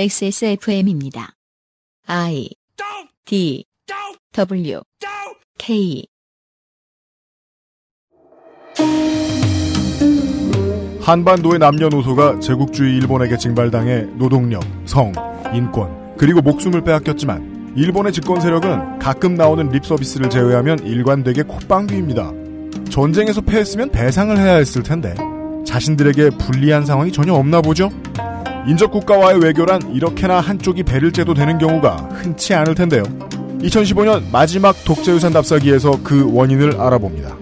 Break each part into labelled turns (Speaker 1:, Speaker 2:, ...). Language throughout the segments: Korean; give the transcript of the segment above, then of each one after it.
Speaker 1: XSFM입니다. I D W K
Speaker 2: 한반도의 남녀노소가 제국주의 일본에게 징발당해 노동력, 성, 인권, 그리고 목숨을 빼앗겼지만 일본의 집권 세력은 가끔 나오는 립 서비스를 제외하면 일관되게 콧방귀입니다. 전쟁에서 패했으면 배상을 해야 했을 텐데 자신들에게 불리한 상황이 전혀 없나 보죠? 인접 국가와의 외교란 이렇게나 한쪽이 배를 째도 되는 경우가 흔치 않을 텐데요. 2015년 마지막 독재유산 답사기에서 그 원인을 알아봅니다.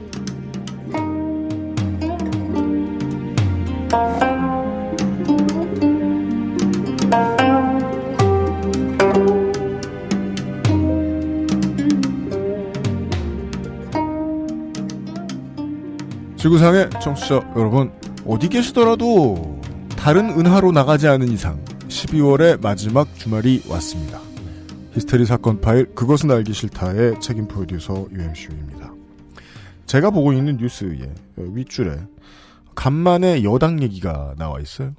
Speaker 2: 지구상의 청취자 여러분 어디 계시더라도 다른 은하로 나가지 않은 이상 12월의 마지막 주말이 왔습니다. 히스테리 사건 파일 그것은 알기 싫다의 책임 프로듀서 UMCU입니다. 제가 보고 있는 뉴스의 윗줄에 간만에 여당 얘기가 나와 있어요.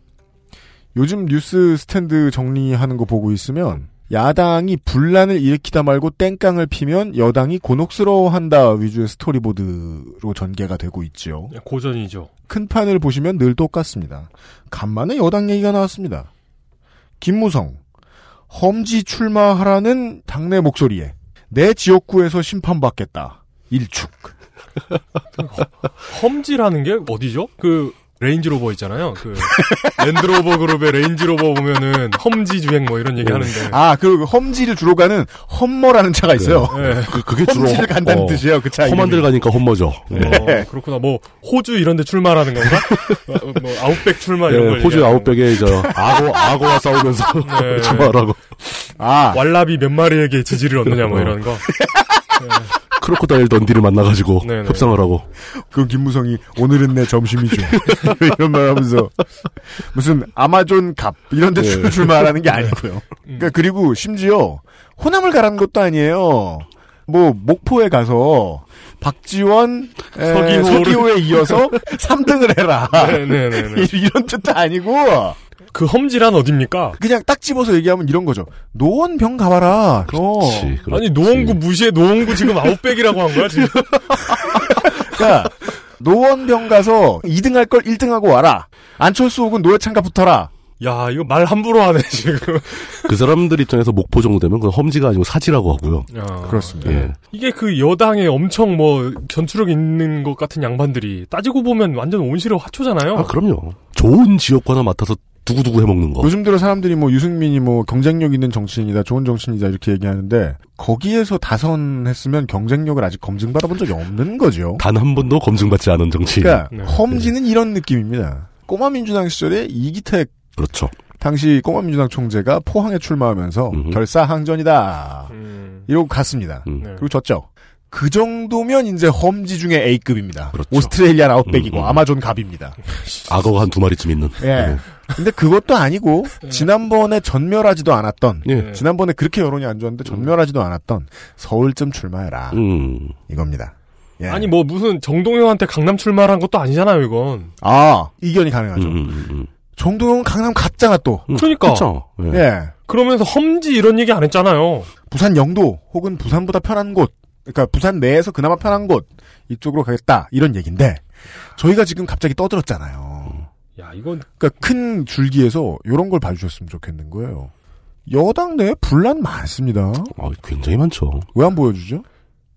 Speaker 2: 요즘 뉴스 스탠드 정리하는 거 보고 있으면 야당이 분란을 일으키다 말고 땡깡을 피면 여당이 곤혹스러워한다 위주의 스토리보드로 전개가 되고 있지요.
Speaker 3: 네, 고전이죠.
Speaker 2: 큰 판을 보시면 늘 똑같습니다. 간만에 여당 얘기가 나왔습니다. 김무성, 험지 출마하라는 당내 목소리에 내 지역구에서 심판받겠다. 일축.
Speaker 3: 험지라는 게 어디죠? 그 레인지로버 있잖아요. 그 랜드로버 그룹의 레인지로버 보면은 험지 주행 뭐 이런
Speaker 4: 네.
Speaker 3: 얘기 하는데.
Speaker 2: 아, 그 험지를 주로 가는 험머라는 차가 있어요.
Speaker 3: 예.
Speaker 4: 그, 그게 주로
Speaker 2: 험지를
Speaker 4: 험-
Speaker 2: 간다는
Speaker 4: 어,
Speaker 2: 뜻이에요,
Speaker 3: 아,
Speaker 2: 그 차.
Speaker 4: 험한들
Speaker 2: 이름이.
Speaker 4: 가니까 험머죠. 네.
Speaker 3: 어, 그렇구나. 뭐 호주 이런 데 출마라는 건가? 어, 뭐 아웃백 출마 이런 걸.
Speaker 4: 네, 호주
Speaker 3: 얘기하는
Speaker 4: 아웃백에 저 악어 악어와 싸우면서
Speaker 3: 네.
Speaker 4: 주말하고
Speaker 2: 아,
Speaker 3: 왈라비 몇 마리에게 지지를 얻느냐
Speaker 4: 어.
Speaker 3: 뭐 이런 거.
Speaker 4: 크로코다일 던디를 만나가지고
Speaker 3: 네, 네.
Speaker 4: 협상을 하고
Speaker 2: 그 김무성이 오늘은 내 점심이죠. 이런 말 하면서 무슨 아마존 갑 이런
Speaker 3: 네.
Speaker 2: 데
Speaker 4: 예.
Speaker 2: 출마하라는 게
Speaker 3: 음.
Speaker 2: 아니고요. 그러니까 그리고 심지어 호남을 가라는 것도 아니에요. 뭐 목포에 가서 박지원 에,
Speaker 3: 서기호를-
Speaker 2: 서기호에 이어서 3등을 해라.
Speaker 3: 네네네.
Speaker 2: 이- 이런 뜻도 아니고
Speaker 3: 그 험지란 어딥니까?
Speaker 2: 그냥 딱 집어서 얘기하면 이런 거죠. 노원병 가봐라. 어.
Speaker 4: 그렇지, 그렇지.
Speaker 3: 아니 노원구 무시해 노원구 지금 아웃백이라고 한 거야 지금.
Speaker 2: 그러니까 노원병 가서 2등 할 걸 1등 하고 와라. 안철수 혹은 노회찬과 붙어라.
Speaker 3: 야 이거 말 함부로 하네 지금.
Speaker 4: 그 사람들 입장에서 목포 정도 되면 그 험지가 아니고 사지라고 하고요.
Speaker 2: 그렇습니다.
Speaker 4: 예.
Speaker 3: 이게 그 여당에 엄청 뭐 견투력 있는 것 같은 양반들이 따지고 보면 완전 온실의 화초잖아요.
Speaker 4: 아 그럼요. 좋은 지역구 하나 맡아서 두구두구 해먹는
Speaker 3: 음.
Speaker 4: 거.
Speaker 2: 요즘 들어 사람들이 뭐 유승민이 뭐 경쟁력 있는 정치인이다, 좋은 정치인이다 이렇게 얘기하는데 거기에서 다선했으면 경쟁력을 아직 검증받아 본 적이 없는 거죠.
Speaker 4: 단 한 번도 검증받지 않은 정치인.
Speaker 2: 그러니까
Speaker 3: 네.
Speaker 2: 험지는 이런 느낌입니다. 꼬마 민주당 시절에 이기택
Speaker 4: 그렇죠.
Speaker 2: 당시 꼬마 민주당 총재가 포항에 출마하면서
Speaker 4: 음흠.
Speaker 2: 결사항전이다
Speaker 3: 음,
Speaker 2: 이러고 갔습니다.
Speaker 4: 음.
Speaker 3: 네.
Speaker 2: 그리고 졌죠. 그 정도면 이제 험지 중에 A급입니다.
Speaker 4: 그렇죠.
Speaker 2: 오스트레일리아 아웃백이고
Speaker 4: 음, 음.
Speaker 2: 아마존 갑입니다.
Speaker 4: 악어가 한 두 마리쯤 있는. 네.
Speaker 2: 예. 근데 그것도 아니고 지난번에 전멸하지도 않았던
Speaker 4: 예.
Speaker 3: 네. 음.
Speaker 2: 지난번에 그렇게 여론이 안 좋았는데 전멸하지도 않았던 서울쯤 출마해라
Speaker 4: 음.
Speaker 2: 이겁니다. 예.
Speaker 3: 아니 뭐 무슨 정동영한테 강남 출마한 것도 아니잖아요 이건.
Speaker 2: 아 이견이
Speaker 4: 음,
Speaker 2: 가능하죠.
Speaker 4: 음, 음, 음.
Speaker 2: 정동영 강남 갔잖아 또.
Speaker 4: 음,
Speaker 3: 그러니까.
Speaker 4: 그렇죠. 예.
Speaker 2: 예.
Speaker 3: 그러면서 험지 이런 얘기 안 했잖아요.
Speaker 2: 부산 영도 혹은 부산보다 편한 곳, 그러니까 부산 내에서 그나마 편한 곳 이쪽으로 가겠다 이런 얘기인데 저희가 지금 갑자기 떠들었잖아요.
Speaker 3: 야 이건
Speaker 2: 그러니까 큰 줄기에서 이런 걸 봐주셨으면 좋겠는 거예요. 여당 내 분란 많습니다.
Speaker 4: 아, 굉장히 많죠.
Speaker 2: 왜 안 보여주죠?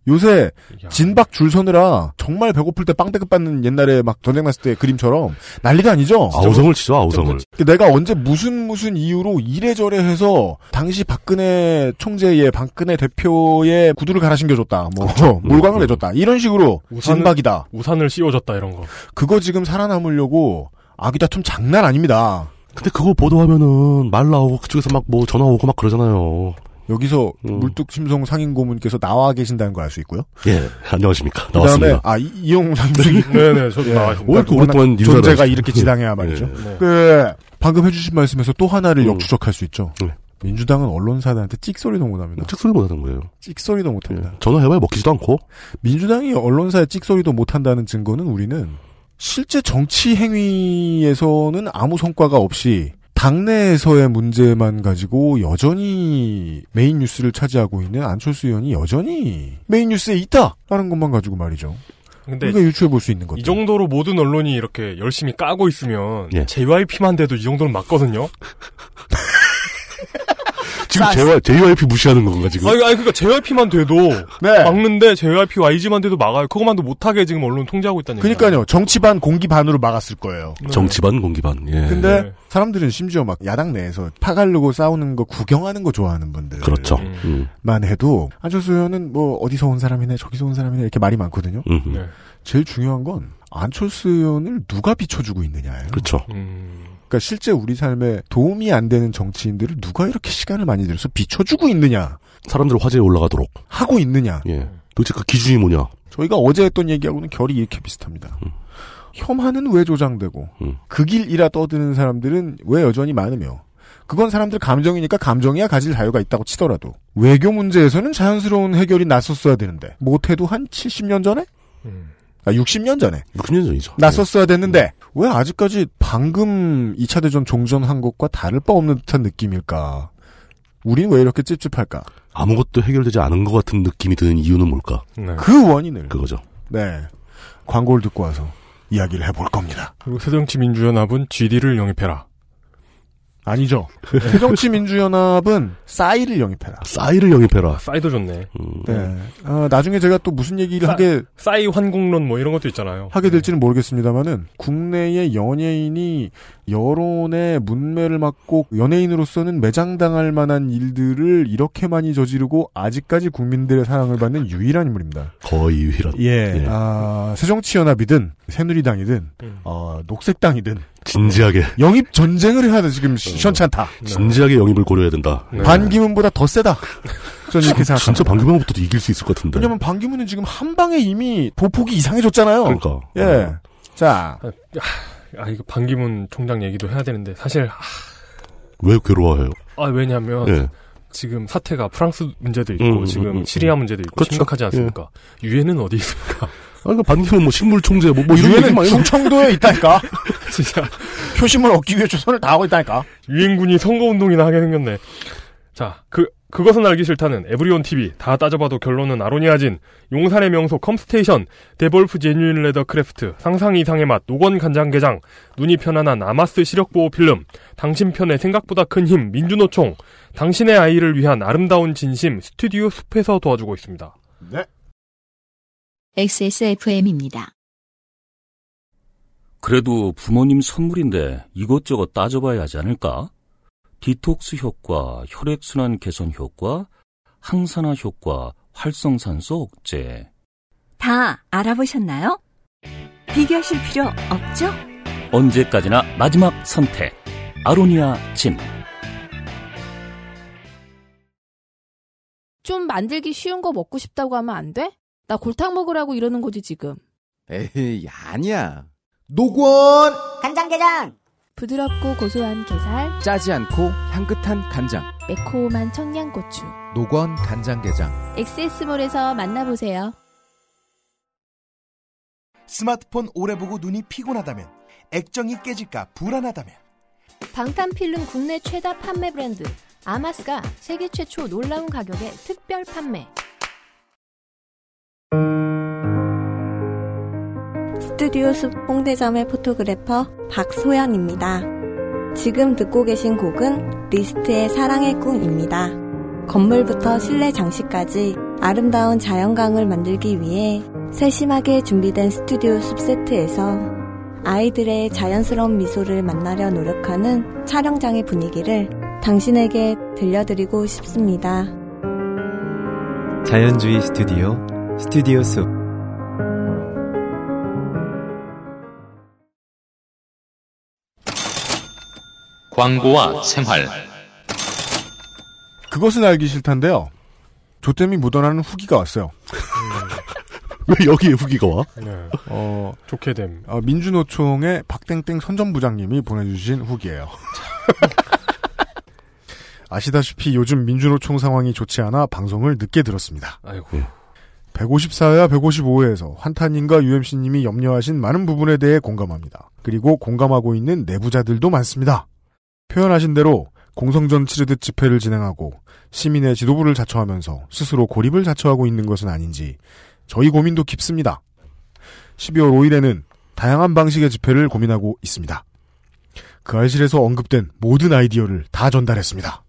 Speaker 2: 요새
Speaker 3: 야,
Speaker 2: 진박 줄 서느라 정말 배고플 때 빵대급 받는 옛날에 막 전쟁 났을 때 그림처럼 난리가 아니죠?
Speaker 4: 아우성을 치죠, 아우성을.
Speaker 2: 내가 언제 무슨 무슨 이유로 이래저래 해서 당시 박근혜 총재의 박근혜 대표의 구두를 갈아 신겨줬다. 뭐 몰광을
Speaker 4: 음.
Speaker 2: 내줬다. 이런 식으로
Speaker 3: 우선은-
Speaker 2: 진박이다.
Speaker 3: 우산을 씌워줬다 이런 거.
Speaker 2: 그거 지금 살아남으려고 아기다툼 장난 아닙니다.
Speaker 4: 근데 그거 보도하면은 말 나오고 그쪽에서 막 뭐 전화 오고 막 그러잖아요.
Speaker 2: 여기서
Speaker 4: 음.
Speaker 2: 물뚝심송 상인 고문께서 나와 계신다는 걸 알 수 있고요.
Speaker 4: 예, 안녕하십니까.
Speaker 2: 그다음에
Speaker 4: 나왔습니다.
Speaker 2: 아 이- 이용 상인
Speaker 3: 네네 저도
Speaker 2: 예.
Speaker 3: 나와 있습니다.
Speaker 4: 왜
Speaker 2: 워낙
Speaker 4: 이렇게 오랫동안 인사를
Speaker 2: 존재가
Speaker 4: 하시죠?
Speaker 2: 이렇게 지당해야 말이죠.
Speaker 4: 예.
Speaker 3: 네.
Speaker 2: 그 방금 해주신 말씀에서 또 하나를
Speaker 4: 음.
Speaker 2: 역추적할 수 있죠.
Speaker 4: 네. 음.
Speaker 2: 민주당은 언론사들한테 찍소리도 못합니다.
Speaker 4: 책소리 못 하는 거예요.
Speaker 2: 찍소리도
Speaker 4: 예.
Speaker 2: 못합니다.
Speaker 4: 전화해봐야 먹히지도 않고.
Speaker 2: 민주당이 언론사에 찍소리도 못한다는 증거는 우리는 실제 정치 행위에서는 아무 성과가 없이 당내에서의 문제만 가지고 여전히 메인 뉴스를 차지하고 있는 안철수 의원이 여전히 메인 뉴스에 있다라는 것만 가지고 말이죠.
Speaker 3: 근데
Speaker 2: 우리가 유추해 볼 수 있는 것.
Speaker 3: 네. 이 정도로 모든 언론이 이렇게 열심히 까고 있으면
Speaker 4: 예.
Speaker 3: JYP만 돼도 이 정도는 맞거든요.
Speaker 4: 지금 JY, JYP 무시하는 건가 지금?
Speaker 3: 아니, 아니 그러니까 JYP만 돼도
Speaker 2: 네.
Speaker 3: 막는데 JYP YG만 돼도 막아요. 그것만도 못하게 지금 언론 통제하고 있다는 얘기야.
Speaker 2: 그러니까요. 정치 반 공기 반으로 막았을 거예요.
Speaker 3: 네.
Speaker 4: 정치 반 공기 반. 예.
Speaker 2: 근데
Speaker 3: 네.
Speaker 2: 사람들은 심지어 막 야당 내에서 파가르고 싸우는 거 구경하는 거 좋아하는 분들
Speaker 4: 그렇죠.
Speaker 3: 음.
Speaker 4: 음.
Speaker 2: 만 해도 안철수 의원은 뭐 어디서 온 사람이네 저기서 온 사람이네 이렇게 말이 많거든요.
Speaker 4: 음.
Speaker 3: 네.
Speaker 2: 제일 중요한 건 안철수 의원을 누가 비춰주고 있느냐예요.
Speaker 4: 그렇죠.
Speaker 3: 음.
Speaker 2: 그러니까 실제 우리 삶에 도움이 안 되는 정치인들을 누가 이렇게 시간을 많이 들여서 비춰주고 있느냐
Speaker 4: 사람들 화제에 올라가도록.
Speaker 2: 하고 있느냐
Speaker 4: 예. 도대체 그 기준이 뭐냐?
Speaker 2: 저희가 어제 했던 얘기하고는 결이 이렇게 비슷합니다.
Speaker 4: 음.
Speaker 2: 혐한은 왜 조장되고
Speaker 4: 음.
Speaker 2: 극일이라 떠드는 사람들은 왜 여전히 많으며 그건 사람들 감정이니까 감정이야 가질 자유가 있다고 치더라도 외교 문제에서는 자연스러운 해결이 났었어야 되는데 못해도 한 70년 전에
Speaker 3: 음.
Speaker 2: 아 60년 전에
Speaker 4: 60년 전이죠. 예.
Speaker 2: 났었어야
Speaker 4: 네.
Speaker 2: 됐는데 왜 아직까지 방금 2차 대전 종전한 것과 다를 바 없는 듯한 느낌일까? 우린 왜 이렇게 찝찝할까?
Speaker 4: 예. 아무것도 해결되지 않은 것 같은 느낌이 드는 이유는 뭘까?
Speaker 3: 네.
Speaker 2: 그 원인을
Speaker 4: 그거죠.
Speaker 2: 네 광고를 듣고 와서 이야기를 해볼 겁니다.
Speaker 3: 그리고 새정치민주연합은 GD를 영입해라.
Speaker 2: 아니죠. 새정치민주연합은 싸이를 영입해라.
Speaker 4: 싸이를 영입해라.
Speaker 3: 싸이도 좋네.
Speaker 4: 음.
Speaker 2: 네. 아, 나중에 제가 또 무슨 얘기를
Speaker 3: 싸-
Speaker 2: 하게
Speaker 3: 싸이 환국론 뭐 이런 것도 있잖아요.
Speaker 2: 하게 될지는 모르겠습니다만은 국내의 연예인이 여론의 문매를 맞고 연예인으로서는 매장당할 만한 일들을 이렇게 많이 저지르고 아직까지 국민들의 사랑을 받는 유일한 인물입니다.
Speaker 4: 거의 유일한. 예.
Speaker 2: 아, 새정치연합이든 새누리당이든
Speaker 3: 음.
Speaker 2: 어, 녹색당이든
Speaker 4: 진지하게
Speaker 2: 영입 전쟁을 해야 돼 지금 시원찮다.
Speaker 3: 네.
Speaker 4: 진지하게 영입을 고려해야 된다.
Speaker 3: 네.
Speaker 2: 반기문보다 더 세다. 저는 이렇게 그러니까 생각합니다.
Speaker 4: 진짜 방금부터도 이길 수 있을 것 같은데.
Speaker 2: 왜냐면 반기문은 지금 한 방에 이미 보폭이 이상해졌잖아요.
Speaker 4: 그러니까.
Speaker 2: 예. 자,
Speaker 3: 아 이거 반기문 총장 얘기도 해야 되는데 사실
Speaker 4: 왜 괴로워해요?
Speaker 3: 아
Speaker 2: 어.
Speaker 3: 왜냐하면
Speaker 4: 예.
Speaker 3: 지금 사태가 프랑스 문제도 있고
Speaker 4: 음, 음,
Speaker 3: 지금
Speaker 4: 음,
Speaker 3: 시리아 문제도 있고
Speaker 4: 그렇죠.
Speaker 3: 심각하지 않습니까? 유엔은 어디 있습니까?
Speaker 4: 아니, 그 반기문 뭐 식물총재 뭐, 뭐 이런 얘기
Speaker 2: 유엔은
Speaker 4: 많이 하고.
Speaker 2: 충청도에 있다니까.
Speaker 3: 진짜
Speaker 2: 표심을 얻기 위해 최선을 다하고 있다니까.
Speaker 3: 유엔군이 선거운동이나 하게 생겼네. 자, 그, 그것은 알기 싫다는 에브리온 TV. 다 따져봐도 결론은 아로니아진, 용산의 명소 컴스테이션, 데볼프 제뉴인 레더 크래프트, 상상 이상의 맛, 노건 간장게장, 눈이 편안한 아마스 시력보호 필름, 당신 편의 생각보다 큰 힘, 민주노총, 당신의 아이를 위한 아름다운 진심, 스튜디오 숲에서 도와주고 있습니다.
Speaker 1: XSFM입니다.
Speaker 5: 그래도 부모님 선물인데 이것저것 따져봐야 하지 않을까? 디톡스 효과, 혈액순환 개선 효과, 항산화 효과, 활성산소 억제.
Speaker 6: 다 알아보셨나요? 비교하실 필요 없죠?
Speaker 5: 언제까지나 마지막 선택. 아로니아 진.
Speaker 7: 좀 만들기 쉬운 거 먹고 싶다고 하면 안 돼? 나 골탕 먹으라고 이러는 거지 지금.
Speaker 8: 에이, 아니야.
Speaker 9: 노건 간장게장
Speaker 7: 부드럽고 고소한 게살,
Speaker 8: 짜지 않고 향긋한 간장.
Speaker 7: 매콤한 청양고추.
Speaker 8: 노건 간장게장.
Speaker 7: 엑세스몰에서 만나보세요.
Speaker 9: 스마트폰 오래 보고 눈이 피곤하다면 액정이 깨질까 불안하다면
Speaker 7: 방탄필름 국내 최다 판매 브랜드 아마스가 세계 최초 놀라운 가격에 특별 판매.
Speaker 6: 스튜디오 숲 홍대점의 포토그래퍼 박소연입니다. 지금 듣고 계신 곡은 리스트의 사랑의 꿈입니다. 건물부터 실내 장식까지 아름다운 자연광을 만들기 위해 세심하게 준비된 스튜디오 숲 세트에서 아이들의 자연스러운 미소를 만나려 노력하는 촬영장의 분위기를 당신에게 들려드리고 싶습니다.
Speaker 10: 자연주의 스튜디오 스튜디오 숲
Speaker 11: 광고와 생활.
Speaker 2: 그것은 알기 싫단데요. 조땜이 묻어나는 후기가 왔어요.
Speaker 4: 왜 여기에 후기가 와?
Speaker 3: 네,
Speaker 2: 어,
Speaker 3: 좋게 됨.
Speaker 2: 어, 민주노총의 박땡땡 선전부장님이 보내주신 후기예요. 아시다시피 요즘 민주노총 상황이 좋지 않아 방송을 늦게 들었습니다.
Speaker 3: 아이고.
Speaker 2: 154회, 155회에서 환타님과 UMC님이 염려하신 많은 부분에 대해 공감합니다. 그리고 공감하고 있는 내부자들도 많습니다. 표현하신 대로 공성전 치르듯 집회를 진행하고 시민의 지도부를 자처하면서 스스로 고립을 자처하고 있는 것은 아닌지 저희 고민도 깊습니다. 12월 5일에는 다양한 방식의 집회를 고민하고 있습니다. 그 알실에서 언급된 모든 아이디어를 다 전달했습니다.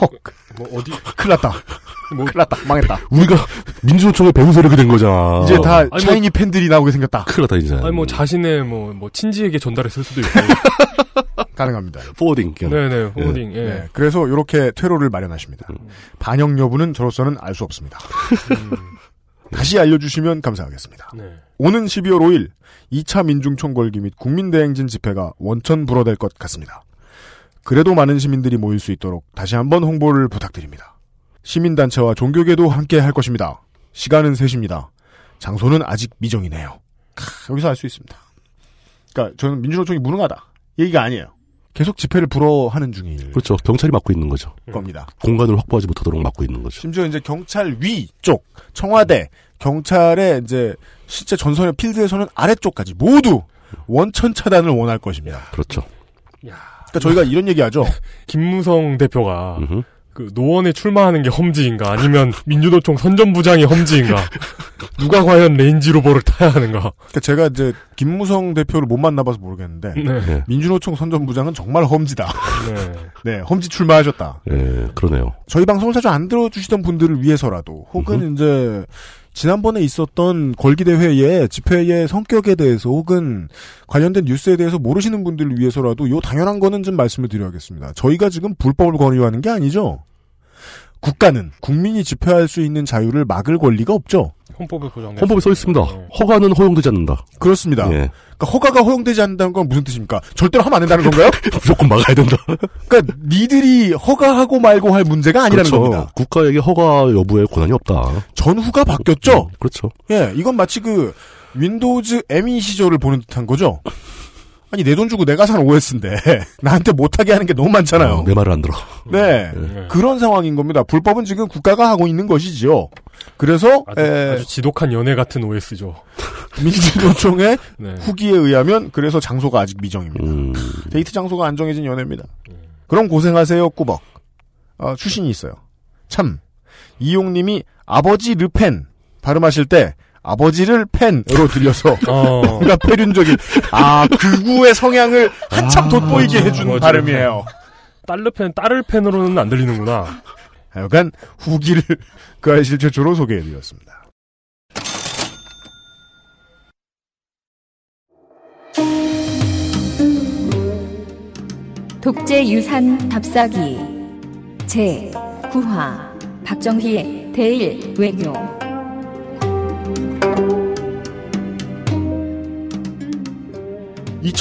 Speaker 2: 헉.
Speaker 3: 뭐 어디 뭐?
Speaker 2: 큰일 났다. 큰일 났다. 망했다.
Speaker 4: 우리가 민주노총의 배후세력이 된 거잖아.
Speaker 2: 이제 다
Speaker 3: 뭐-
Speaker 2: 샤이니 팬들이 나오게 생겼다.
Speaker 4: 큰일 났다, 이제.
Speaker 3: 아니 뭐 자신의 뭐, 뭐 친지에게 전달했을 수도 있고.
Speaker 2: 가능합니다.
Speaker 4: 포워딩. 그냥.
Speaker 3: 네네 음. 포워딩. 예.
Speaker 2: 네, 그래서 이렇게 퇴로를 마련하십니다. 반영 여부는 저로서는 알 수 없습니다. 다시 알려주시면 감사하겠습니다.
Speaker 3: 음. 네.
Speaker 2: 오는 12월 5일 2차 민중총궐기 및 국민대행진 집회가 원천 불어될 것 같습니다. 그래도 많은 시민들이 모일 수 있도록 다시 한번 홍보를 부탁드립니다. 시민단체와 종교계도 함께 할 것입니다. 시간은 3시입니다. 장소는 아직 미정이네요. 캬, 여기서 알 수 있습니다. 그러니까 저는 민주노총이 무능하다. 얘기가 아니에요. 계속 집회를 불어하는 중일
Speaker 4: 그렇죠. 경찰이 막고 있는 거죠.
Speaker 2: 겁니다.
Speaker 4: 공간을 확보하지 못하도록 막고 있는 거죠.
Speaker 2: 심지어 이제 경찰 위 쪽, 청와대, 경찰의 이제 실제 전선의 필드에서는 아래쪽까지 모두 원천 차단을 원할 것입니다.
Speaker 4: 그렇죠.
Speaker 2: 그러니까 저희가 이런 얘기하죠.
Speaker 3: 김무성
Speaker 4: 음.
Speaker 2: 아.
Speaker 3: 대표가 그 노원에 출마하는 게 험지인가 아니면 민주노총 선전부장이 험지인가 누가 과연 레인지로버를 타야 하는가
Speaker 2: 그러니까 제가 이제 김무성 대표를 못 만나봐서 모르겠는데
Speaker 3: 네.
Speaker 4: 네.
Speaker 2: 민주노총 선전부장은 정말 험지다.
Speaker 3: 네.
Speaker 2: 네, 험지 출마하셨다.
Speaker 4: 예, 그러네요.
Speaker 2: 저희 방송을 자주 안 들어주시던 분들을 위해서라도 혹은 이제 지난번에 있었던 걸기대회의 집회의 성격에 대해서 혹은 관련된 뉴스에 대해서 모르시는 분들을 위해서라도 요 당연한 거는 좀 말씀을 드려야겠습니다. 저희가 지금 불법을 권유하는 게 아니죠. 국가는 국민이 집회할 수 있는 자유를 막을 권리가 없죠.
Speaker 3: 헌법에
Speaker 2: 네.
Speaker 3: 네. 보장돼
Speaker 4: 헌법에 써 있습니다.
Speaker 2: 어.
Speaker 4: 허가는 허용되지 않는다.
Speaker 2: 그렇습니다.
Speaker 4: 예.
Speaker 2: 그러니까 허가가 허용되지 않는다는 건 무슨 뜻입니까? 절대로 하면 안 된다는 건가요?
Speaker 4: 무조건 막아야 된다.
Speaker 2: 그러니까 니들이 허가하고 말고 할 문제가 아니라는
Speaker 4: 그렇죠.
Speaker 2: 겁니다.
Speaker 4: 국가에게 허가 여부에 권한이 없다.
Speaker 2: 전후가 바뀌었죠.
Speaker 4: 음, 그렇죠.
Speaker 2: 예, 이건 마치 그 윈도우즈 ME 시절을 보는 듯한 거죠. 아니 내 돈 주고 내가 산 OS인데 나한테 못하게 하는 게 너무 많잖아요.
Speaker 4: 어, 내 말을 안 들어.
Speaker 2: 네, 그런 상황인 겁니다. 불법은 지금 국가가 하고 있는 것이지요. 그래서
Speaker 3: 아주,
Speaker 2: 에,
Speaker 3: 아주 지독한 연애 같은 OS죠
Speaker 2: 민주노총의
Speaker 3: 네.
Speaker 2: 후기에 의하면 그래서 장소가 아직 미정입니다.
Speaker 4: 음,
Speaker 2: 데이트 장소가 안 정해진 연애입니다.
Speaker 3: 예.
Speaker 2: 그럼 고생하세요, 꾸벅. 아, 추신이 있어요. 참, 이용님이 아버지 르펜 발음하실 때 아버지를 펜으로 들려서
Speaker 3: 어.
Speaker 2: 뭔가 폐륜적인 아 극우의 성향을 한참 돋보이게 해준
Speaker 3: 맞아요.
Speaker 2: 발음이에요.
Speaker 3: 딸르펜 딸르펜으로는 안 들리는구나
Speaker 2: 하여간 후기를 그 아이실 최초로 소개해드렸습니다.
Speaker 12: 독재 유산 답사기 제 9화 박정희의 대일 외교
Speaker 2: 2 0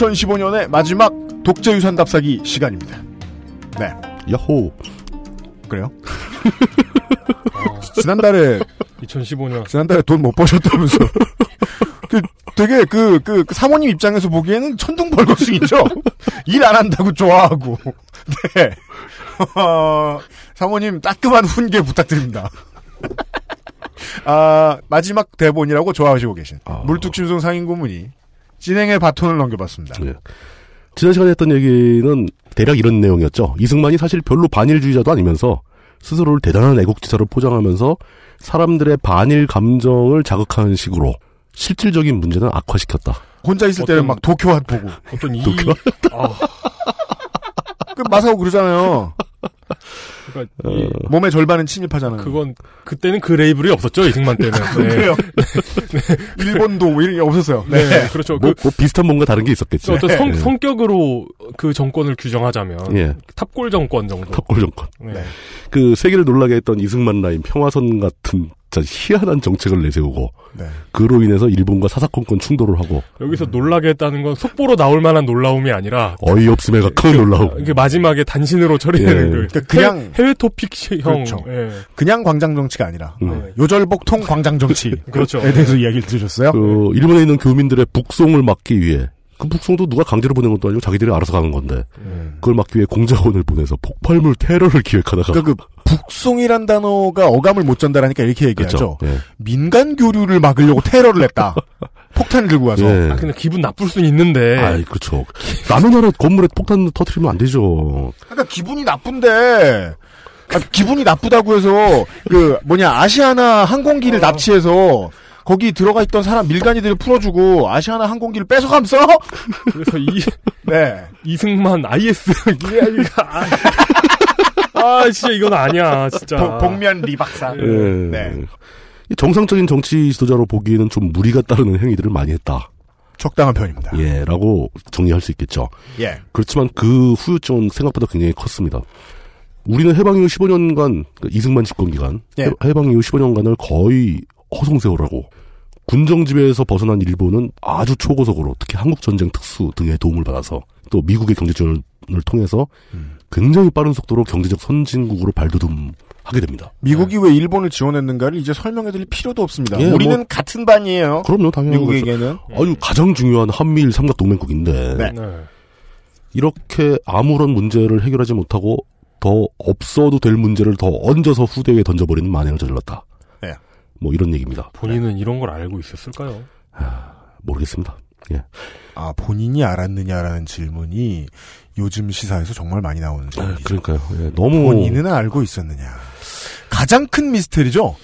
Speaker 2: 1 5년의 마지막 독재유산 답사기 시간입니다. 네,
Speaker 4: 야호.
Speaker 2: 그래요? 지난달에
Speaker 3: 2015년
Speaker 2: 지난달에 돈 못 버셨다면서. 그 되게 그, 그, 그 사모님 입장에서 보기에는 천둥벌거숭이죠? 일 안 한다고 좋아하고. 네. 어, 사모님 따끔한 훈계 부탁드립니다. 아, 마지막 대본이라고 좋아하시고 계신
Speaker 4: 아.
Speaker 2: 물뚝심송 상인고문이 진행의 바톤을 넘겨봤습니다.
Speaker 4: 네. 지난 시간에 했던 얘기는 대략 이런 내용이었죠. 이승만이 사실 별로 반일주의자도 아니면서 스스로를 대단한 애국지사로 포장하면서 사람들의 반일 감정을 자극하는 식으로 실질적인 문제는 악화시켰다.
Speaker 2: 혼자 있을 때는 막 도쿄핫 보고.
Speaker 3: 어떤 이
Speaker 4: 도쿄?
Speaker 3: 아,
Speaker 2: 그 마사오 그러잖아요.
Speaker 3: 그러니까 이-
Speaker 2: 몸의 절반은 침입하잖아요.
Speaker 3: 그건 그때는 그 레이블이 없었죠 이승만 때는 네.
Speaker 2: 그래요. 네. 일본도 뭐 이런 게 없었어요.
Speaker 3: 네. 그렇죠
Speaker 4: 뭐,
Speaker 3: 그
Speaker 4: 뭐 비슷한 뭔가 다른 게 있었겠지.
Speaker 3: 어떤 성,
Speaker 4: 예.
Speaker 3: 성격으로 그 정권을 규정하자면
Speaker 4: 예,
Speaker 3: 탑골 정권 정도
Speaker 4: 탑골 정권.
Speaker 3: 네.
Speaker 4: 그 세계를 놀라게 했던 이승만 라인 평화선 같은 진짜 희한한 정책을 내세우고
Speaker 2: 네.
Speaker 4: 그로 인해서 일본과 사사건건 충돌을 하고
Speaker 3: 여기서 놀라게 했다는 건 속보로 나올 만한 놀라움이 아니라
Speaker 4: 어이없음에 가까운 놀라움.
Speaker 3: 이게 마지막에 단신으로 처리되는
Speaker 4: 예.
Speaker 3: 그
Speaker 2: 그러니까 그냥-
Speaker 3: 해외, 해외 토픽형
Speaker 2: 그렇죠.
Speaker 3: 예.
Speaker 2: 그냥 광장 정치가 아니라
Speaker 4: 음.
Speaker 2: 요절복통 광장 정치에
Speaker 3: 그렇죠.
Speaker 2: 대해서 이야기를 들으셨어요.
Speaker 4: 그 일본에 있는 교민들의 북송을 막기 위해 그 북송도 누가 강제로 보낸 것도 아니고 자기들이 알아서 가는 건데 그걸 막기 위해 공작원을 보내서 폭발물 테러를 기획하다가
Speaker 2: 음. 그러니까 그 북송이란 단어가 어감을 못 전달하니까 이렇게 얘기하죠.
Speaker 4: 그렇죠. 예.
Speaker 2: 민간 교류를 막으려고 테러를 했다. 폭탄 들고 와서.
Speaker 4: 예.
Speaker 3: 아, 근데 기분 나쁠 순 있는데.
Speaker 4: 아이, 그렇죠. 남의 나라 건물에 폭탄 터트리면 안 되죠.
Speaker 2: 그러니까 기분이 나쁜데 아, 기분이 나쁘다고 해서 그 뭐냐 아시아나 항공기를 납치해서 거기 들어가 있던 사람 밀간이들을 풀어주고 아시아나 항공기를 뺏어가면서
Speaker 3: 그래서 이
Speaker 2: 네.
Speaker 3: 이승만 IS 이게 아니라 아, 아, 진짜 이건 아니야 진짜
Speaker 2: 어. 복면 리박사.
Speaker 4: 예.
Speaker 2: 네.
Speaker 4: 이 정상적인 정치 지도자로 보기에는 좀 무리가 따르는 행위들을 많이 했다.
Speaker 2: 적당한 편입니다.
Speaker 4: 예, 라고 정리할 수 있겠죠.
Speaker 2: 예.
Speaker 4: 그렇지만 그 후유증은 생각보다 굉장히 컸습니다. 우리는 해방 이후 15년간, 그 이승만 집권 기간,
Speaker 2: 예.
Speaker 4: 해- 해방 이후 15년간을 거의 허송세월하고, 군정 지배에서 벗어난 일본은 아주 초고속으로, 특히 한국 전쟁 특수 등의 도움을 받아서, 또 미국의 경제 지원을 통해서
Speaker 2: 음.
Speaker 4: 굉장히 빠른 속도로 경제적 선진국으로 발돋움하게 됩니다.
Speaker 2: 미국이 왜 일본을 지원했는가를 이제 설명해드릴 필요도 없습니다.
Speaker 4: 예,
Speaker 2: 우리는
Speaker 4: 뭐-
Speaker 2: 같은 반이에요.
Speaker 4: 그럼요, 당연히.
Speaker 2: 미국에게는
Speaker 4: 아주 가장 중요한 한미일 삼각 동맹국인데
Speaker 2: 예. 네.
Speaker 4: 이렇게 아무런 문제를 해결하지 못하고 더 없어도 될 문제를 더 얹어서 후대에 던져버리는 만행을 저질렀다.
Speaker 2: 네.
Speaker 4: 뭐 이런 얘기입니다. 아,
Speaker 3: 본인은 이런 걸 알고 있었을까요?
Speaker 4: 모르겠습니다. 예.
Speaker 2: 아 본인이 알았느냐라는 질문이 요즘 시사에서 정말 많이 나오는 아, 질문이죠.
Speaker 4: 그러니까요. 예, 너무
Speaker 2: 본인은 알고 있었느냐. 가장 큰 미스테리죠.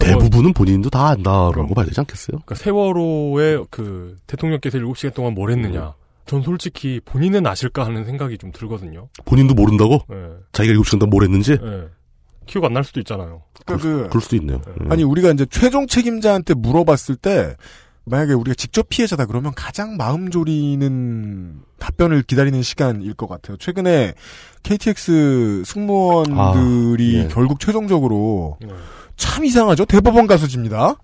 Speaker 4: 대부분은 본인도 다 안다라고 봐야 되지 않겠어요?
Speaker 3: 뭐 그러니까 세월호의 그 대통령께서 7시간 동안 뭘 했느냐 전 솔직히 본인은 아실까 하는 생각이 좀 들거든요
Speaker 4: 본인도 모른다고?
Speaker 3: 예.
Speaker 4: 자기가 7시간 동안 뭘 했는지?
Speaker 3: 예. 기억 안 날 수도 있잖아요
Speaker 2: 그러니까 그
Speaker 4: 그럴 수도 있네요. 예.
Speaker 2: 아니 우리가 이제 최종 책임자한테 물어봤을 때 만약에 우리가 직접 피해자다 그러면 가장 마음 졸이는 답변을 기다리는 시간일 것 같아요. 최근에 KTX 승무원들이
Speaker 4: 아, 예.
Speaker 2: 결국 최종적으로 참 이상하죠. 대법원 가서 집니다.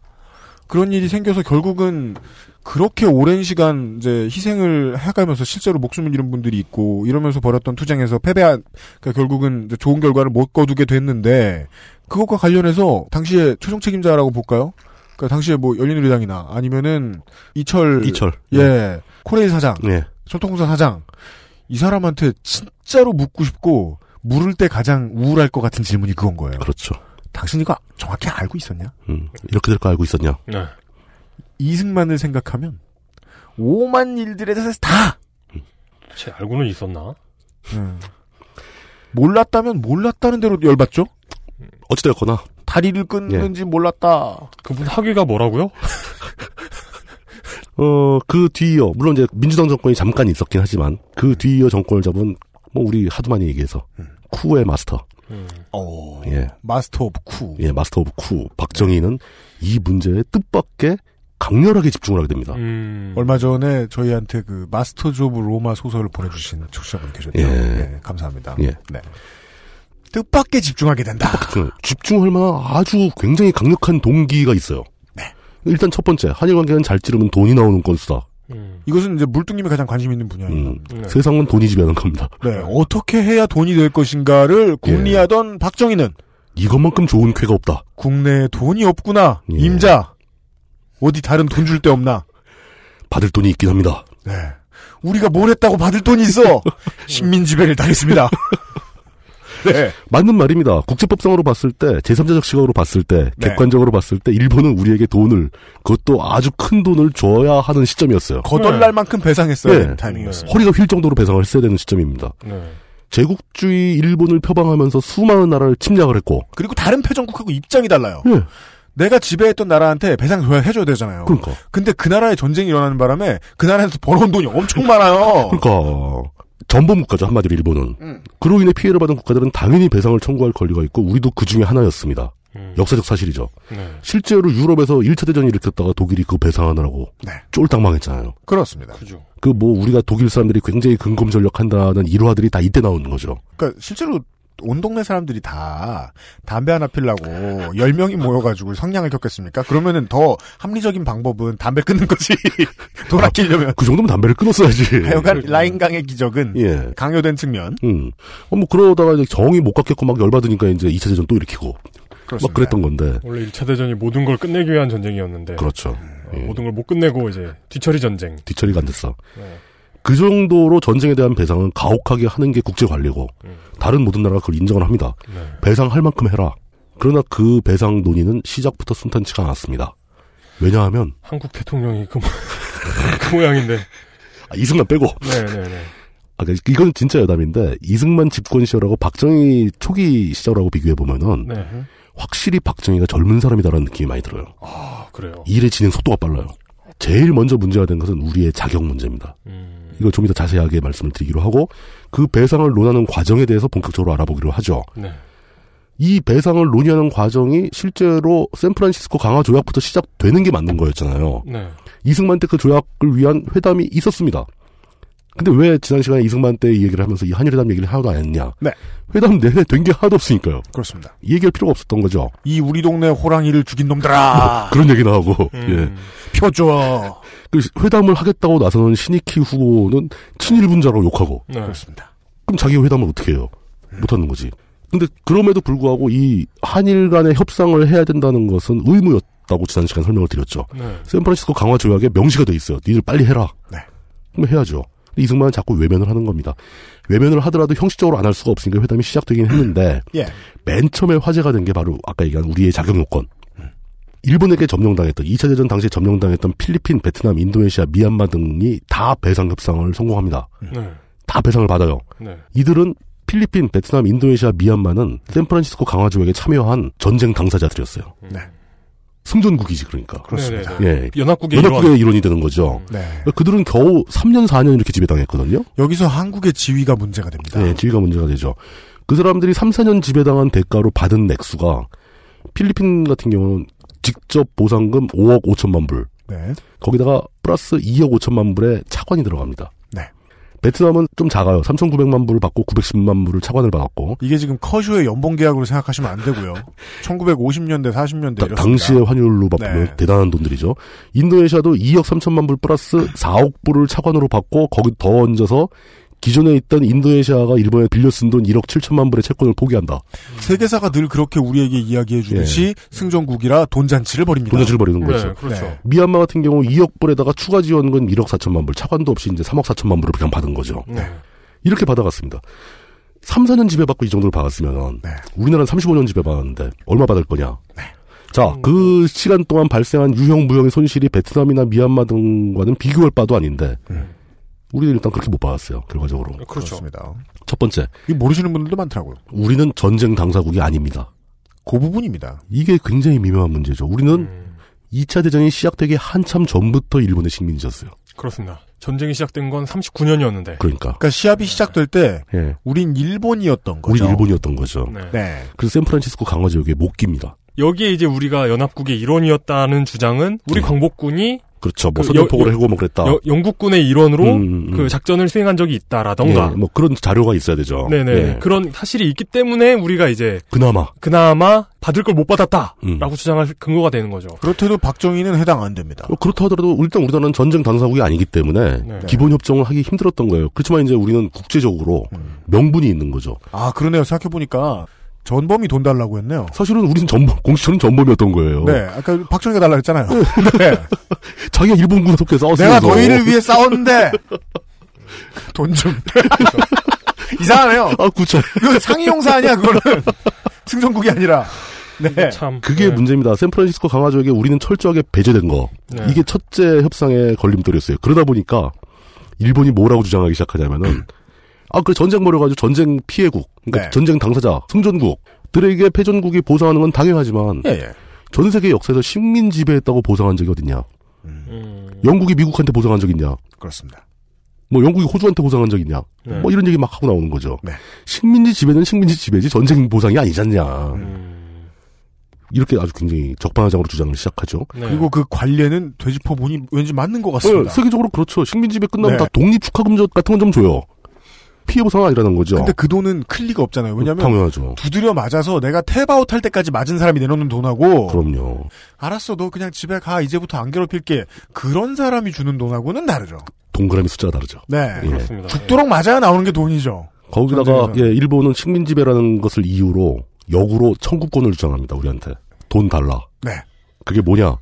Speaker 2: 그런 일이 생겨서 결국은 그렇게 오랜 시간 이제 희생을 해가면서 실제로 목숨을 잃은 분들이 있고 이러면서 벌였던 투쟁에서 패배한 그러니까 결국은 이제 좋은 결과를 못 거두게 됐는데 그것과 관련해서 당시에 최종 책임자라고 볼까요? 그러니까 당시에 뭐 열린우리당이나 아니면은 이철
Speaker 4: 이철.
Speaker 2: 예 코레일 사장
Speaker 4: 예.
Speaker 2: 소통사 사장 이 사람한테 진짜로 묻고 싶고 물을 때 가장 우울할 것 같은 질문이 그건 거예요.
Speaker 4: 그렇죠.
Speaker 2: 당신 이거 정확히 알고 있었냐?
Speaker 4: 음, 이렇게 될 거 알고 있었냐?
Speaker 3: 네.
Speaker 2: 이승만을 생각하면 오만 일들에 대해서 다
Speaker 3: 쟤 알고는 있었나?
Speaker 2: 음. 몰랐다면 몰랐다는 대로 열받죠.
Speaker 4: 어찌되었거나.
Speaker 2: 다리를 끊는지 몰랐다.
Speaker 3: 그분 학위가 뭐라고요?
Speaker 4: 어, 그 뒤이어, 물론 이제 민주당 정권이 잠깐 있었긴 하지만, 그 뒤이어 정권을 잡은, 뭐, 우리 하도 많이 얘기해서,
Speaker 2: 음.
Speaker 4: 쿠의 마스터.
Speaker 3: 음.
Speaker 2: 오,
Speaker 4: 예.
Speaker 2: 마스터 오브 쿠.
Speaker 4: 예, 마스터 오브 쿠. 박정희는 이 문제에 뜻밖의 강렬하게 집중을 하게
Speaker 3: 음.
Speaker 4: 됩니다.
Speaker 2: 얼마 전에 저희한테 그 마스터즈 오브 로마 소설을 보내주신 청취자분 계셨죠.
Speaker 4: 예.
Speaker 2: 예, 감사합니다.
Speaker 4: 예.
Speaker 2: 네. 뜻밖에 집중하게 된다.
Speaker 4: 집중, 집중할 만한 아주 굉장히 강력한 동기가 있어요. 일단 첫 번째, 한일 관계는 잘 찌르면 돈이 나오는 건수다.
Speaker 3: 음.
Speaker 2: 이것은 이제 물뚱님이 가장 관심 있는 분야예요.
Speaker 4: 음, 세상은 돈이 지배하는 겁니다.
Speaker 2: 네, 어떻게 해야 돈이 될
Speaker 4: 예.
Speaker 2: 것인가를 궁리하던 박정희는
Speaker 4: 이것만큼 좋은 쾌가 없다.
Speaker 2: 국내에 돈이 없구나.
Speaker 4: 예.
Speaker 2: 임자. 어디 다른 돈 줄 데 없나.
Speaker 4: 받을 돈이 있긴 합니다.
Speaker 2: 네. 우리가 뭘 했다고 받을 돈이 있어. 식민지배를 당했습니다. 네.
Speaker 4: 맞는 말입니다. 국제법상으로 봤을 때, 제3자적 시각으로 봤을 때,
Speaker 2: 네.
Speaker 4: 객관적으로 봤을 때, 일본은 우리에게 돈을, 그것도 아주 큰 돈을 줘야 하는 시점이었어요.
Speaker 2: 거덜날 만큼 배상했어야 되는
Speaker 4: 네.
Speaker 2: 타이밍이었어요.
Speaker 4: 허리가 휠 정도로 배상을 했어야 되는 시점입니다.
Speaker 3: 네.
Speaker 4: 제국주의 일본을 표방하면서 수많은 나라를 침략을 했고,
Speaker 2: 그리고 다른 패전국하고 입장이 달라요.
Speaker 4: 예,
Speaker 2: 내가 지배했던 나라한테 배상 줘야 해줘야 되잖아요.
Speaker 4: 그러니까.
Speaker 2: 근데 그 나라에 전쟁이 일어나는 바람에 그 나라에서 벌어온 돈이 엄청 많아요.
Speaker 4: 그러니까, 전범국가죠, 한마디로 일본은.
Speaker 2: 음.
Speaker 4: 그로 인해 피해를 받은 국가들은 당연히 배상을 청구할 권리가 있고, 우리도 그 중에 하나였습니다. 역사적 사실이죠.
Speaker 3: 네.
Speaker 4: 실제로 유럽에서 1차 대전을 일으켰다가 독일이 그 배상하느라고
Speaker 2: 네.
Speaker 4: 쫄딱 망했잖아요.
Speaker 2: 그렇습니다.
Speaker 3: 그죠.
Speaker 4: 그 뭐 우리가 독일 사람들이 굉장히 근검 전력한다는 일화들이 다 이때 나오는 거죠.
Speaker 2: 그러니까 실제로 온 동네 사람들이 다 담배 하나 피려고 10명이 모여가지고 성냥을 겪겠습니까? 그러면은 더 합리적인 방법은 담배 끊는 거지. 돈 아끼려면.
Speaker 4: 그 정도면 담배를 끊었어야지.
Speaker 2: 하여간 라인강의 기적은
Speaker 4: 네. 그렇죠. 예.
Speaker 2: 강요된 측면.
Speaker 4: 음. 어, 뭐 그러다가 이제 정이 못 갖겠고 막 열받으니까 이제 2차 대전 또 일으키고 막뭐 그랬던 건데.
Speaker 3: 원래 1차 대전이 모든 걸 끝내기 위한 전쟁이었는데
Speaker 4: 그렇죠.
Speaker 3: 어, 모든 걸 못 끝내고 이제 뒤처리 전쟁
Speaker 4: 뒤처리가 안 됐어. 그 정도로 전쟁에 대한 배상은 가혹하게 하는 게 국제 관리고 다른 모든 나라가 그걸 인정을 합니다. 배상할 만큼 해라. 그러나 그 배상 논의는 시작부터 순탄치가 않았습니다. 왜냐하면
Speaker 3: 한국 대통령이 그, 모- 그 모양인데.
Speaker 4: 아, 이승만 빼고.
Speaker 3: 네네네.
Speaker 4: 아, 그- 이건 진짜 여담인데 이승만 집권 시절하고 박정희 초기 시절하고 비교해 보면은
Speaker 3: 네.
Speaker 4: 확실히 박정희가 젊은 사람이다라는 느낌이 많이 들어요.
Speaker 3: 아, 그래요.
Speaker 4: 일의 진행 속도가 빨라요. 제일 먼저 문제가 된 것은 우리의 자격 문제입니다.
Speaker 3: 음.
Speaker 4: 이거 좀 이따 자세하게 말씀을 드리기로 하고 그 배상을 논하는 과정에 대해서 본격적으로 알아보기로 하죠.
Speaker 3: 네.
Speaker 4: 이 배상을 논의하는 과정이 실제로 샌프란시스코 강화 조약부터 시작되는 게 맞는 거였잖아요.
Speaker 3: 네.
Speaker 4: 이승만 때 그 조약을 위한 회담이 있었습니다. 근데 왜 지난 시간에 이승만 때 이 얘기를 하면서 이 한일회담 얘기를 하나도 안 했냐? 회담 내내 된 게 하나도 없으니까요.
Speaker 2: 그렇습니다.
Speaker 4: 이 얘기할 필요가 없었던 거죠.
Speaker 2: 이 우리 동네 호랑이를 죽인 놈들아.
Speaker 4: 그런 얘기도 하고,
Speaker 3: 음.
Speaker 2: 예. 표줘.
Speaker 4: 그 회담을 하겠다고 나서는 신익희 후보는 친일분자라고 욕하고.
Speaker 3: 네. 그렇습니다.
Speaker 4: 그럼 자기가 회담을 어떻게 해요? 못하는 거지. 근데 그럼에도 불구하고 이 한일 간의 협상을 해야 된다는 것은 의무였다고 지난 시간 설명을 드렸죠.
Speaker 3: 네.
Speaker 4: 샌프란시스코 강화 조약에 명시가 돼 있어요. 니들 빨리 해라. 그럼 해야죠. 근데 이승만은 자꾸 외면을 하는 겁니다. 외면을 하더라도 형식적으로 안 할 수가 없으니까 회담이 시작되긴 했는데
Speaker 2: 예.
Speaker 4: 맨 처음에 화제가 된 게 바로 아까 얘기한 우리의 자격 요건. 일본에게 점령당했던 2차 대전 당시에 점령당했던 필리핀, 베트남, 인도네시아, 미얀마 등이 다 배상 협상을 성공합니다.
Speaker 3: 네.
Speaker 4: 다 배상을 받아요.
Speaker 3: 네.
Speaker 4: 이들은 필리핀, 베트남, 인도네시아, 미얀마는 샌프란시스코 강화조약에 참여한 전쟁 당사자들이었어요.
Speaker 2: 네.
Speaker 4: 승전국이지 그러니까.
Speaker 2: 그렇습니다.
Speaker 3: 네,
Speaker 2: 네.
Speaker 4: 예.
Speaker 2: 연합국의
Speaker 4: 연합국의
Speaker 2: 일원.
Speaker 4: 일원이 되는 거죠.
Speaker 2: 네.
Speaker 4: 그들은 겨우 3년 4년 이렇게 지배당했거든요.
Speaker 2: 여기서 한국의 지위가 문제가 됩니다.
Speaker 4: 네, 지위가 문제가 되죠. 그 사람들이 3, 4년 지배당한 대가로 받은 액수가 필리핀 같은 경우는 직접 보상금 5억 5천만 불.
Speaker 2: 네.
Speaker 4: 거기다가 플러스 2억 5천만 불의 차관이 들어갑니다.
Speaker 2: 네.
Speaker 4: 베트남은 좀 작아요. 3,900만 불을 받고 910만 불을 차관을 받았고
Speaker 2: 이게 지금 커쇼의 연봉 계약으로 생각하시면 안 되고요. 1950년대, 40년대 이렇습니다.
Speaker 4: 당시의 환율로 바꾸면
Speaker 2: 네.
Speaker 4: 대단한 돈들이죠. 인도네시아도 2억 3천만 불 플러스 4억 불을 차관으로 받고 거기 더 얹어서 기존에 있던 인도네시아가 일본에 빌려 쓴 돈 1억 7천만 불의 채권을 포기한다.
Speaker 2: 세계사가 늘 그렇게 우리에게 이야기해 주듯이 승전국이라 돈잔치를 벌입니다.
Speaker 4: 예. 돈잔치를
Speaker 3: 네,
Speaker 4: 벌이는
Speaker 2: 네.
Speaker 4: 거죠.
Speaker 3: 그렇죠.
Speaker 4: 미얀마 같은 경우 2억 불에다가 추가 지원금 1억 4천만 불, 차관도 없이 이제 3억 4천만 불을 그냥 받은 거죠. 이렇게 받아갔습니다. 3, 4년 지배받고 이 정도를 받았으면 우리나라는 35년 지배받았는데 얼마 받을 거냐? 자, 그 시간 동안 발생한 유형 무형의 손실이 베트남이나 미얀마 등과는 비교할 바도 아닌데 우리는 일단 그렇게 못 받았어요. 결과적으로.
Speaker 3: 그렇죠.
Speaker 2: 그렇습니다.
Speaker 4: 첫 번째.
Speaker 2: 그렇죠. 이 모르시는 분들도 많더라고요.
Speaker 4: 우리는 전쟁 당사국이 아닙니다.
Speaker 2: 그 부분입니다.
Speaker 4: 이게 굉장히 미묘한 문제죠. 우리는 2차 대전이 시작되기 한참 전부터 일본의 식민지였어요.
Speaker 3: 네. 그렇습니다. 전쟁이 시작된 건 39년이었는데.
Speaker 4: 그러니까.
Speaker 2: 그러니까 시합이 시작될 때
Speaker 4: 예.
Speaker 2: 우린 일본이었던 거죠.
Speaker 4: 우리 일본이었던 거죠.
Speaker 3: 네.
Speaker 4: 그래서 샌프란시스코 강화 지역의 목기입니다.
Speaker 3: 여기에 이제 우리가 연합국의 일원이었다는 주장은 우리 광복군이
Speaker 4: 그렇죠. 뭐
Speaker 3: 그
Speaker 4: 선전포고를
Speaker 3: 여-
Speaker 4: 해고 뭐 그랬다.
Speaker 3: 여- 영국군의 일원으로
Speaker 4: 음, 음.
Speaker 3: 그 작전을 수행한 적이 있다라던가.
Speaker 4: 예, 뭐 그런 자료가 있어야 되죠.
Speaker 3: 네네.
Speaker 4: 예.
Speaker 3: 그런 사실이 있기 때문에 우리가 이제
Speaker 4: 그나마
Speaker 3: 그나마 받을 걸 못 받았다라고
Speaker 4: 음.
Speaker 3: 주장할 근거가 되는 거죠.
Speaker 2: 그렇대도 박정희는 해당 안 됩니다.
Speaker 4: 어, 그렇다 하더라도 일단 우리나라는 전쟁 당사국이 아니기 때문에
Speaker 2: 네.
Speaker 4: 기본 협정을 하기 힘들었던 거예요. 그렇지만 이제 우리는 국제적으로
Speaker 3: 음.
Speaker 4: 명분이 있는 거죠.
Speaker 2: 아 그러네요. 생각해 보니까 전범이 돈 달라고 했네요.
Speaker 4: 사실은 우리는 전범, 공식처럼 전범이었던 거예요.
Speaker 2: 네, 아까 박정희가 달라 했잖아요. 네.
Speaker 4: 자기가 일본군에 속해 싸웠어.
Speaker 2: 내가 너희를 위해 싸웠는데 돈 좀. 이상하네요.
Speaker 4: 아, 구차.
Speaker 2: 이거 상이용사 아니야 그거는 승전국이 아니라. 네.
Speaker 3: 참.
Speaker 4: 그게 문제입니다. 샌프란시스코 강화조약에 우리는 철저하게 배제된 거.
Speaker 2: 네.
Speaker 4: 이게 첫째 협상의 걸림돌이었어요. 그러다 보니까 일본이 뭐라고 주장하기 시작하냐면은 아, 그 전쟁 벌여가지고 전쟁 피해국, 그러니까
Speaker 2: 네.
Speaker 4: 전쟁 당사자, 승전국들에게 패전국이 보상하는 건 당연하지만
Speaker 2: 예, 예.
Speaker 4: 전 세계 역사에서 식민 지배했다고 보상한 적이 어딨냐?
Speaker 3: 음,
Speaker 4: 영국이 미국한테 보상한 적 있냐?
Speaker 2: 그렇습니다.
Speaker 4: 뭐 영국이 호주한테 보상한 적 있냐?
Speaker 2: 네.
Speaker 4: 뭐 이런 얘기 막 하고 나오는 거죠. 식민지 지배는 식민지 지배지 전쟁 보상이 아니잖냐.
Speaker 3: 음.
Speaker 4: 이렇게 아주 굉장히 적반하장으로 주장을 시작하죠.
Speaker 2: 그리고 그 관례는 되짚어 보니 왠지 맞는 것 어, 같습니다.
Speaker 4: 네, 세계적으로 그렇죠. 식민 지배 끝나면
Speaker 2: 네.
Speaker 4: 다 독립 축하금전 같은 건 좀 줘요. 피해 보상은 아니라는 거죠.
Speaker 2: 근데 그 돈은 클리가 없잖아요. 왜냐면
Speaker 4: 당연하죠.
Speaker 2: 두드려 맞아서 내가 탭아웃 할 때까지 맞은 사람이 내놓는 돈하고
Speaker 4: 그럼요.
Speaker 2: 알았어 너 그냥 집에 가 이제부터 안 괴롭힐게 그런 사람이 주는 돈하고는 다르죠.
Speaker 4: 동그라미 숫자가 다르죠.
Speaker 2: 네.
Speaker 4: 예.
Speaker 2: 죽도록 맞아야 나오는 게 돈이죠.
Speaker 4: 거기다가 예, 일본은 식민 지배라는 것을 이유로 역으로 청구권을 주장합니다. 우리한테 돈 달라.
Speaker 2: 네.
Speaker 4: 그게 뭐냐?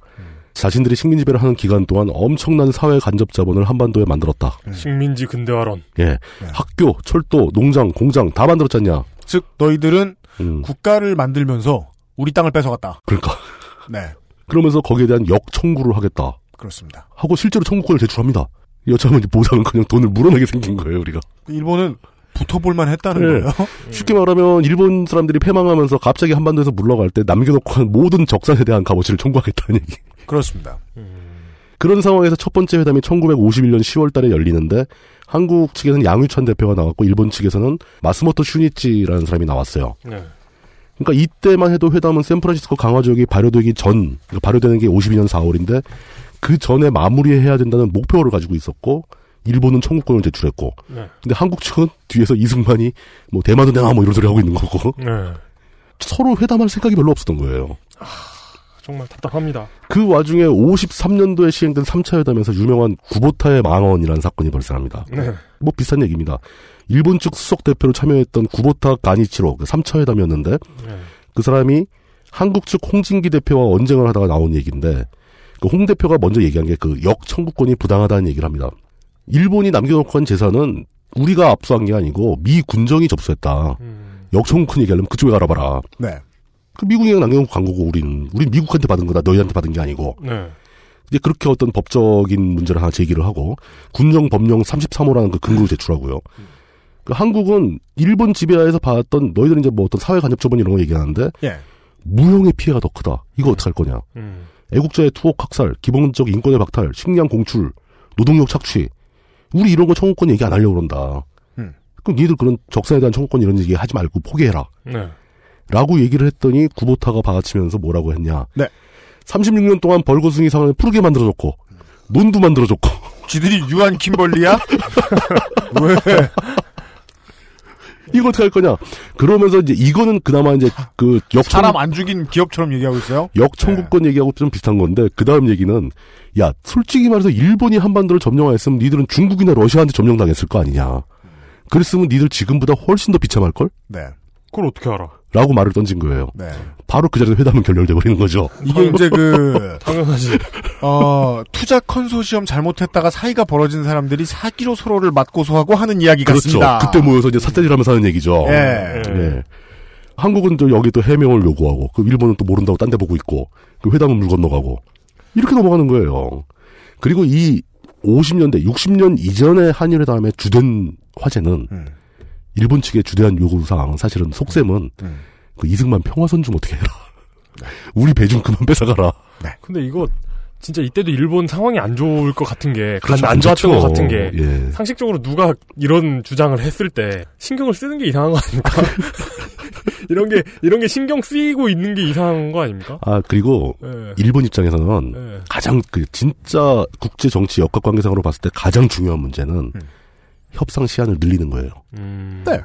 Speaker 4: 자신들이 식민 지배를 하는 기간 동안 엄청난 사회 간접 자본을 한반도에 만들었다.
Speaker 3: 네. 식민지 근대화론.
Speaker 4: 예,
Speaker 2: 네.
Speaker 4: 학교, 철도, 농장, 공장 다 만들었잖냐?
Speaker 2: 즉 너희들은
Speaker 4: 음,
Speaker 2: 국가를 만들면서 우리 땅을 뺏어갔다.
Speaker 4: 그러니까
Speaker 2: 네.
Speaker 4: 그러면서 거기에 대한 역 청구를 하겠다.
Speaker 2: 그렇습니다.
Speaker 4: 하고 실제로 청구권을 제출합니다. 여차하면 이제 보상은 그냥 돈을 물어내게 생긴 거예요, 우리가.
Speaker 2: 일본은 붙어볼만 했다는
Speaker 4: 네.
Speaker 2: 거예요.
Speaker 4: 쉽게 말하면 일본 사람들이 패망하면서 갑자기 한반도에서 물러갈 때 남겨놓고 한 모든 적산에 대한 값어치를 청구하겠다는 얘기.
Speaker 2: 그렇습니다.
Speaker 4: 그런 상황에서 첫 번째 회담이 1951년 10월 달에 열리는데 한국 측에서는 양유천 대표가 나왔고 일본 측에서는 마스모토 슈니치라는 사람이 나왔어요.
Speaker 3: 네.
Speaker 4: 그러니까 이때만 해도 회담은 샌프란시스코 강화 지역이 발효되기 전, 그러니까 발효되는 게 52년 4월인데 그 전에 마무리해야 된다는 목표를 가지고 있었고 일본은 청구권을 제출했고
Speaker 3: 네.
Speaker 4: 근데 한국 측은 뒤에서 이승만이 뭐 대만도 내놔 뭐 이런 소리 하고 있는 거고
Speaker 3: 네.
Speaker 4: 서로 회담할 생각이 별로 없었던 거예요.
Speaker 3: 정말 답답합니다.
Speaker 4: 그 와중에 53년도에 시행된 3차 회담에서 유명한 구보타의 망언이라는 사건이 발생합니다.
Speaker 3: 네.
Speaker 4: 뭐 비슷한 얘기입니다. 일본 측 수석 대표로 참여했던 구보타 가니치로 그 3차 회담이었는데 그 사람이 한국 측 홍진기 대표와 언쟁을 하다가 나온 얘기인데 그 홍 대표가 먼저 얘기한 게 그 역청구권이 부당하다는 얘기를 합니다. 일본이 남겨놓고 한 재산은 우리가 압수한 게 아니고 미 군정이 접수했다.
Speaker 3: 음,
Speaker 4: 역청구권 얘기하려면 그쪽에 알아봐라.
Speaker 2: 네.
Speaker 4: 그 미국이 남겨놓고 간 거고 우리는 우리 미국한테 받은 거다. 너희한테 받은 게 아니고.
Speaker 3: 네.
Speaker 4: 이제 그렇게 어떤 법적인 문제를 하나 제기를 하고 군정 법령 33호라는 그 근거를 제출하고요. 그 한국은 일본 지배하에서 받았던 너희들 이제 뭐 어떤 사회 간접 조번 이런 거 얘기하는데
Speaker 2: 예.
Speaker 4: 무형의 피해가 더 크다. 이거 어떡할 거냐?
Speaker 3: 음.
Speaker 4: 애국자의 투옥 학살, 기본적 인권의 박탈, 식량 공출, 노동력 착취. 우리 이런 거 청구권 얘기 안 하려고 그런다.
Speaker 2: 음.
Speaker 4: 그럼 니들 그런 적산에 대한 청구권 이런 얘기 하지 말고 포기해라.
Speaker 3: 네.
Speaker 4: 라고 얘기를 했더니 구보타가 받아치면서 뭐라고 했냐.
Speaker 2: 네.
Speaker 4: 36년 동안 벌거숭이 상을 푸르게 만들어줬고 논도 만들어줬고
Speaker 2: 지들이 유한 킴벌리야? 왜?
Speaker 4: 이거 어떻게 할 거냐. 그러면서 이제 이거는 그나마 이제 그 역청
Speaker 2: 사람 아- 네. 안 죽인 기업처럼 얘기하고 있어요?
Speaker 4: 역청구권 얘기하고 좀 비슷한 건데 그 다음 얘기는 야 솔직히 말해서 일본이 한반도를 점령하였으면 니들은 중국이나 러시아한테 점령당했을 거 아니냐. 그랬으면 니들 지금보다 훨씬 더 비참할 걸?
Speaker 2: 네.
Speaker 3: 그걸 어떻게 알아?
Speaker 4: 라고 말을 던진 거예요.
Speaker 2: 네.
Speaker 4: 바로 그 자리에서 회담은 결렬돼 버리는 거죠.
Speaker 2: 이게 이제 그,
Speaker 3: 당연하지.
Speaker 2: 어, 투자 컨소시엄 잘못했다가 사이가 벌어진 사람들이 사기로 서로를 맞고소하고 하는 이야기
Speaker 4: 그렇죠.
Speaker 2: 같습니다.
Speaker 4: 그때 모여서 이제 사태질 하면서 하는 얘기죠.
Speaker 3: 네.
Speaker 2: 예.
Speaker 4: 예. 한국은 또 여기 또 해명을 요구하고, 그 일본은 또 모른다고 딴 데 보고 있고, 그 회담은 물 건너가고, 이렇게 넘어가는 거예요. 그리고 이 50년대, 60년 이전의 한일회담의 주된 화제는,
Speaker 3: 음.
Speaker 4: 일본 측의 주대한 요구사항, 사실은
Speaker 3: 음.
Speaker 4: 속셈은, 그 이승만 평화선 좀 어떻게 해라. 우리 배 좀 그만 뺏어가라.
Speaker 3: 근데 이거 진짜 이때도 일본 상황이 안 좋을 것 같은 게, 간
Speaker 4: 그렇죠.
Speaker 3: 안 좋았던
Speaker 4: 그렇죠.
Speaker 3: 것 같은 게,
Speaker 4: 예.
Speaker 3: 상식적으로 누가 이런 주장을 했을 때 신경을 쓰는 게 이상한 거 아닙니까? 이런 게 이런 게 신경 쓰이고 있는 게 이상한 거 아닙니까?
Speaker 4: 아, 그리고,
Speaker 3: 예.
Speaker 4: 일본 입장에서는,
Speaker 3: 예.
Speaker 4: 가장 그 진짜 국제 정치 역학 관계상으로 봤을 때 가장 중요한 문제는
Speaker 2: 음.
Speaker 4: 협상 시한을 늘리는 거예요.
Speaker 3: 음.
Speaker 2: 네.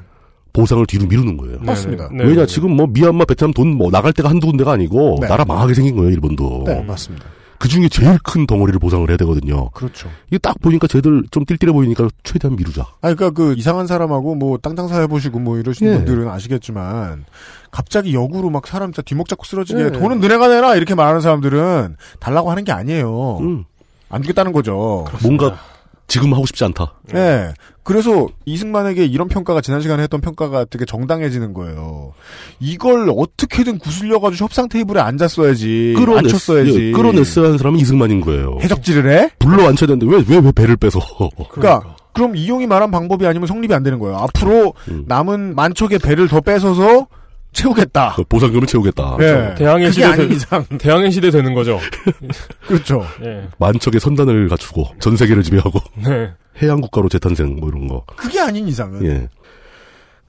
Speaker 4: 보상을 뒤로 미루는 거예요.
Speaker 2: 맞습니다.
Speaker 3: 네,
Speaker 4: 왜냐 지금 뭐 미얀마 베트남 돈 뭐 나갈 데가 한두 군데가 아니고
Speaker 2: 네.
Speaker 4: 나라 망하게 생긴 거예요 일본도.
Speaker 2: 네, 맞습니다.
Speaker 4: 그 중에 제일 큰 덩어리를 보상을 해야 되거든요.
Speaker 2: 그렇죠.
Speaker 4: 이게 딱 보니까 쟤들 좀 띨띨해 보이니까 최대한 미루자.
Speaker 2: 아, 그러니까 그 이상한 사람하고 뭐 땅장사 해보시고 뭐 이러시는
Speaker 4: 예.
Speaker 2: 분들은 아시겠지만 갑자기 역으로 막 사람 진짜 뒤목 잡고 쓰러지게
Speaker 4: 예.
Speaker 2: 돈은 너네가 내라 이렇게 말하는 사람들은 달라고 하는 게 아니에요.
Speaker 4: 음.
Speaker 2: 안 주겠다는 거죠.
Speaker 4: 뭔가 지금 하고 싶지 않다.
Speaker 2: 예. 그래서 이승만에게 이런 평가가 지난 시간에 했던 평가가 되게 정당해지는 거예요. 이걸 어떻게든 구슬려가지고 협상 테이블에 앉았어야지.
Speaker 4: 끌어냈-
Speaker 2: 앉혔어야지.
Speaker 4: 예, 끌어냈어야 하는 사람은 이승만인 거예요.
Speaker 2: 해적질을 해?
Speaker 4: 불러 앉혀야 되는데 왜 왜 왜 배를 빼서?
Speaker 2: 그러니까, 그럼 이용이 말한 방법이 아니면 성립이 안 되는 거예요. 앞으로
Speaker 4: 음.
Speaker 2: 남은 만척의 배를 더 뺏어서 채우겠다.
Speaker 4: 그 보상금을 채우겠다.
Speaker 2: 예.
Speaker 3: 네. 대항해
Speaker 2: 그게
Speaker 3: 시대
Speaker 2: 아닌
Speaker 3: 되,
Speaker 2: 이상
Speaker 3: 대항해 시대 되는 거죠.
Speaker 2: 그렇죠.
Speaker 3: 예.
Speaker 4: 만척의 선단을 갖추고 전 세계를 지배하고
Speaker 3: 네.
Speaker 4: 해양 국가로 재탄생 뭐 이런 거.
Speaker 2: 그게 아닌 이상은
Speaker 4: 예.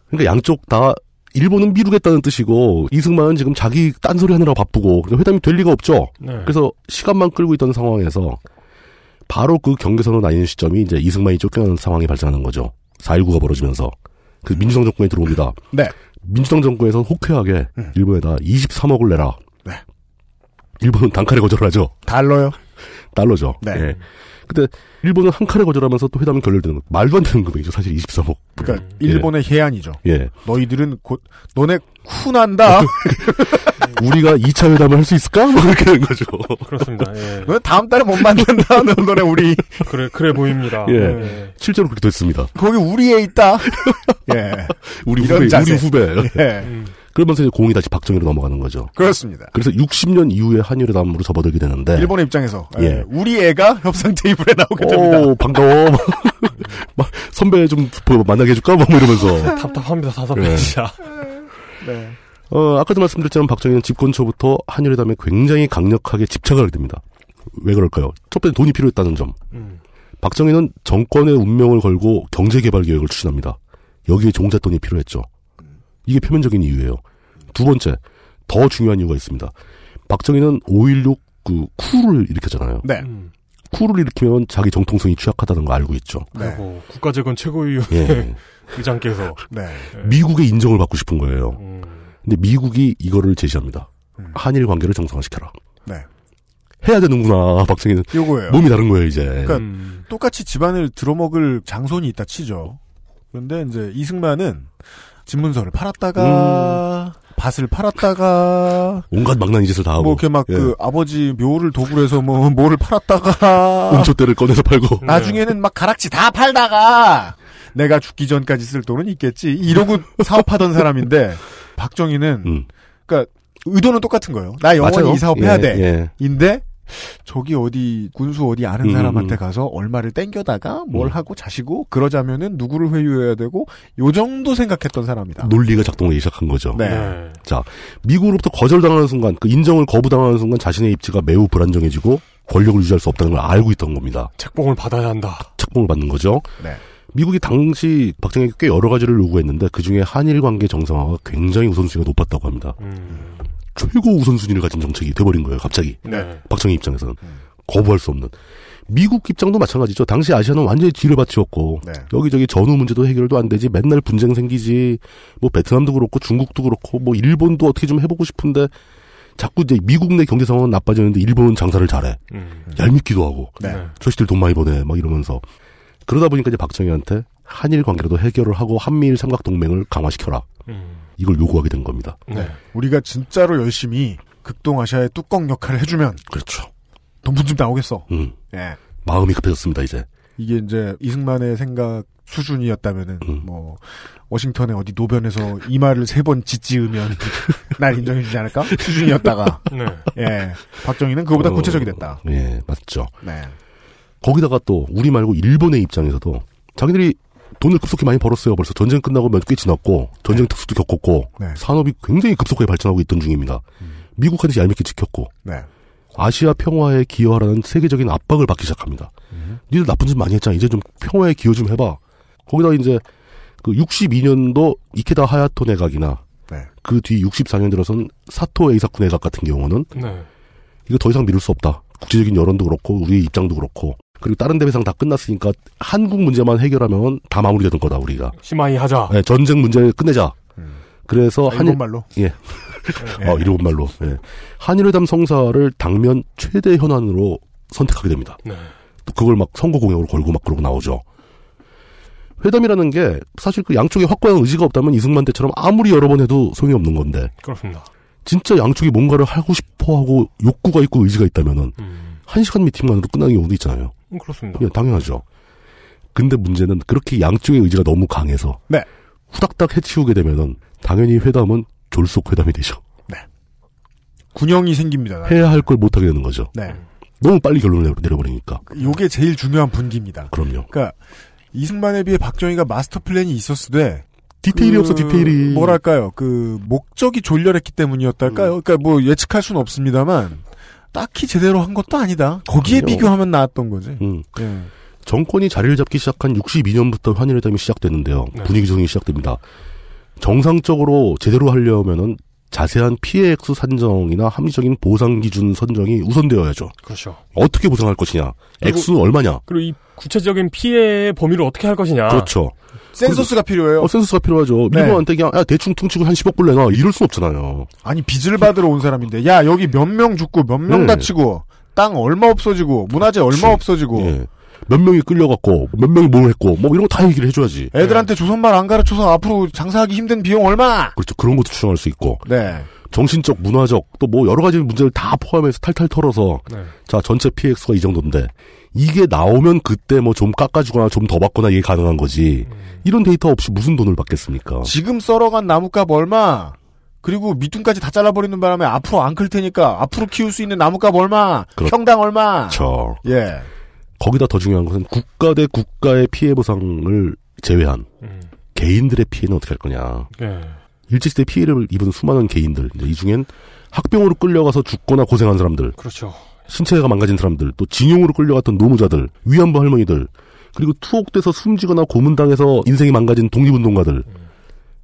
Speaker 4: 그러니까 양쪽 다 일본은 미루겠다는 뜻이고 이승만은 지금 자기 딴소리 하느라 바쁘고 그러니까 회담이 될 리가 없죠.
Speaker 3: 네.
Speaker 4: 그래서 시간만 끌고 있던 상황에서 바로 그 경계선으로 나뉘는 시점이 이제 이승만이 쫓겨나는 상황이 발생하는 거죠. 4.19가 벌어지면서 그 민주당 정권이 들어옵니다.
Speaker 2: 네. 음.
Speaker 4: 민주당 정권에서는 호쾌하게 일본에다 23억을 내라.
Speaker 2: 네.
Speaker 4: 일본은 단칼에 거절하죠.
Speaker 2: 달러요.
Speaker 4: 달러죠.
Speaker 2: 네.
Speaker 4: 예. 근데 일본은 한 칼에 거절하면서 또 회담이 결렬되는 거 말도 안 되는 금액이죠. 사실 23억.
Speaker 2: 그러니까 일본의 해안이죠.
Speaker 4: 예.
Speaker 2: 너희들은 곧 너네 쿤한다.
Speaker 4: 우리가 2차 회담을 할 수 있을까? 뭐 이렇게 되는 거죠.
Speaker 3: 그렇습니다. 예.
Speaker 2: 너네 다음 달에 못 만난다. 너- 너네 우리
Speaker 3: 그래 그래 보입니다.
Speaker 4: 예.
Speaker 3: 예.
Speaker 4: 실제로 그렇게 됐습니다.
Speaker 2: 거기 우리에 있다. 예.
Speaker 4: 우리
Speaker 2: 이런
Speaker 4: 후배,
Speaker 2: 자세.
Speaker 4: 우리 후배.
Speaker 2: 예.
Speaker 3: 음.
Speaker 4: 그러면서 이제 공이 다시 박정희로 넘어가는 거죠.
Speaker 2: 그렇습니다.
Speaker 4: 그래서 60년 이후에 한일회담으로 접어들게 되는데
Speaker 2: 일본의 입장에서
Speaker 4: 예.
Speaker 2: 예, 우리 애가 협상 테이블에 나오게
Speaker 4: 오
Speaker 2: 됩니다.
Speaker 4: 반가워 막 선배 좀 보- 만나게 해줄까 뭐 이러면서
Speaker 3: 네. 답답합니다, 사사
Speaker 4: 예.
Speaker 3: 진짜.
Speaker 2: 네.
Speaker 4: 어, 아까도 말씀드렸지만 박정희는 집권 초부터 한일회담에 굉장히 강력하게 집착을 하게 됩니다. 왜 그럴까요? 첫 번째 돈이 필요했다는 점. 박정희는 정권의 운명을 걸고 경제개발 계획을 추진합니다. 여기에 종잣돈이 필요했죠. 이게 표면적인 이유예요. 두 번째, 더 중요한 이유가 있습니다. 박정희는 5.16 그 쿠를 일으켰잖아요.
Speaker 2: 네.
Speaker 3: 음.
Speaker 4: 쿠를 일으키면 자기 정통성이 취약하다는 거 알고 있죠.
Speaker 2: 네.
Speaker 3: 아이고, 국가재건 최고위원회
Speaker 4: 예.
Speaker 3: 의장께서. 음.
Speaker 2: 네.
Speaker 4: 미국의 인정을 받고 싶은 거예요. 근데 미국이 이거를 제시합니다. 한일 관계를 정상화시켜라.
Speaker 2: 음. 네.
Speaker 4: 해야 되는구나, 박정희는.
Speaker 2: 요거예요.
Speaker 4: 몸이 다른 거예요, 이제.
Speaker 2: 그러니까
Speaker 3: 음.
Speaker 2: 똑같이 집안을 들어먹을 장손이 있다 치죠. 그런데 이제 이승만은 집문서를 팔았다가
Speaker 4: 음.
Speaker 2: 밭을 팔았다가
Speaker 4: 온갖 망나니 짓을 다 하고. 예.
Speaker 2: 뭐 이렇게 막 그 아버지 묘를 도구로 해서 뭐 뭐를 팔았다가
Speaker 4: 음초대를 꺼내서 팔고.
Speaker 2: 네. 나중에는 막 가락지 다 팔다가 내가 죽기 전까지 쓸 돈은 있겠지 이러고 사업하던 사람인데 박정희는 그러니까 의도는 똑같은 거예요. 나 네, 영원히
Speaker 4: 음. 맞아요.
Speaker 2: 이 사업 해야
Speaker 4: 예,
Speaker 2: 돼.
Speaker 4: 예.
Speaker 2: 인데 저기 어디 군수 어디 아는
Speaker 4: 음,
Speaker 2: 사람한테
Speaker 4: 음.
Speaker 2: 가서 얼마를 땡겨다가 뭘 하고 자시고 그러자면은 누구를 회유해야 되고 요 정도 생각했던 사람이다.
Speaker 4: 논리가 작동하기 시작한 거죠.
Speaker 2: 아. 네. 네.
Speaker 4: 자, 미국으로부터 거절당하는 순간, 그 인정을 거부당하는 순간 자신의 입지가 매우 불안정해지고 권력을 유지할 수 없다는 걸 알고 있던 겁니다.
Speaker 3: 책봉을 받아야 한다.
Speaker 4: 책봉을 받는 거죠.
Speaker 2: 네.
Speaker 4: 미국이 당시 박정희에게 꽤 여러 가지를 요구했는데 그중에 한일 관계 정상화가 굉장히 우선순위가 높았다고 합니다. 최고 우선순위를 가진 정책이 돼버린 거예요, 갑자기.
Speaker 3: 음. 네.
Speaker 4: 박정희 입장에서는. 거부할 수 없는. 미국 입장도 마찬가지죠. 당시 아시아는 완전히 뒤를 바치었고 여기저기 전후 문제도 해결도 안 되지 맨날 분쟁 생기지 뭐 베트남도 그렇고 중국도 그렇고 뭐 일본도 어떻게 좀 해보고 싶은데 자꾸 이제 미국 내 경제 상황은 나빠지는데 일본은 장사를 잘해
Speaker 3: 음.
Speaker 4: 얄밉기도 하고
Speaker 2: 네.
Speaker 4: 저시들 돈 많이 버네 막 이러면서 그러다 보니까 이제 박정희한테 한일 관계라도 해결을 하고 한미일 삼각 동맹을 강화시켜라 이걸 요구하게 된 겁니다.
Speaker 2: 네. 우리가 진짜로 열심히 극동아시아의 뚜껑 역할을 해주면
Speaker 4: 그렇죠.
Speaker 2: 돈분 좀 나오겠어.
Speaker 4: 음.
Speaker 2: 예.
Speaker 4: 마음이 급해졌습니다 이제.
Speaker 2: 이게 이제 이승만의 생각 수준이었다면은
Speaker 4: 음.
Speaker 2: 뭐 워싱턴의 어디 노변에서 이 말을 세 번 짓지으면 날 인정해주지 않을까 수준이었다가
Speaker 3: 네.
Speaker 2: 예 박정희는 그보다
Speaker 4: 어,
Speaker 2: 구체적이 됐다.
Speaker 4: 예, 맞죠.
Speaker 2: 네.
Speaker 4: 거기다가 또 우리 말고 일본의 입장에서도 자기들이 돈을 급속히 많이 벌었어요. 벌써 전쟁 끝나고 몇 개 지났고
Speaker 2: 네.
Speaker 4: 전쟁 특수도 겪었고 산업이 굉장히 급속하게 발전하고 있던 중입니다.
Speaker 2: 음.
Speaker 4: 미국한테 얄밉게 지켰고
Speaker 2: 네.
Speaker 4: 아시아 평화에 기여하라는 세계적인 압박을 받기 시작합니다.
Speaker 2: 음.
Speaker 4: 니들 나쁜 짓 많이 했잖아. 이제 좀 평화에 기여 좀 해봐. 거기다 이제 그 62년도 이케다 하야토 내각이나
Speaker 2: 네.
Speaker 4: 그 뒤 64년 들어선 사토 에이사쿠 내각 같은 경우는
Speaker 3: 네.
Speaker 4: 이거 더 이상 미룰 수 없다. 국제적인 여론도 그렇고 우리의 입장도 그렇고 그리고 다른 대회상 다 끝났으니까 한국 문제만 해결하면 다 마무리되는 거다 우리가.
Speaker 3: 심하이 하자.
Speaker 4: 네, 전쟁 문제 끝내자. 그래서
Speaker 3: 아,
Speaker 4: 한일
Speaker 3: 일본말로?
Speaker 4: 예. 어, 음. 일본말로. 예. 한일회담 성사를 당면 최대 현안으로 선택하게 됩니다.
Speaker 3: 네.
Speaker 4: 또 그걸 막 선거 공약으로 걸고 막 그러고 나오죠. 회담이라는 게 사실 그 양쪽에 확고한 의지가 없다면 이승만 때처럼 아무리 여러 번 해도 소용이 없는 건데
Speaker 3: 그렇습니다.
Speaker 4: 진짜 양쪽이 뭔가를 하고 싶어 하고 욕구가 있고 의지가 있다면은 한 시간 미팅만으로 끝나는 경우도 있잖아요.
Speaker 3: 음, 그렇습니다.
Speaker 4: 예, 당연하죠. 근데 문제는 그렇게 양쪽의 의지가 너무 강해서
Speaker 2: 네.
Speaker 4: 후닥닥 해치우게 되면은 당연히 회담은 졸속 회담이 되죠.
Speaker 2: 군형이 생깁니다. 나중에.
Speaker 4: 해야 할 걸 못하게 되는 거죠.
Speaker 2: 네.
Speaker 4: 너무 빨리 결론을 내려- 내려버리니까.
Speaker 2: 요게 제일 중요한 분기입니다.
Speaker 4: 그럼요.
Speaker 2: 그러니까 이승만에 비해 박정희가 마스터 플랜이 있었으되 그
Speaker 4: 디테일이 없어, 디테일이.
Speaker 2: 뭐랄까요 그 목적이 졸렬했기 때문이었달까요.
Speaker 4: 음.
Speaker 2: 그러니까 뭐 예측할 수는 없습니다만 딱히 제대로 한 것도 아니다. 거기에
Speaker 4: 그럼요.
Speaker 2: 비교하면 나았던 거지.
Speaker 4: 음.
Speaker 2: 예.
Speaker 4: 정권이 자리를 잡기 시작한 62년부터 한일회담이 시작되는데요.
Speaker 2: 네.
Speaker 4: 분위기 조성이 시작됩니다. 정상적으로 제대로 하려면은 자세한 피해 액수 산정이나 합리적인 보상 기준 선정이 우선되어야죠.
Speaker 3: 그렇죠.
Speaker 4: 어떻게 보상할 것이냐,
Speaker 3: 그리고-
Speaker 4: 액수 얼마냐.
Speaker 3: 그리고 이 구체적인 피해의 범위를 어떻게 할 것이냐.
Speaker 4: 그렇죠.
Speaker 2: 센서스가 필요해요.
Speaker 4: 어, 센서스가 필요하죠.
Speaker 2: 네.
Speaker 4: 미국한테 그냥 야, 대충 퉁치고 한 10억 불 내놔 이럴 순 없잖아요.
Speaker 2: 아니 빚을 받으러 온 사람인데 야 여기 몇 명 죽고 몇 명
Speaker 4: 네.
Speaker 2: 다치고 땅 얼마 없어지고 문화재 얼마 없어지고
Speaker 4: 예. 몇 명이 끌려갔고 몇 명이 뭘 했고 뭐 이런 거 다 얘기를 해줘야지.
Speaker 2: 애들한테 조선말 안 가르쳐서 앞으로 장사하기 힘든 비용 얼마?
Speaker 4: 그렇죠. 그런 것도 추정할 수 있고.
Speaker 2: 네.
Speaker 4: 정신적, 문화적, 또 뭐 여러 가지 문제를 다 포함해서 탈탈 털어서 자 전체 PX가 이 정도인데 이게 나오면 그때 뭐 좀 깎아주거나 좀 더 받거나 이게 가능한 거지 이런 데이터 없이 무슨 돈을 받겠습니까?
Speaker 2: 지금 썰어간 나무값 얼마? 그리고 밑둥까지 다 잘라버리는 바람에 앞으로 안 클 테니까 앞으로 키울 수 있는 나무값 얼마,
Speaker 4: 그렇-
Speaker 2: 평당 얼마.
Speaker 4: 저
Speaker 2: 예.
Speaker 4: 거기다 더 중요한 것은 국가 대 국가의 피해 보상을 제외한
Speaker 3: 음.
Speaker 4: 개인들의 피해는 어떻게 할 거냐.
Speaker 3: 네.
Speaker 4: 일제시대 피해를 입은 수많은 개인들 이제 이 중엔 학병으로 끌려가서 죽거나 고생한 사람들
Speaker 3: 그렇죠.
Speaker 4: 신체가 망가진 사람들 또 징용으로 끌려갔던 노무자들 위안부 할머니들 그리고 투옥돼서 숨지거나 고문당해서 인생이 망가진 독립운동가들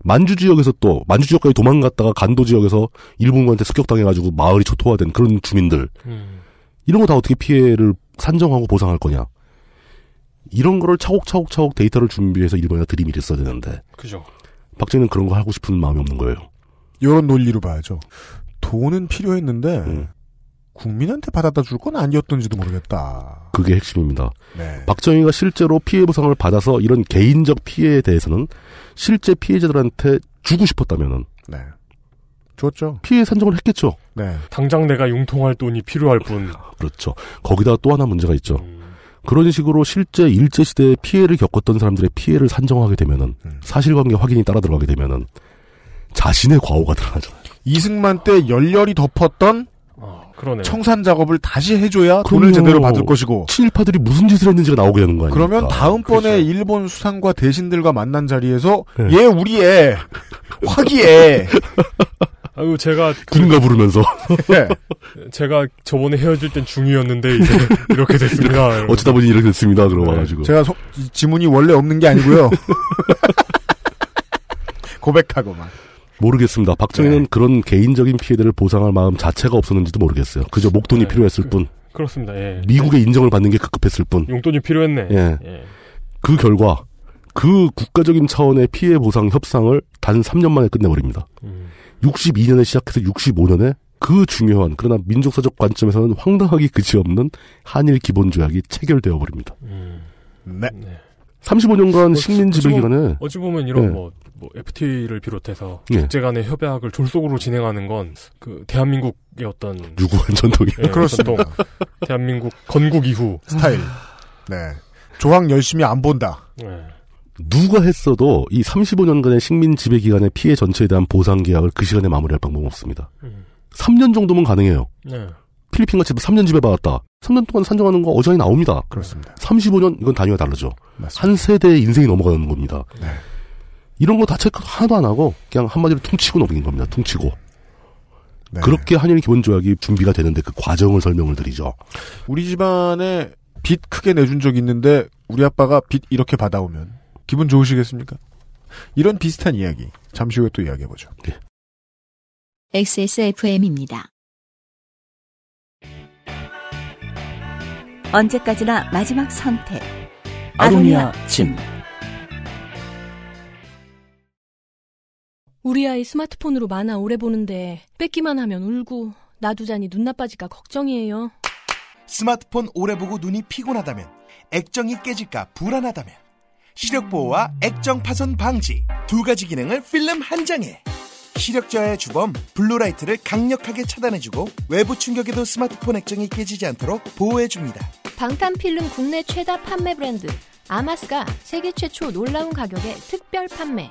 Speaker 4: 만주 지역에서 또 만주 지역까지 도망갔다가 간도 지역에서 일본군한테 습격당해가지고 마을이 초토화된 그런 주민들
Speaker 3: 음.
Speaker 4: 이런 거 다 어떻게 피해를 산정하고 보상할 거냐 이런 거를 차곡차곡차곡 데이터를 준비해서 일본에다 들이밀었어야 되는데
Speaker 3: 그죠.
Speaker 4: 박정희는 그런 거 하고 싶은 마음이 없는 거예요.
Speaker 2: 이런 논리로 봐야죠. 돈은 필요했는데
Speaker 4: 음,
Speaker 2: 국민한테 받아다 줄 건 아니었던지도 모르겠다.
Speaker 4: 그게 핵심입니다.
Speaker 2: 네.
Speaker 4: 박정희가 실제로 피해 보상을 받아서 이런 개인적 피해에 대해서는 실제 피해자들한테 주고 싶었다면은
Speaker 2: 네. 줬죠.
Speaker 4: 피해 산정을 했겠죠.
Speaker 2: 네.
Speaker 3: 당장 내가 융통할 돈이 필요할 뿐.
Speaker 4: 그렇죠. 거기다 또 하나 문제가 있죠. 그런 식으로 실제 일제 시대에 피해를 겪었던 사람들의 피해를 산정하게 되면은
Speaker 2: 네.
Speaker 4: 사실관계 확인이 따라 들어가게 되면은 자신의 과오가 드러나잖아요.
Speaker 2: 이승만 때 열렬히 덮었던
Speaker 3: 어, 그러네.
Speaker 2: 청산 작업을 다시 해줘야 돈을 제대로 받을 것이고
Speaker 4: 친일파들이 무슨 짓을 했는지가 나오게 되는 거 아니에요?
Speaker 2: 그러면 다음번에 일본 수상과 대신들과 만난 자리에서 얘 우리 애 화기애
Speaker 3: 아유 제가
Speaker 4: 군가 부르면서
Speaker 2: 예.
Speaker 3: 제가 저번에 헤어질 땐 중이었는데 이제 이렇게 됐습니다.
Speaker 4: 어쩌다 보니 이렇게 됐습니다. 그러고 와가지고
Speaker 2: 네. 제가 속- 지- 지문이 원래 없는 게 아니고요 고백하고만
Speaker 4: 모르겠습니다.
Speaker 2: 네.
Speaker 4: 박정희는 그런 개인적인 피해들을 보상할 마음 자체가 없었는지도 모르겠어요. 그저
Speaker 2: 네.
Speaker 4: 목돈이 필요했을 뿐,
Speaker 3: 그렇습니다. 예.
Speaker 4: 미국의 인정을 받는 게 급급했을 뿐.
Speaker 3: 용돈이 필요했네.
Speaker 4: 예. 그 결과 그 국가적인 차원의 피해 보상 협상을 단 3년 만에 끝내버립니다.
Speaker 3: 음,
Speaker 4: 62년에 시작해서 65년에 그 중요한 그러나 민족사적 관점에서는 황당하기 그지없는 한일 기본조약이 체결되어 버립니다.
Speaker 3: 음,
Speaker 2: 네.
Speaker 4: 35년간
Speaker 3: 뭐,
Speaker 4: 식민
Speaker 3: 어찌
Speaker 4: 지배
Speaker 3: 보면-
Speaker 4: 기간에
Speaker 3: 어찌 보면 이런
Speaker 4: 예.
Speaker 3: 뭐, 뭐 FTA를 비롯해서
Speaker 4: 예.
Speaker 3: 국제 간의 협약을 졸속으로 진행하는 건 그 대한민국의 어떤
Speaker 4: 유구한 전통이
Speaker 3: 예, 그렇습니다. 대한민국 건국 이후
Speaker 2: 스타일 네 조항 열심히 안 본다
Speaker 3: 예.
Speaker 4: 누가 했어도 이 35년간의 식민 지배 기간의 피해 전체에 대한 보상 계약을 그 시간에 마무리할 방법은 없습니다.
Speaker 3: 음.
Speaker 4: 3년 정도면 가능해요.
Speaker 3: 네.
Speaker 4: 필리핀 같이 3년 지배 받았다. 3년 동안 산정하는 거 어전히 나옵니다.
Speaker 2: 그렇습니다.
Speaker 4: 35년 이건 단위가 다르죠. 한 세대의 인생이 넘어가는 겁니다.
Speaker 2: 네.
Speaker 4: 이런 거 다 체크 하나도 안 하고 그냥 한마디로 퉁치고 넘긴 겁니다. 퉁치고.
Speaker 2: 네.
Speaker 4: 그렇게 한일 기본 조약이 준비가 되는데 그 과정을 설명을 드리죠.
Speaker 2: 우리 집안에 빚 크게 내준 적 있는데 우리 아빠가 빚 이렇게 받아오면 기분 좋으시겠습니까? 이런 비슷한 이야기 잠시 후에 또 이야기해보죠.
Speaker 1: XSFM입니다.
Speaker 13: 언제까지나 마지막 선택.
Speaker 5: 아로니아 침.
Speaker 14: 우리 아이 스마트폰으로 만화 오래 보는데 뺏기만 하면 울고 놔두자니 눈 나빠질까 걱정이에요.
Speaker 9: 스마트폰 오래 보고 눈이 피곤하다면 액정이 깨질까 불안하다면 시력 보호와 액정 파손 방지 두 가지 기능을 필름 한 장에 시력 저하의 주범 블루라이트를 강력하게 차단해주고 외부 충격에도 스마트폰 액정이 깨지지 않도록 보호해줍니다.
Speaker 7: 방탄필름 국내 최다 판매 브랜드 아마스가 세계 최초 놀라운 가격에 특별 판매.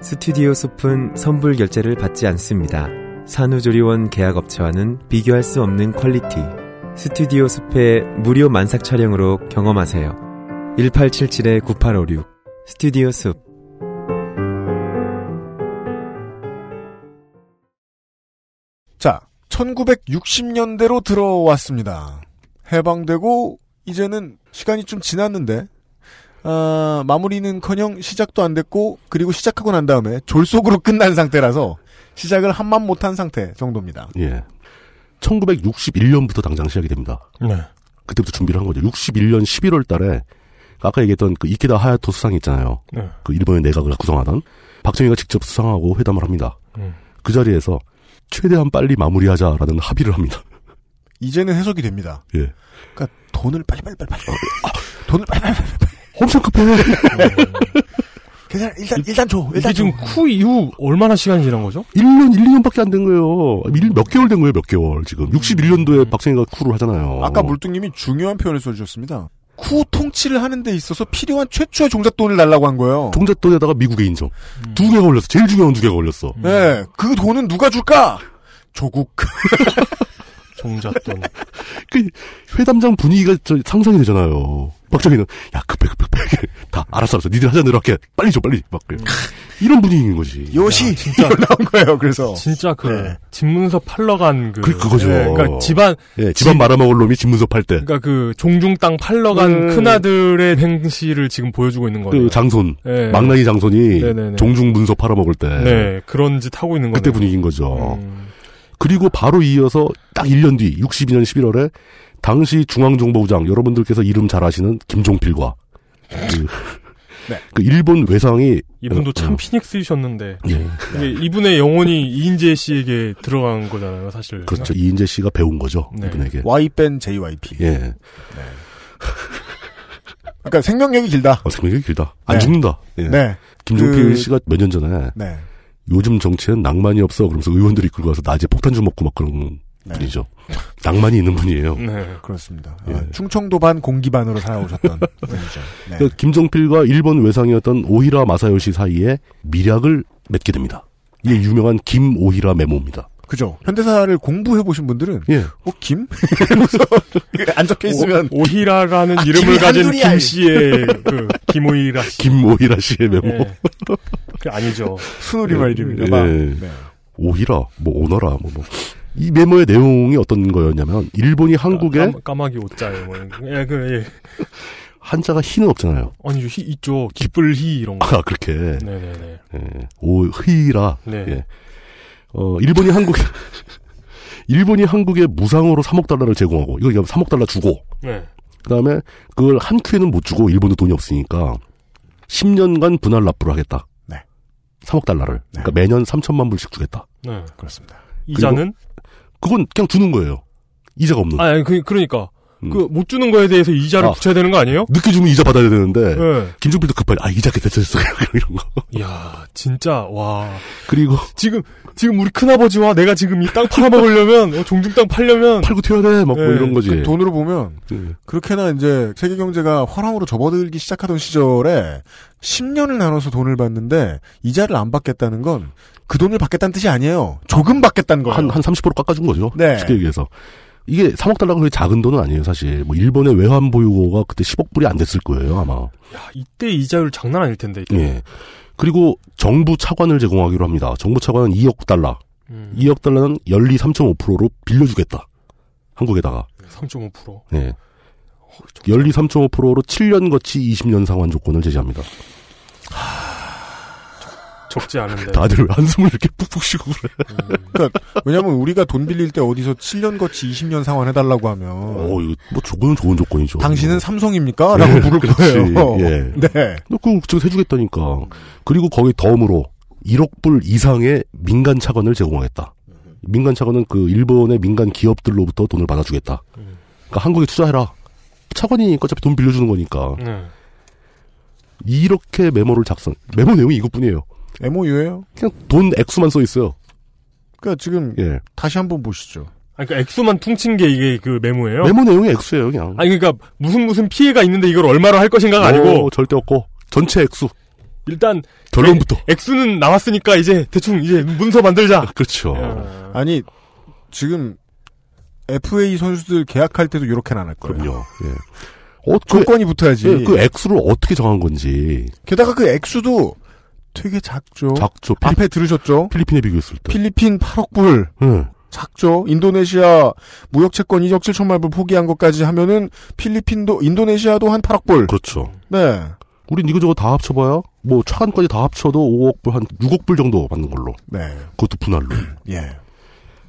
Speaker 10: 스튜디오 숲은 선불 결제를 받지 않습니다. 산후조리원 계약업체와는 비교할 수 없는 퀄리티. 스튜디오 숲의 무료 만삭 촬영으로 경험하세요. 1877-9856 스튜디오 숲
Speaker 2: 자, 1960년대로 들어왔습니다. 해방되고 이제는 시간이 좀 지났는데 아, 마무리는커녕 시작도 안 됐고 그리고 시작하고 난 다음에 졸속으로 끝난 상태라서 시작을 한만 못한 상태 정도입니다.
Speaker 4: 예. 1961년부터 당장 시작이 됩니다.
Speaker 3: 네.
Speaker 4: 그때부터 준비를 한 거죠. 61년 11월 달에 아까 얘기했던 그 이케다 하야토 수상 있잖아요.
Speaker 3: 네.
Speaker 4: 그 일본의 내각을 구성하던 박정희가 직접 수상하고 회담을 합니다.
Speaker 3: 음.
Speaker 4: 그 자리에서 최대한 빨리 마무리하자라는 합의를 합니다.
Speaker 2: 이제는 해석이 됩니다.
Speaker 4: 예.
Speaker 2: 그러니까 돈을 빨리빨리빨리빨리. 아, 돈을 빨리빨리빨리.
Speaker 4: 엄청 급해요.
Speaker 2: 그냥 일단 일단 줘.
Speaker 3: 이게
Speaker 2: 일단 줘.
Speaker 3: 지금 쿠 이후 얼마나 시간이 지난 거죠?
Speaker 4: 1년, 1, 2년밖에 안 된 거예요. 일- 몇 개월 된 거예요, 몇 개월. 지금. 61년도에 박정희가 쿠를 음. 하잖아요.
Speaker 3: 어.
Speaker 2: 아까 물뚱님이 중요한 표현을 써주셨습니다. 쿠 통치를 하는 데 있어서 필요한 최초의 종잣돈을 달라고 한 거예요.
Speaker 4: 종잣돈에다가 미국의 인정. 두 개가 올렸어. 제일 중요한 두 개가 올렸어.
Speaker 2: 네, 그 돈은 누가 줄까? 조국.
Speaker 3: 종잣돈.
Speaker 4: 그 회담장 분위기가 저 상상이 되잖아요. 박정희는 야그 급해 급해 급해 다 알았어 알았어 니들 하자 노력해 빨리 줘 빨리 막 그래. 이런 분위기인 거지.
Speaker 2: 요시 진짜 나온 거예요. 그래서
Speaker 3: 진짜 그 집문서 팔러 간 그.
Speaker 4: 네. 그 그거죠.
Speaker 3: 예, 그러니까 집안
Speaker 4: 예, 집안 말아먹을 놈이 집문서 팔 때.
Speaker 3: 그러니까 그 종중 땅 팔러 간
Speaker 4: 음.
Speaker 3: 큰아들의 행시를 지금 보여주고 있는 거예요.
Speaker 4: 그 장손
Speaker 3: 예.
Speaker 4: 망나니 장손이
Speaker 3: 네네네.
Speaker 4: 종중 문서 팔아먹을 때
Speaker 3: 네, 음. 그런 짓 하고 있는 거예요.
Speaker 4: 그때 분위기인 거죠. 그리고 바로 이어서 딱 1년 뒤 62년 11월에 당시 중앙정보부장 여러분들께서 이름 잘 아시는 김종필과 그,
Speaker 3: 네.
Speaker 4: 그 일본 외상이
Speaker 3: 이분도
Speaker 4: 어,
Speaker 3: 참 네.
Speaker 4: 어,
Speaker 3: 피닉스이셨는데
Speaker 4: 예.
Speaker 3: 이게 이분의 영혼이 이인재 씨에게 들어간 거잖아요, 사실.
Speaker 4: 그렇죠. 이인재 씨가 배운 거죠.
Speaker 3: 네.
Speaker 4: 이분에게.
Speaker 2: Y밴 JYP.
Speaker 4: 예.
Speaker 2: 그러니까 생명력이 길다.
Speaker 4: 어, 생명력이 길다. 안
Speaker 2: 네.
Speaker 4: 죽는다. 예.
Speaker 2: 네.
Speaker 4: 김종필
Speaker 2: 그-
Speaker 4: 씨가 몇 년 전에
Speaker 2: 네.
Speaker 4: 요즘 정치엔 낭만이 없어. 그러면서 의원들이 끌고 가서 낮에 폭탄주 먹고 막 그런 분이죠. 낭만이 있는 분이에요.
Speaker 3: 네.
Speaker 2: 그렇습니다. 아, 충청도 반 공기 반으로 살아오셨던 분이죠. 네.
Speaker 4: 그러니까 김종필과 일본 외상이었던 오히라 마사요시 사이에 미략을 맺게 됩니다. 이게 유명한 김오히라 메모입니다.
Speaker 2: 그죠. 현대사를 공부해 보신 분들은
Speaker 4: 예.
Speaker 2: 어 김? 이러면서 그 안 적혀 있으면
Speaker 3: 오, 히라라는
Speaker 2: 아,
Speaker 3: 이름을
Speaker 2: 김이
Speaker 3: 가진
Speaker 2: 한둘이야.
Speaker 3: 김 씨의 그 김오이라 씨.
Speaker 4: 김오히라 씨의 메모.
Speaker 3: 예. 그 아니죠.
Speaker 2: 순우리말 이름이죠.
Speaker 4: 예. 오히라, 뭐 오너라, 뭐 뭐. 이 메모의 내용이 어떤 거였냐면 일본이 한국에
Speaker 3: 까마- 까마귀 옷자예요. 뭐. 예, 그 예.
Speaker 4: 한자가 희는 없잖아요.
Speaker 3: 아니죠. 희 있죠. 기쁠희 이런 거.
Speaker 4: 아 그렇게.
Speaker 3: 네, 네, 네.
Speaker 4: 예, 오히라.
Speaker 3: 네.
Speaker 4: 예. 어, 일본이 한국, 일본이 한국에 무상으로 3억 달러를 제공하고, 이거 3억 달러 주고,
Speaker 3: 네.
Speaker 4: 그 다음에 그걸 한 큐에는 못 주고, 일본도 돈이 없으니까, 10년간 분할 납부를 하겠다.
Speaker 2: 네.
Speaker 4: 3억 달러를. 그러니까 매년 3천만 불씩 주겠다.
Speaker 3: 네.
Speaker 2: 그렇습니다.
Speaker 3: 이자는
Speaker 4: 그건 그냥 주는 거예요. 이자가 없는.
Speaker 3: 아, 아니, 그 그러니까 그 못 주는 거에 대해서 이자를
Speaker 4: 아.
Speaker 3: 붙여야 되는 거 아니에요?
Speaker 4: 늦게 주면 이자 받아야 되는데,
Speaker 3: 네.
Speaker 4: 김종필도 급하게, 아, 이자 됐어, 됐어. 이런 거.
Speaker 3: 이야, 진짜 와.
Speaker 4: 그리고,
Speaker 3: 지금 지금 우리 큰아버지와 내가 지금 이 땅 팔아먹으려면 어, 종중 땅 팔려면
Speaker 4: 팔고 튀어야 돼, 막 뭐
Speaker 3: 예.
Speaker 4: 이런 거지.
Speaker 2: 그 돈으로 보면
Speaker 4: 예.
Speaker 2: 그렇게나 이제 세계 경제가 화랑으로 접어들기 시작하던 시절에 10년을 나눠서 돈을 받는데 이자를 안 받겠다는 건 그 돈을 받겠다는 뜻이 아니에요. 조금 받겠다는 거예요.
Speaker 4: 그러니까 한, 한 30% 깎아준 거죠.
Speaker 2: 네.
Speaker 4: 쉽게 얘기해서. 이게 3억 달러가 그렇게 작은 돈은 아니에요, 사실. 뭐, 일본의 외환 보유고가 그때 10억 불이 안 됐을 거예요, 아마.
Speaker 3: 이때 이자율 장난 아닐 텐데.
Speaker 2: 네.
Speaker 3: 이때.
Speaker 4: 예. 그리고 정부 차관을 제공하기로 합니다. 정부 차관은 2억 달러.
Speaker 2: 음.
Speaker 4: 2억 달러는 연리 3.5%로 빌려주겠다. 한국에다가.
Speaker 3: 3.5%.
Speaker 4: 예. 연리 3.5%로 7년 거치 20년 상환 조건을 제시합니다.
Speaker 3: 적지
Speaker 2: 네.
Speaker 3: 않은데.
Speaker 4: 다들 한숨을 이렇게 푹푹 쉬고 그래.
Speaker 2: 그러니까 왜냐면 우리가 돈 빌릴 때 어디서 7년 거치 20년 상환해 달라고 하면
Speaker 4: 어, 이거 뭐 조건은 좋은 조건이죠.
Speaker 2: 당신은 삼성입니까? 라고
Speaker 4: 예,
Speaker 2: 부를
Speaker 4: 그렇지.
Speaker 2: 거예요.
Speaker 4: 예.
Speaker 2: 네.
Speaker 4: 너 그거 지금 해주겠다니까. 그리고 거기 덤으로 1억 불 이상의 민간 차관을 제공하겠다. 민간 차관은 그 일본의 민간 기업들로부터 돈을 받아주겠다. 그러니까 한국에 투자해라. 차관이니까 어차피 돈 빌려주는 거니까.
Speaker 3: 네.
Speaker 4: 이렇게 메모를 작성. 메모 내용이 이것뿐이에요.
Speaker 2: MOU예요.
Speaker 4: 그냥 돈 액수만 써 있어요.
Speaker 2: 그러니까 지금
Speaker 4: 예.
Speaker 2: 다시 한번 보시죠.
Speaker 3: 아, 그러니까 액수만 퉁친 게 이게 그 메모예요.
Speaker 4: 메모 내용이 액수예요, 그냥.
Speaker 3: 아니 그러니까 무슨 무슨 피해가 있는데 이걸 얼마로 할 것인가가 아니고
Speaker 4: 어, 절대 없고 전체 액수.
Speaker 3: 일단
Speaker 4: 결론부터.
Speaker 3: 액- 액수는 나왔으니까 이제 대충 이제 문서 만들자.
Speaker 4: 그렇죠.
Speaker 2: 아니 지금 FA 선수들 계약할 때도 이렇게 안 할 거예요.
Speaker 4: 그럼요. 예. 어, 그,
Speaker 2: 조건이 붙어야지.
Speaker 4: 예, 그 액수를 어떻게 정한 건지.
Speaker 2: 게다가 그 액수도 되게 작죠.
Speaker 4: 작죠. 필리,
Speaker 2: 어? 앞에 들으셨죠?
Speaker 4: 필리핀에 비교했을 때.
Speaker 2: 필리핀 8억 불
Speaker 4: 예.
Speaker 2: 작죠. 인도네시아 무역 채권 2억 7천만 불 포기한 것까지 하면은 필리핀도 인도네시아도 한 8억 불.
Speaker 4: 그렇죠.
Speaker 2: 네.
Speaker 4: 우린 이거저거 다 합쳐봐야 뭐 차관까지 다 합쳐도 5억 불 한 6억 불 정도 받는 걸로
Speaker 2: 네.
Speaker 4: 그것도 분할로
Speaker 2: 예.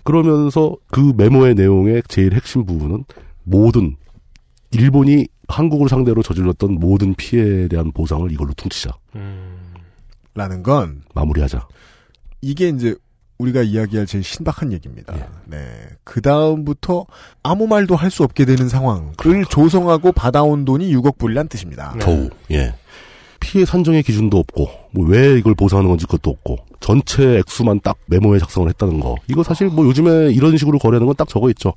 Speaker 4: 그러면서 그 메모의 내용의 제일 핵심 부분은 모든 일본이 한국을 상대로 저질렀던 모든 피해에 대한 보상을 이걸로 퉁치자.
Speaker 2: 라는 건
Speaker 4: 마무리하자.
Speaker 2: 이게 이제 우리가 이야기할 제일 신박한 얘기입니다.
Speaker 4: 예.
Speaker 2: 네. 그 다음부터 아무 말도 할 수 없게 되는 상황을 조성하고 받아온 돈이 6억 불이란 뜻입니다.
Speaker 4: 겨우 예 피해 산정의 기준도 없고 뭐 왜 이걸 보상하는 건지 그것도 없고 전체 액수만 딱 메모에 작성을 했다는 거 이거 사실 뭐 요즘에 이런 식으로 거래하는 건 딱 적어 있죠.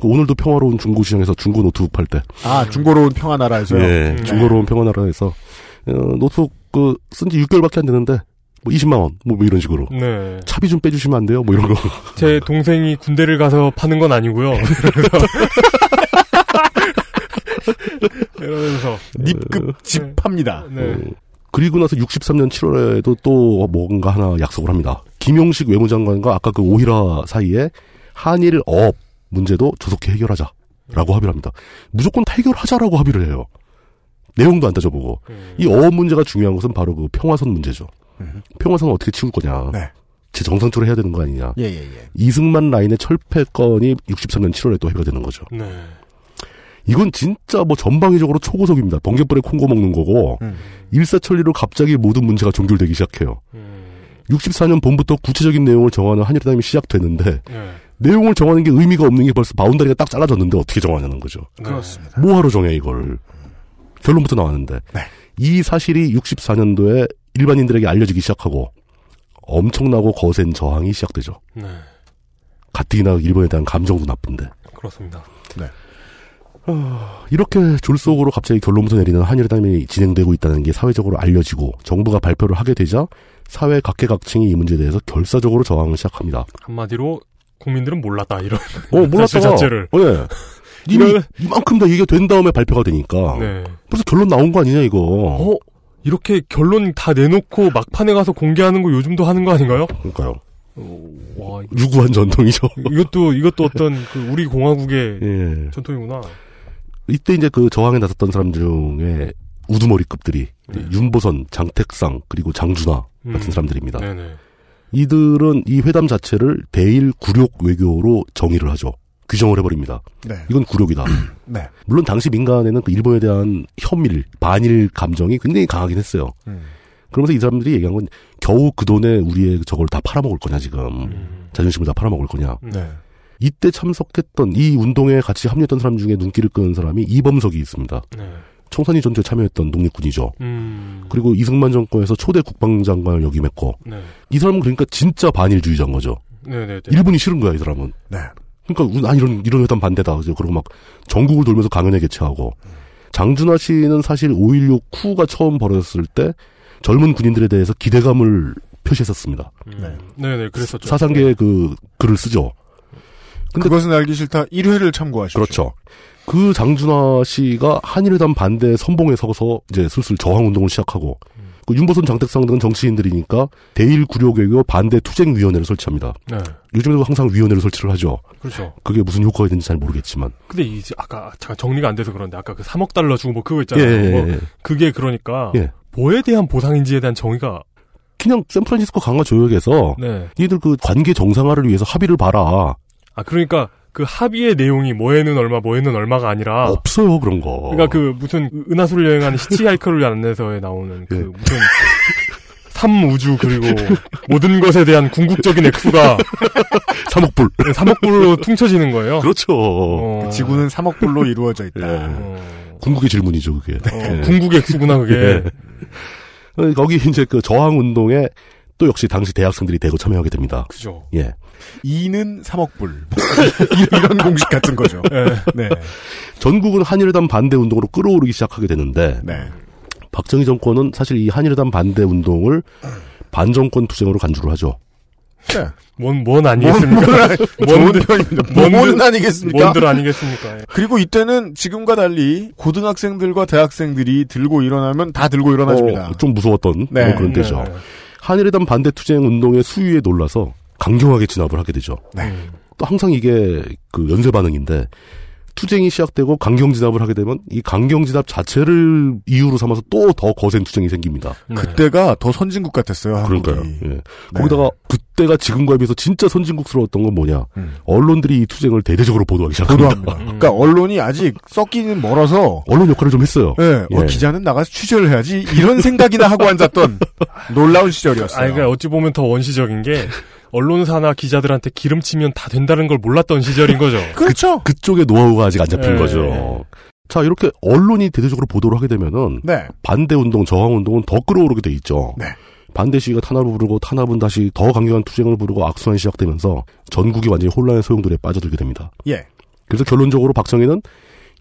Speaker 4: 그 오늘도 평화로운 중고 시장에서 중고 노트북 팔 때.
Speaker 2: 아, 중고로운 평화나라에서요?
Speaker 4: 음. 예,
Speaker 2: 음.
Speaker 4: 중고로운 평화나라에서 어, 노트북 그 쓴 지 6개월밖에 안 되는데 뭐 20만 원 뭐 이런 식으로
Speaker 3: 네.
Speaker 4: 차비 좀 빼주시면 안 돼요? 뭐 이런 거.
Speaker 3: 제 동생이 군대를 가서 파는 건 아니고요. 그래서 이러면서
Speaker 4: 예.
Speaker 2: 닙급
Speaker 4: 음.
Speaker 2: 집합니다.
Speaker 3: 네.
Speaker 4: 그리고 나서 63년 7월에도 또 뭔가 하나 약속을 합니다. 김용식 외무장관과 아까 그 오히라 사이에 한일 어업 문제도 조속히 해결하자라고 합의를 합니다. 무조건 해결하자라고 합의를 해요. 내용도 안 따져보고
Speaker 3: 음.
Speaker 4: 이 어업 문제가 중요한 것은 바로 그 평화선 문제죠.
Speaker 2: 음.
Speaker 4: 평화선은 어떻게 치울 거냐.
Speaker 2: 네.
Speaker 4: 제 정상적으로 해야 되는 거 아니냐.
Speaker 2: 예, 예, 예.
Speaker 4: 이승만 라인의 철폐건이 63년 7월에 또 해결되는 거죠.
Speaker 3: 네.
Speaker 4: 이건 진짜 뭐 전방위적으로 초고속입니다. 번개불에 콩고 먹는 거고
Speaker 2: 음.
Speaker 4: 일사천리로 갑자기 모든 문제가 종결되기 시작해요.
Speaker 3: 음.
Speaker 4: 64년 봄부터 구체적인 내용을 정하는 한일회담이 시작되는데
Speaker 3: 예. 네.
Speaker 4: 내용을 정하는 게 의미가 없는 게 벌써 바운다리가 딱 잘라졌는데 어떻게 정하냐는 거죠.
Speaker 2: 그렇습니다.
Speaker 4: 뭐하러 정해 이걸 결론부터 나왔는데 이 사실이 64년도에 일반인들에게 알려지기 시작하고 엄청나고 거센 저항이 시작되죠.
Speaker 3: 네.
Speaker 4: 가뜩이나 일본에 대한 감정도 나쁜데
Speaker 3: 그렇습니다.
Speaker 4: 이렇게 졸속으로 갑자기 결론부터 내리는 한일회담이 진행되고 있다는 게 사회적으로 알려지고 정부가 발표를 하게 되자 사회 각계각층이 이 문제에 대해서 결사적으로 저항을 시작합니다.
Speaker 3: 한마디로 국민들은 몰랐다 이런
Speaker 4: 어 몰랐다가
Speaker 3: 어, 사실 자체를
Speaker 4: 예. 이미 이만큼 다 얘기가 된 다음에 발표가 되니까
Speaker 3: 네.
Speaker 4: 벌써 결론 나온 거 아니냐 이거.
Speaker 3: 어 이렇게 결론 다 내놓고 막판에 가서 공개하는 거 요즘도 하는 거 아닌가요?
Speaker 4: 그러니까요.
Speaker 3: 어, 와
Speaker 4: 유구한 전통이죠.
Speaker 3: 이것도 이것도 어떤 그 우리 공화국의
Speaker 4: 예.
Speaker 3: 전통이구나.
Speaker 4: 이때 이제 그 저항에 나섰던 사람 중에 우두머리급들이 윤보선, 장택상 그리고 장준하 같은
Speaker 3: 네. 음.
Speaker 4: 사람들입니다.
Speaker 3: 네네.
Speaker 4: 이들은 이 회담 자체를 대일 굴욕 외교로 정의를 하죠. 규정을 해버립니다.
Speaker 2: 네.
Speaker 4: 이건 굴욕이다.
Speaker 3: 음.
Speaker 2: 네.
Speaker 4: 물론 당시 민간에는 그 일본에 대한 혐일, 반일 감정이 굉장히 강하긴 했어요.
Speaker 2: 음.
Speaker 4: 그러면서 이 사람들이 얘기한 건 겨우 그 돈에 우리의 저걸 다 팔아먹을 거냐 지금
Speaker 3: 음.
Speaker 4: 자존심을 다 팔아먹을 거냐.
Speaker 3: 네.
Speaker 4: 이때 참석했던 이 운동에 같이 합류했던 사람 중에 눈길을 끄는 사람이 이범석이 있습니다. 청산이 전투에 참여했던 독립군이죠.
Speaker 3: 네. 음.
Speaker 4: 그리고 이승만 정권에서 초대 국방장관을 역임했고
Speaker 3: 네.
Speaker 4: 이 사람은 그러니까 진짜 반일주의자인 거죠.
Speaker 3: 네네네.
Speaker 4: 일본이 싫은 거야 이 사람은.
Speaker 2: 네.
Speaker 4: 그러니까 우- 난 이런 이런 회담 반대다. 그래서 그러고 막 전국을 돌면서 강연회 개최하고 장준하 씨는 사실 5.16 쿠가 처음 벌어졌을 때 젊은 군인들에 대해서 기대감을 표시했었습니다.
Speaker 3: 그렇죠. 네네 그랬었죠.
Speaker 4: 사상계의 그 글을 쓰죠.
Speaker 2: 그것은 알기 싫다 1회를 참고하시죠.
Speaker 4: 그렇죠. 그 장준하 씨가 한일회담 반대 선봉에 서서 이제 슬슬 저항 운동을 시작하고 그 윤보선 장택상 등 정치인들이니까 대일 구려개교 반대 투쟁 위원회를 설치합니다.
Speaker 3: 네.
Speaker 4: 요즘에도 항상 위원회를 설치를 하죠.
Speaker 3: 그렇죠.
Speaker 4: 그게 무슨 효과가 있는지 잘 모르겠지만
Speaker 3: 근데 이제 아까 잠깐 정리가 안 돼서 그런데 아까 그 3억 달러 주고 뭐 그거 있잖아요.
Speaker 4: 예, 예,
Speaker 3: 뭐
Speaker 4: 예.
Speaker 3: 그게 그러니까
Speaker 4: 예.
Speaker 3: 뭐에 대한 보상인지에 대한 정의가
Speaker 4: 그냥 샌프란시스코 강화 조약에서
Speaker 3: 네.
Speaker 4: 니들 그 관계 정상화를 위해서 합의를 봐라.
Speaker 3: 아 그러니까 그 합의의 내용이 뭐에는 얼마 뭐에는 얼마가 아니라
Speaker 4: 없어요 그런 거.
Speaker 3: 그러니까 그 무슨 은하수를 여행하는 시티하이커를 안내서에 나오는 그 무슨 삼우주 그리고 모든 것에 대한 궁극적인 액수가
Speaker 4: 삼억불
Speaker 3: 삼억불로 퉁쳐지는 거예요.
Speaker 4: 그렇죠.
Speaker 3: 어.
Speaker 4: 예.
Speaker 2: 그 지구는 3억 불로 이루어져 있다.
Speaker 4: 궁극의 질문이죠 그게.
Speaker 3: 어, 궁극의 액수구나, 그게.
Speaker 4: 예. 어, 거기 이제 그 저항 운동에 또 역시 당시 대학생들이 대거 참여하게 됩니다.
Speaker 3: 그죠.
Speaker 4: 예.
Speaker 2: 2는 3억 불. 이런 공식 같은 거죠.
Speaker 3: 예.
Speaker 2: 네.
Speaker 4: 전국은 한일회담 반대 운동으로 끌어오르기 시작하게 되는데
Speaker 2: 네.
Speaker 4: 박정희 정권은 사실 이 한일회담 반대 운동을 반정권 투쟁으로 간주를 하죠. 예.
Speaker 3: 뭔, 뭔 아니겠습니까?
Speaker 2: 좋은
Speaker 3: 뭔들-
Speaker 2: 표현입니다.
Speaker 3: 뭔들-
Speaker 2: 뭐 뭔은 아니겠습니까?
Speaker 3: 뭔들 아니겠습니까? 예.
Speaker 2: 그리고 이때는 지금과 달리 고등학생들과 대학생들이 들고 일어나면 다 들고 일어나집니다.
Speaker 4: 어, 좀 무서웠던
Speaker 2: 네.
Speaker 4: 뭐 그런 때죠.
Speaker 2: 네.
Speaker 4: 한일회담 반대 투쟁 운동의 수위에 놀라서 강경하게 진압을 하게 되죠.
Speaker 2: 네.
Speaker 4: 또 항상 이게 그 연쇄 반응인데 투쟁이 시작되고 강경 진압을 하게 되면 이 강경 진압 자체를 이유로 삼아서 또 더 거센 투쟁이 생깁니다.
Speaker 2: 그때가 더 선진국 같았어요. 한국이.
Speaker 4: 네. 그러니까요. 예. 거기다가 그때가 지금과에 비해서 진짜 선진국스러웠던 건 뭐냐?
Speaker 2: 음.
Speaker 4: 언론들이 이 투쟁을 대대적으로 보도하기 시작합니다.
Speaker 2: 보도합니다. 그러니까 언론이 아직 썩기는 멀어서
Speaker 4: 언론 역할을 좀 했어요.
Speaker 2: 예, 어,
Speaker 4: 예.
Speaker 2: 기자는 나가서 취재를 해야지 이런 생각이나 하고 앉았던 놀라운 시절이었어요.
Speaker 3: 아니, 그러니까 어찌 보면 더 원시적인 게 언론사나 기자들한테 기름치면 다 된다는 걸 몰랐던 시절인 거죠.
Speaker 2: 그렇죠.
Speaker 4: 그, 쪽의 노하우가 아직 안 잡힌
Speaker 2: 네.
Speaker 3: 예.
Speaker 4: 거죠. 자, 이렇게 언론이 대대적으로 보도를 하게 되면은
Speaker 2: 네.
Speaker 4: 반대 운동, 저항 운동은 더 끌어오르게 돼 있죠. 반대 시위가 탄압을 부르고 탄압은 다시 더 강경한 투쟁을 부르고 악순환이 시작되면서 전국이 완전히 혼란의 소용돌이에 빠져들게 됩니다.
Speaker 2: 예.
Speaker 4: 그래서 결론적으로 박정희는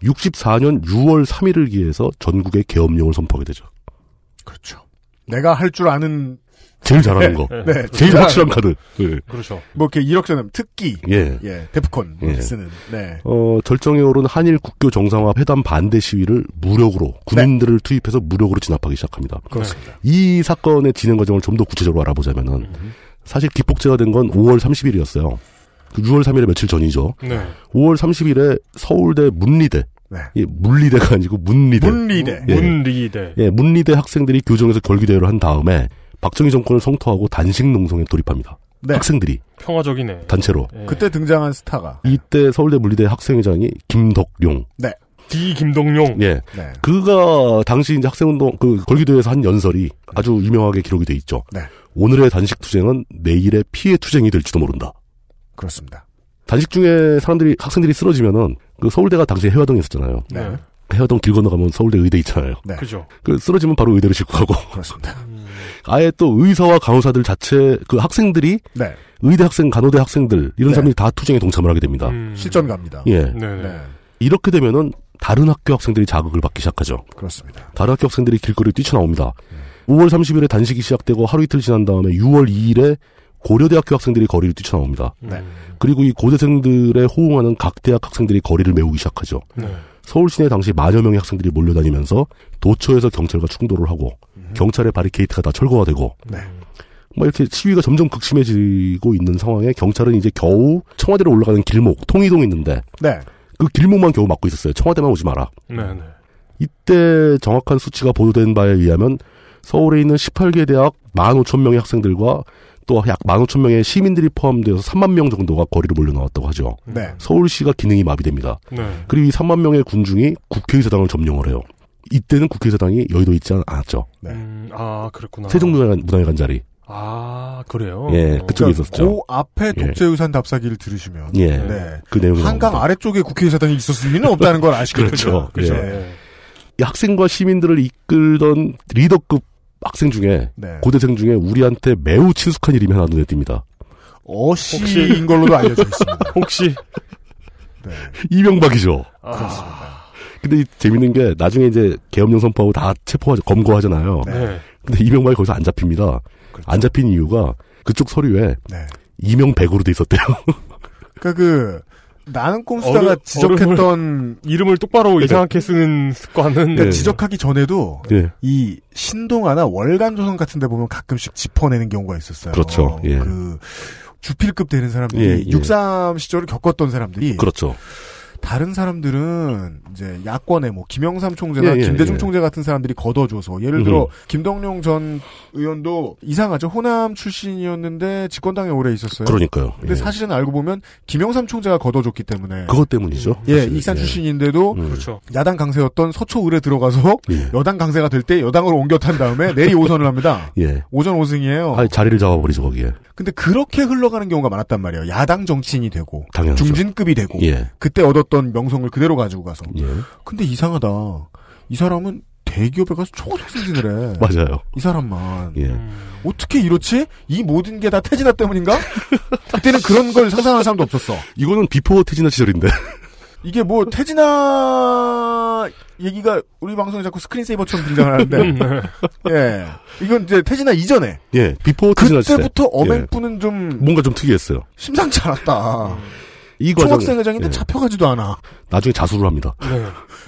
Speaker 4: 64년 6월 3일을 기해서 전국의 계엄령을 선포하게 되죠.
Speaker 2: 내가 할 줄 아는
Speaker 4: 제일 잘하는
Speaker 2: 네,
Speaker 4: 거.
Speaker 2: 네,
Speaker 4: 제일
Speaker 2: 진짜.
Speaker 4: 확실한 카드. 예.
Speaker 3: 그렇죠.
Speaker 2: 뭐 이렇게 이력서 면 특기.
Speaker 4: 예.
Speaker 2: 예. 데프콘
Speaker 4: 예.
Speaker 2: 쓰는. 네.
Speaker 4: 어, 절정에 오른 한일 국교 정상화 회담 반대 시위를 무력으로 군인들을 투입해서 무력으로 진압하기 시작합니다.
Speaker 2: 네. 그렇습니다.
Speaker 4: 이 사건의 진행 과정을 좀 더 구체적으로 알아보자면은
Speaker 2: 음.
Speaker 4: 사실 기폭제가 된 건 5월 30일이었어요. 6월 3일에 며칠 전이죠.
Speaker 3: 네.
Speaker 4: 5월 30일에 서울대 문리대,
Speaker 2: 네.
Speaker 4: 예, 물리대가 아니고 문리대,
Speaker 2: 문리대.
Speaker 4: 예.
Speaker 3: 문리대.
Speaker 4: 예, 문리대 학생들이 교정에서 결기대회를 한 다음에 박정희 정권을 성토하고 단식 농성에 돌입합니다.
Speaker 2: 네.
Speaker 4: 학생들이
Speaker 3: 평화적이네.
Speaker 4: 단체로
Speaker 2: 그때 등장한 스타가
Speaker 4: 이때 서울대 물리대 학생회장이 김덕룡,
Speaker 2: 네.
Speaker 3: D 김동룡.
Speaker 4: 예,
Speaker 2: 네.
Speaker 4: 그가 당시 이제 학생운동 그 걸기도에서 한 연설이 아주 유명하게 기록이 돼 있죠.
Speaker 2: 네.
Speaker 4: 오늘의 단식 투쟁은 내일의 피해 투쟁이 될지도 모른다.
Speaker 2: 그렇습니다.
Speaker 4: 단식 중에 사람들이 학생들이 쓰러지면은 그 서울대가 당시에 해화동에 있었잖아요. 그
Speaker 2: 네.
Speaker 4: 해화동 길 건너가면 서울대 의대 있잖아요.
Speaker 2: 네.
Speaker 3: 그죠.
Speaker 4: 그 쓰러지면 바로 의대로 싣고 가고
Speaker 2: 그렇습니다.
Speaker 4: 아예 또 의사와 간호사들 자체 그 학생들이
Speaker 2: 네.
Speaker 4: 의대 학생, 간호대 학생들 이런
Speaker 2: 네. 음.
Speaker 4: 사람들이 다 투쟁에 동참을 하게 됩니다.
Speaker 2: 실전 갑니다.
Speaker 4: 예.
Speaker 3: 네네.
Speaker 4: 이렇게 되면은 다른 학교 학생들이 자극을 받기 시작하죠.
Speaker 2: 그렇습니다.
Speaker 4: 다른 학교 학생들이 길거리로 뛰쳐나옵니다. 5월 30일에 단식이 시작되고 하루 이틀 지난 다음에 6월 2일에 고려대학교 학생들이 거리를 뛰쳐나옵니다.
Speaker 2: 네.
Speaker 4: 그리고 이 고대생들의 호응하는 각 대학 학생들이 거리를 메우기 시작하죠.
Speaker 3: 네.
Speaker 4: 서울 시내 당시 만여 명의 학생들이 몰려다니면서 도처에서 경찰과 충돌을 하고 경찰의 바리케이트가 다 철거가 되고
Speaker 2: 네.
Speaker 4: 뭐 이렇게 시위가 점점 극심해지고 있는 상황에 경찰은 이제 겨우 청와대로 올라가는 길목 통이동 있는데
Speaker 2: 네.
Speaker 4: 그 길목만 겨우 막고 있었어요. 청와대만 오지 마라.
Speaker 3: 네네.
Speaker 4: 이때 정확한 수치가 보도된 바에 의하면 서울에 있는 18개 대학 15,000명의 학생들과 또 약 15,000명의 시민들이 포함되어서 3만 명 정도가 거리로 몰려 나왔다고 하죠.
Speaker 2: 네.
Speaker 4: 서울시가 기능이 마비됩니다.
Speaker 3: 네.
Speaker 4: 그리고 이 3만 명의 군중이 국회의사당을 점령을 해요. 이때는 국회의사당이 여의도 있지 않- 않았죠.
Speaker 3: 음, 아, 그랬구나.
Speaker 4: 세종문화회관 문화회관 자리.
Speaker 3: 아, 그래요?
Speaker 4: 예,
Speaker 3: 어.
Speaker 4: 그쪽에 있었죠.
Speaker 2: 그 앞에
Speaker 4: 예.
Speaker 2: 독재유산 답사기를 들으시면
Speaker 4: 예.
Speaker 2: 네.
Speaker 4: 그 내용이
Speaker 2: 한강
Speaker 4: 나옵니다.
Speaker 2: 아래쪽에 국회의사당이 있었을 리는 없다는 걸 네. 아시겠죠.
Speaker 4: 그렇죠.
Speaker 2: 그죠?
Speaker 4: 예. 이 학생과 시민들을 이끌던 리더급 학생 중에
Speaker 2: 네.
Speaker 4: 고대생 중에 우리한테 매우 친숙한 이름이 하나 눈에 띕니다.
Speaker 2: 어시인
Speaker 3: 혹시-
Speaker 2: 걸로도 알려져 있습니다.
Speaker 3: 혹시.
Speaker 2: 네.
Speaker 4: 이명박이죠.
Speaker 3: 아,
Speaker 4: 근데 이 재밌는 게 나중에 이제 계엄령 선포하고 다 체포하 검거하잖아요.
Speaker 3: 네.
Speaker 4: 근데 이명박이 거기서 안 잡힙니다.
Speaker 2: 그렇죠.
Speaker 4: 안 잡힌 이유가 그쪽 서류에
Speaker 2: 네.
Speaker 4: 이명백으로 돼 있었대요.
Speaker 2: 그러니까 그 나는 꼼수다가
Speaker 3: 어려-
Speaker 2: 지적했던
Speaker 3: 이름을 똑바로 이상하게 쓰는 습관은.
Speaker 2: 그러니까 지적하기 전에도
Speaker 4: 예.
Speaker 2: 이 신동아나 월간조선 같은 데 보면 가끔씩 짚어내는 경우가 있었어요.
Speaker 4: 그렇죠. 예.
Speaker 2: 그 주필급 되는 사람들이
Speaker 4: 예, 예.
Speaker 2: 63 시절을 겪었던 사람들이
Speaker 4: 그렇죠.
Speaker 2: 다른 사람들은 이제 야권에 뭐 김영삼 총재나
Speaker 4: 예, 예,
Speaker 2: 김대중
Speaker 4: 예.
Speaker 2: 총재 같은 사람들이 걷어줘서 예를 들어
Speaker 4: 음흠.
Speaker 2: 김덕룡 전 의원도 이상하죠 호남 출신이었는데 집권당에 오래 있었어요.
Speaker 4: 그러니까요.
Speaker 2: 근데
Speaker 4: 예.
Speaker 2: 사실은 알고 보면 김영삼 총재가 걷어줬기 때문에
Speaker 4: 그것 때문이죠.
Speaker 2: 예
Speaker 4: 사실은.
Speaker 2: 익산 출신인데도
Speaker 4: 음.
Speaker 3: 그렇죠.
Speaker 2: 야당 강세였던 서초을에 들어가서
Speaker 4: 예.
Speaker 2: 여당 강세가 될 때 여당으로 옮겨 탄 다음에 내리 오선을 합니다.
Speaker 4: 예.
Speaker 2: 오전 오승이에요.
Speaker 4: 아, 자리를 잡아버리죠 거기에.
Speaker 2: 근데 그렇게 흘러가는 경우가 많았단 말이에요. 야당 정치인이 되고
Speaker 4: 당연하죠.
Speaker 2: 중진급이 되고
Speaker 4: 그렇죠. 예.
Speaker 2: 그때 얻었던 명성을 그대로 가지고 가서
Speaker 4: 예.
Speaker 2: 근데 이상하다. 이 사람은 대기업에 가서 초고속 승진을 해.
Speaker 4: 맞아요.
Speaker 2: 이 사람만.
Speaker 4: 예.
Speaker 2: 어떻게 이렇지? 이 모든 게 다 태진아 때문인가? 그때는 그런 걸 상상하는 사람도 없었어.
Speaker 4: 이거는 비포 태진아 시절인데.
Speaker 2: 이게 뭐 태진아 얘기가 우리 방송에 자꾸 스크린세이버처럼 등장을
Speaker 3: 음, 네.
Speaker 2: 하는데 예. 이건 이제 태진아 이전에
Speaker 4: 예. 비포 태진아 시절.
Speaker 2: 그때부터
Speaker 4: 예.
Speaker 2: 어맹뿌는 좀
Speaker 4: 뭔가 좀 특이했어요.
Speaker 2: 심상치 않았다.
Speaker 4: 이 과정.
Speaker 2: 총학생회장인데
Speaker 4: 예.
Speaker 2: 잡혀가지도 않아.
Speaker 4: 나중에 자수를 합니다.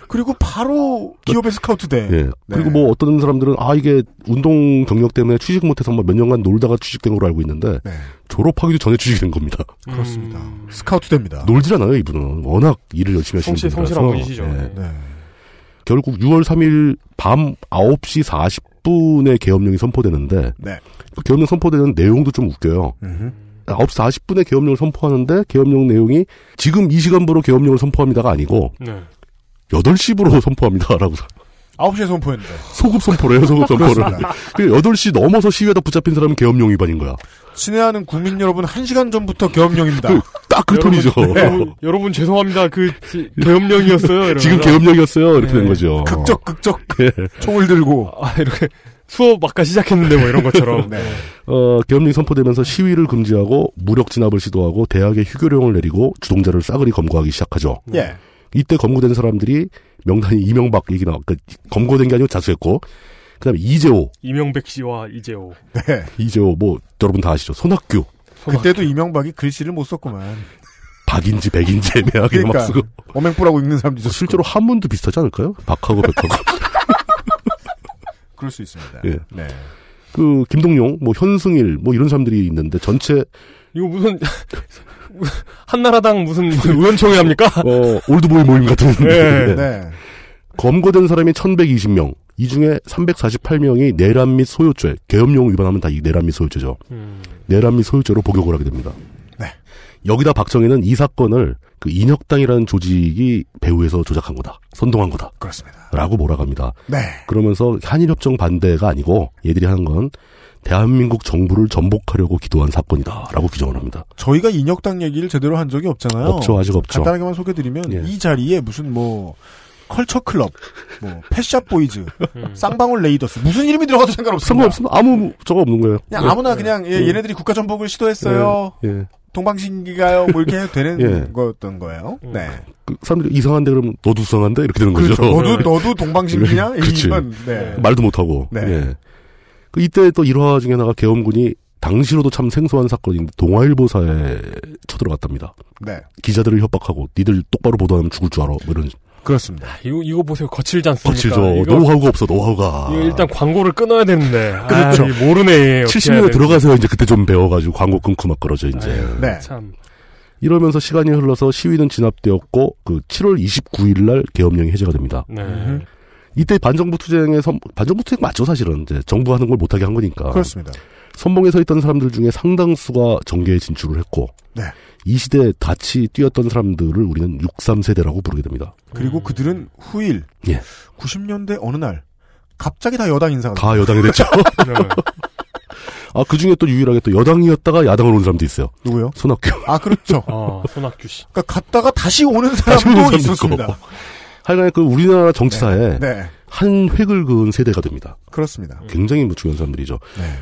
Speaker 2: 그리고 바로 기업에 스카우트 네. 돼.
Speaker 3: 네.
Speaker 4: 예. 그리고 뭐 어떤 사람들은 아 이게 운동 경력 때문에 취직 못해서 막몇 년간 놀다가 취직된 걸로 알고 있는데
Speaker 2: 네.
Speaker 4: 졸업하기도 전에 취직이 된 겁니다.
Speaker 2: 그렇습니다. 스카우트 됩니다.
Speaker 4: 놀질 않아요, 이분은. 워낙 일을 열심히 하시는
Speaker 3: 성실-
Speaker 4: 분이라서. 예.
Speaker 3: 성실한 분이시죠.
Speaker 2: 네.
Speaker 4: 결국 6월 3일 밤 9시 40분에 계엄령이 선포되는데
Speaker 2: 네.
Speaker 4: 그 계엄령 선포되는 내용도 좀 웃겨요. 9시 40분에 계엄령을 선포하는데 계엄령 내용이 지금 이 시간부로 계엄령을 선포합니다가 아니고
Speaker 3: 네.
Speaker 4: 8시부로 선포합니다라고
Speaker 2: 9시에 선포했는데.
Speaker 4: 소급 선포를 해요, 소급 선포를.
Speaker 2: 그렇습니다.
Speaker 4: 그 8시 넘어서 시위에다 붙잡힌 사람은 계엄령 위반인 거야.
Speaker 2: 친애하는 국민 여러분, 1시간 전부터 계엄령입니다.
Speaker 4: 딱 그 톤이죠.
Speaker 2: 네.
Speaker 3: 여러분, 여러분 죄송합니다. 그 지- 계엄령이었어요. 이러면서.
Speaker 4: 지금 계엄령이었어요. 이렇게 된 거죠.
Speaker 2: 네. 극적, 극적.
Speaker 4: 예.
Speaker 2: 총을 들고.
Speaker 3: 아, 이렇게 수업 아까 시작했는데 뭐 이런 것처럼.
Speaker 2: 네.
Speaker 4: 어, 계엄령이 선포되면서 시위를 금지하고 무력 진압을 시도하고 대학에 휴교령을 내리고 주동자를 싸그리 검거하기 시작하죠.
Speaker 2: 예.
Speaker 4: 이때 검거된 사람들이 명단이 이명박 얘기 나왔, 그, 검거된 게 아니고 자수했고, 그 다음에 이재호,
Speaker 3: 이명백 씨와 이재호.
Speaker 4: 이재호, 뭐, 여러분 다 아시죠? 손학규,
Speaker 2: 네. 그때도 이명박이 글씨를 못 썼구만.
Speaker 4: 박인지, 백인지 애매하게 막
Speaker 2: 그러니까
Speaker 4: 쓰고.
Speaker 2: 어맹부라고 읽는 사람도 있었고.
Speaker 4: 실제로 한문도 비슷하지 않을까요? 박하고 백하고.
Speaker 2: 그럴 수 있습니다.
Speaker 4: 예.
Speaker 2: 네.
Speaker 4: 그, 김동룡, 뭐, 현승일, 뭐, 이런 사람들이 있는데, 전체,
Speaker 3: 이거 무슨 한나라당 무슨 의원총회 합니까?
Speaker 4: 어, 올드보이 모임 같은.
Speaker 3: 예.
Speaker 4: 예.
Speaker 2: 네.
Speaker 4: 검거된 사람이 1120명. 이 중에 348명이 내란 및 소유죄, 계엄령 위반하면 다 이 내란 및 소유죄죠. 내란 및 소유죄로 복역을 하게 됩니다.
Speaker 2: 네.
Speaker 4: 여기다 박정희는 이 사건을 그 인혁당이라는 조직이 배후에서 조작한 거다. 선동한 거다.
Speaker 2: 그렇습니다.
Speaker 4: 라고 몰아갑니다.
Speaker 2: 네.
Speaker 4: 그러면서 한일협정 반대가 아니고 얘들이 하는 건 대한민국 정부를 전복하려고 기도한 사건이다. 라고 규정을 합니다.
Speaker 2: 저희가 인혁당 얘기를 제대로 한 적이 없잖아요.
Speaker 4: 없죠, 아직 없죠. 예.
Speaker 2: 간단하게만 소개드리면 이 자리에 무슨 뭐 컬처 클럽, 뭐 패샵 보이즈, 쌍방울 레이더스 무슨 이름이 들어가도 상관없습니다.
Speaker 4: 상관없습니다. 아무 저거 없는 거예요.
Speaker 2: 그냥 아무나 그냥 예,
Speaker 4: 예.
Speaker 2: 얘네들이 국가 전복을 시도했어요.
Speaker 4: 예, 예.
Speaker 2: 동방신기가요. 뭐 이렇게 해도 되는
Speaker 4: 예.
Speaker 2: 거였던 거예요. 네.
Speaker 4: 그 사람들이 이상한데 그러면 너도 수상한데 이렇게 되는 거죠. 예.
Speaker 2: 그렇죠. 너도 너도 동방신기냐?
Speaker 4: 그치.
Speaker 2: 이런 네.
Speaker 4: 말도 못하고.
Speaker 2: 네.
Speaker 4: 예. 그 이때 또 일화 중에 하나가 계엄군이 당시로도 참 생소한 사건인데 동아일보사에 쳐들어갔답니다.
Speaker 2: 네.
Speaker 4: 기자들을 협박하고 니들 똑바로 보도하면 죽을 줄 알아. 뭐 이런
Speaker 2: 그러니까 그렇습니다.
Speaker 3: 아, 이거 이거 보세요. 거칠지 않습니까?
Speaker 4: 거칠죠.
Speaker 3: 이거-
Speaker 4: 노하우가 없어 노하우가.
Speaker 3: 이거 일단 광고를 끊어야 되는데.
Speaker 4: 아. 그렇죠.
Speaker 3: 아, 이 모르네.
Speaker 4: 70년 들어가서 이제 그때 좀 배워가지고 광고 끊고 막 그러죠 이제.
Speaker 2: 네.
Speaker 3: 아, 참.
Speaker 4: 이러면서 시간이 흘러서 시위는 진압되었고 그 7월 29일 날 계엄령이 해제가 됩니다.
Speaker 3: 네.
Speaker 4: 이때 반정부 투쟁에 선, 반정부 투쟁 맞죠 사실은 이제 정부 하는 걸 못하게 한 거니까.
Speaker 2: 그렇습니다.
Speaker 4: 선봉에 서 있던 사람들 중에 상당수가 정계에 진출을 했고
Speaker 2: 네.
Speaker 4: 이 시대에 같이 뛰었던 사람들을 우리는 63세대라고 부르게 됩니다.
Speaker 2: 그리고 그들은 후일
Speaker 4: 음. 예.
Speaker 2: 90년대 어느 날 갑자기 다 여당 인사가
Speaker 4: 다 여당이 됐죠. 아, 그 중에 또 유일하게 또 여당이었다가 야당으로 온 사람도 있어요.
Speaker 2: 누구요?
Speaker 4: 손학규.
Speaker 2: 아, 그렇죠.
Speaker 3: 아, 손학규 씨.
Speaker 2: 그러니까 갔다가 다시 오는
Speaker 4: 다시 오는
Speaker 2: 사람도
Speaker 4: 사람도
Speaker 2: 있었습니다.
Speaker 4: 있고. 하여간에 그 우리나라 정치사에
Speaker 2: 네.
Speaker 4: 한 획을 그은 세대가 됩니다.
Speaker 2: 그렇습니다.
Speaker 3: 음.
Speaker 2: 네.
Speaker 4: 굉장히 뭐 중요한 사람들이죠.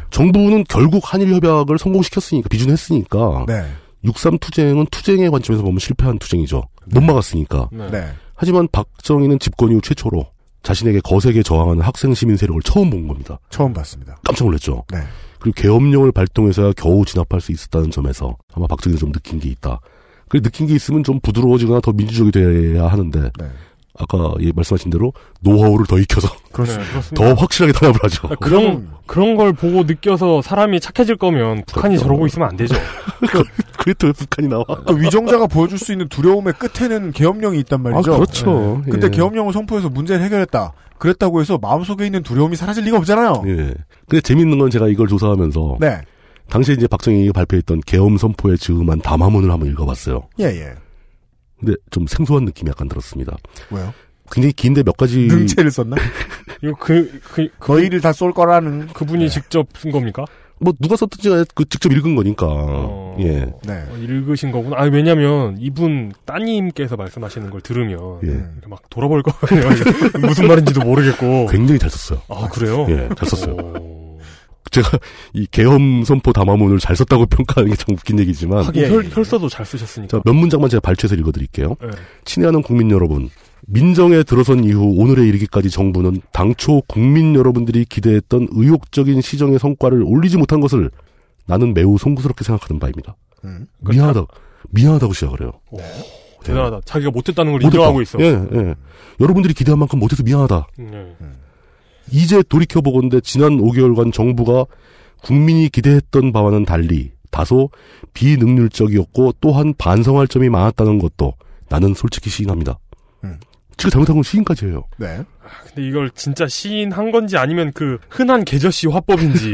Speaker 4: 정부는 결국 한일협약을 성공시켰으니까, 비준했으니까.
Speaker 2: 네.
Speaker 4: 63 투쟁은 투쟁의 관점에서 보면 실패한 투쟁이죠. 못 막았으니까.
Speaker 2: 네.
Speaker 4: 하지만 박정희는 집권 이후 최초로 자신에게 거세게 저항하는 학생 시민 세력을 처음 본 겁니다.
Speaker 2: 처음 봤습니다.
Speaker 4: 깜짝 놀랐죠.
Speaker 2: 네.
Speaker 4: 그리고 계엄령을 발동해서야 겨우 진압할 수 있었다는 점에서 아마 박정희는 좀 느낀 게 있다. 그 느낀 게 있으면 좀 부드러워지거나 더 민주적이 돼야 하는데
Speaker 2: 네.
Speaker 4: 아까 예, 말씀하신 대로 노하우를 더 익혀서
Speaker 3: 그렇습니다. 네, 그렇습니다.
Speaker 4: 더 확실하게 탄압을 하죠.
Speaker 3: 아, 그런 그런 걸 보고 느껴서 사람이 착해질 거면 북한이
Speaker 4: 그렇죠.
Speaker 3: 저러고 있으면 안 되죠.
Speaker 4: 그래도 왜 북한이 나와?
Speaker 2: 그 위정자가 보여줄 수 있는 두려움의 끝에는 계엄령이 있단 말이죠.
Speaker 4: 아, 아, 그렇죠.
Speaker 2: 네. 근데
Speaker 4: 예.
Speaker 2: 계엄령을 선포해서 문제를 해결했다. 그랬다고 해서 마음속에 있는 두려움이 사라질 리가 없잖아요.
Speaker 4: 예. 근데 재밌는 건 제가 이걸 조사하면서
Speaker 2: 네.
Speaker 4: 당시에 이제 박정희가 발표했던 계엄 선포에 즈음한 담화문을 한번 읽어봤어요.
Speaker 2: 예, 예.
Speaker 4: 근데 좀 생소한 느낌이 약간 들었습니다.
Speaker 2: 왜요?
Speaker 4: 굉장히 긴데 몇 가지
Speaker 2: 능체를 썼나?
Speaker 3: 이거 그, 그, 그
Speaker 2: 너희를 다 쏠 거라는
Speaker 4: 네.
Speaker 3: 그분이 직접 쓴 겁니까?
Speaker 4: 뭐 누가 썼든지 간에 그 직접 읽은 거니까 예.
Speaker 2: 네.
Speaker 3: 어, 읽으신 거구나. 아, 왜냐면 이분 따님께서 말씀하시는 걸 들으면
Speaker 2: 음,
Speaker 4: 예.
Speaker 3: 막 돌아볼 거예요. 무슨 말인지도 모르겠고.
Speaker 4: 굉장히 잘 썼어요.
Speaker 3: 아, 그래요?
Speaker 4: 예, 잘 썼어요. 제가 이 계엄 선포 담화문을 잘 썼다고 평가하는 게 참 웃긴 얘기지만
Speaker 3: 하긴 혈, 혈서도 잘 쓰셨으니까.
Speaker 4: 자, 몇 문장만 제가 발췌해서 읽어드릴게요.
Speaker 3: 네.
Speaker 4: 친애하는 국민 여러분, 민정에 들어선 이후 오늘에 이르기까지 정부는 당초 국민 여러분들이 기대했던 의욕적인 시정의 성과를 올리지 못한 것을 나는 매우 송구스럽게 생각하는 바입니다.
Speaker 2: 음.
Speaker 4: 미안하다, 미안하다고 시작을 해요.
Speaker 3: 어, 대단하다. 자기가 못했다는 걸
Speaker 4: 못했다.
Speaker 3: 인정하고 있어.
Speaker 4: 예, 예. 여러분들이 기대한 만큼 못해서 미안하다.
Speaker 3: 네.
Speaker 4: 이제 돌이켜보건대 지난 5개월간 정부가 국민이 기대했던 바와는 달리 다소 비능률적이었고 또한 반성할 점이 많았다는 것도 나는 솔직히 시인합니다.
Speaker 2: 음.
Speaker 4: 지금 잘못한 건 시인까지 해요.
Speaker 2: 네.
Speaker 3: 근데 이걸 진짜 시인 한 건지 아니면 그 흔한 계저씨 화법인지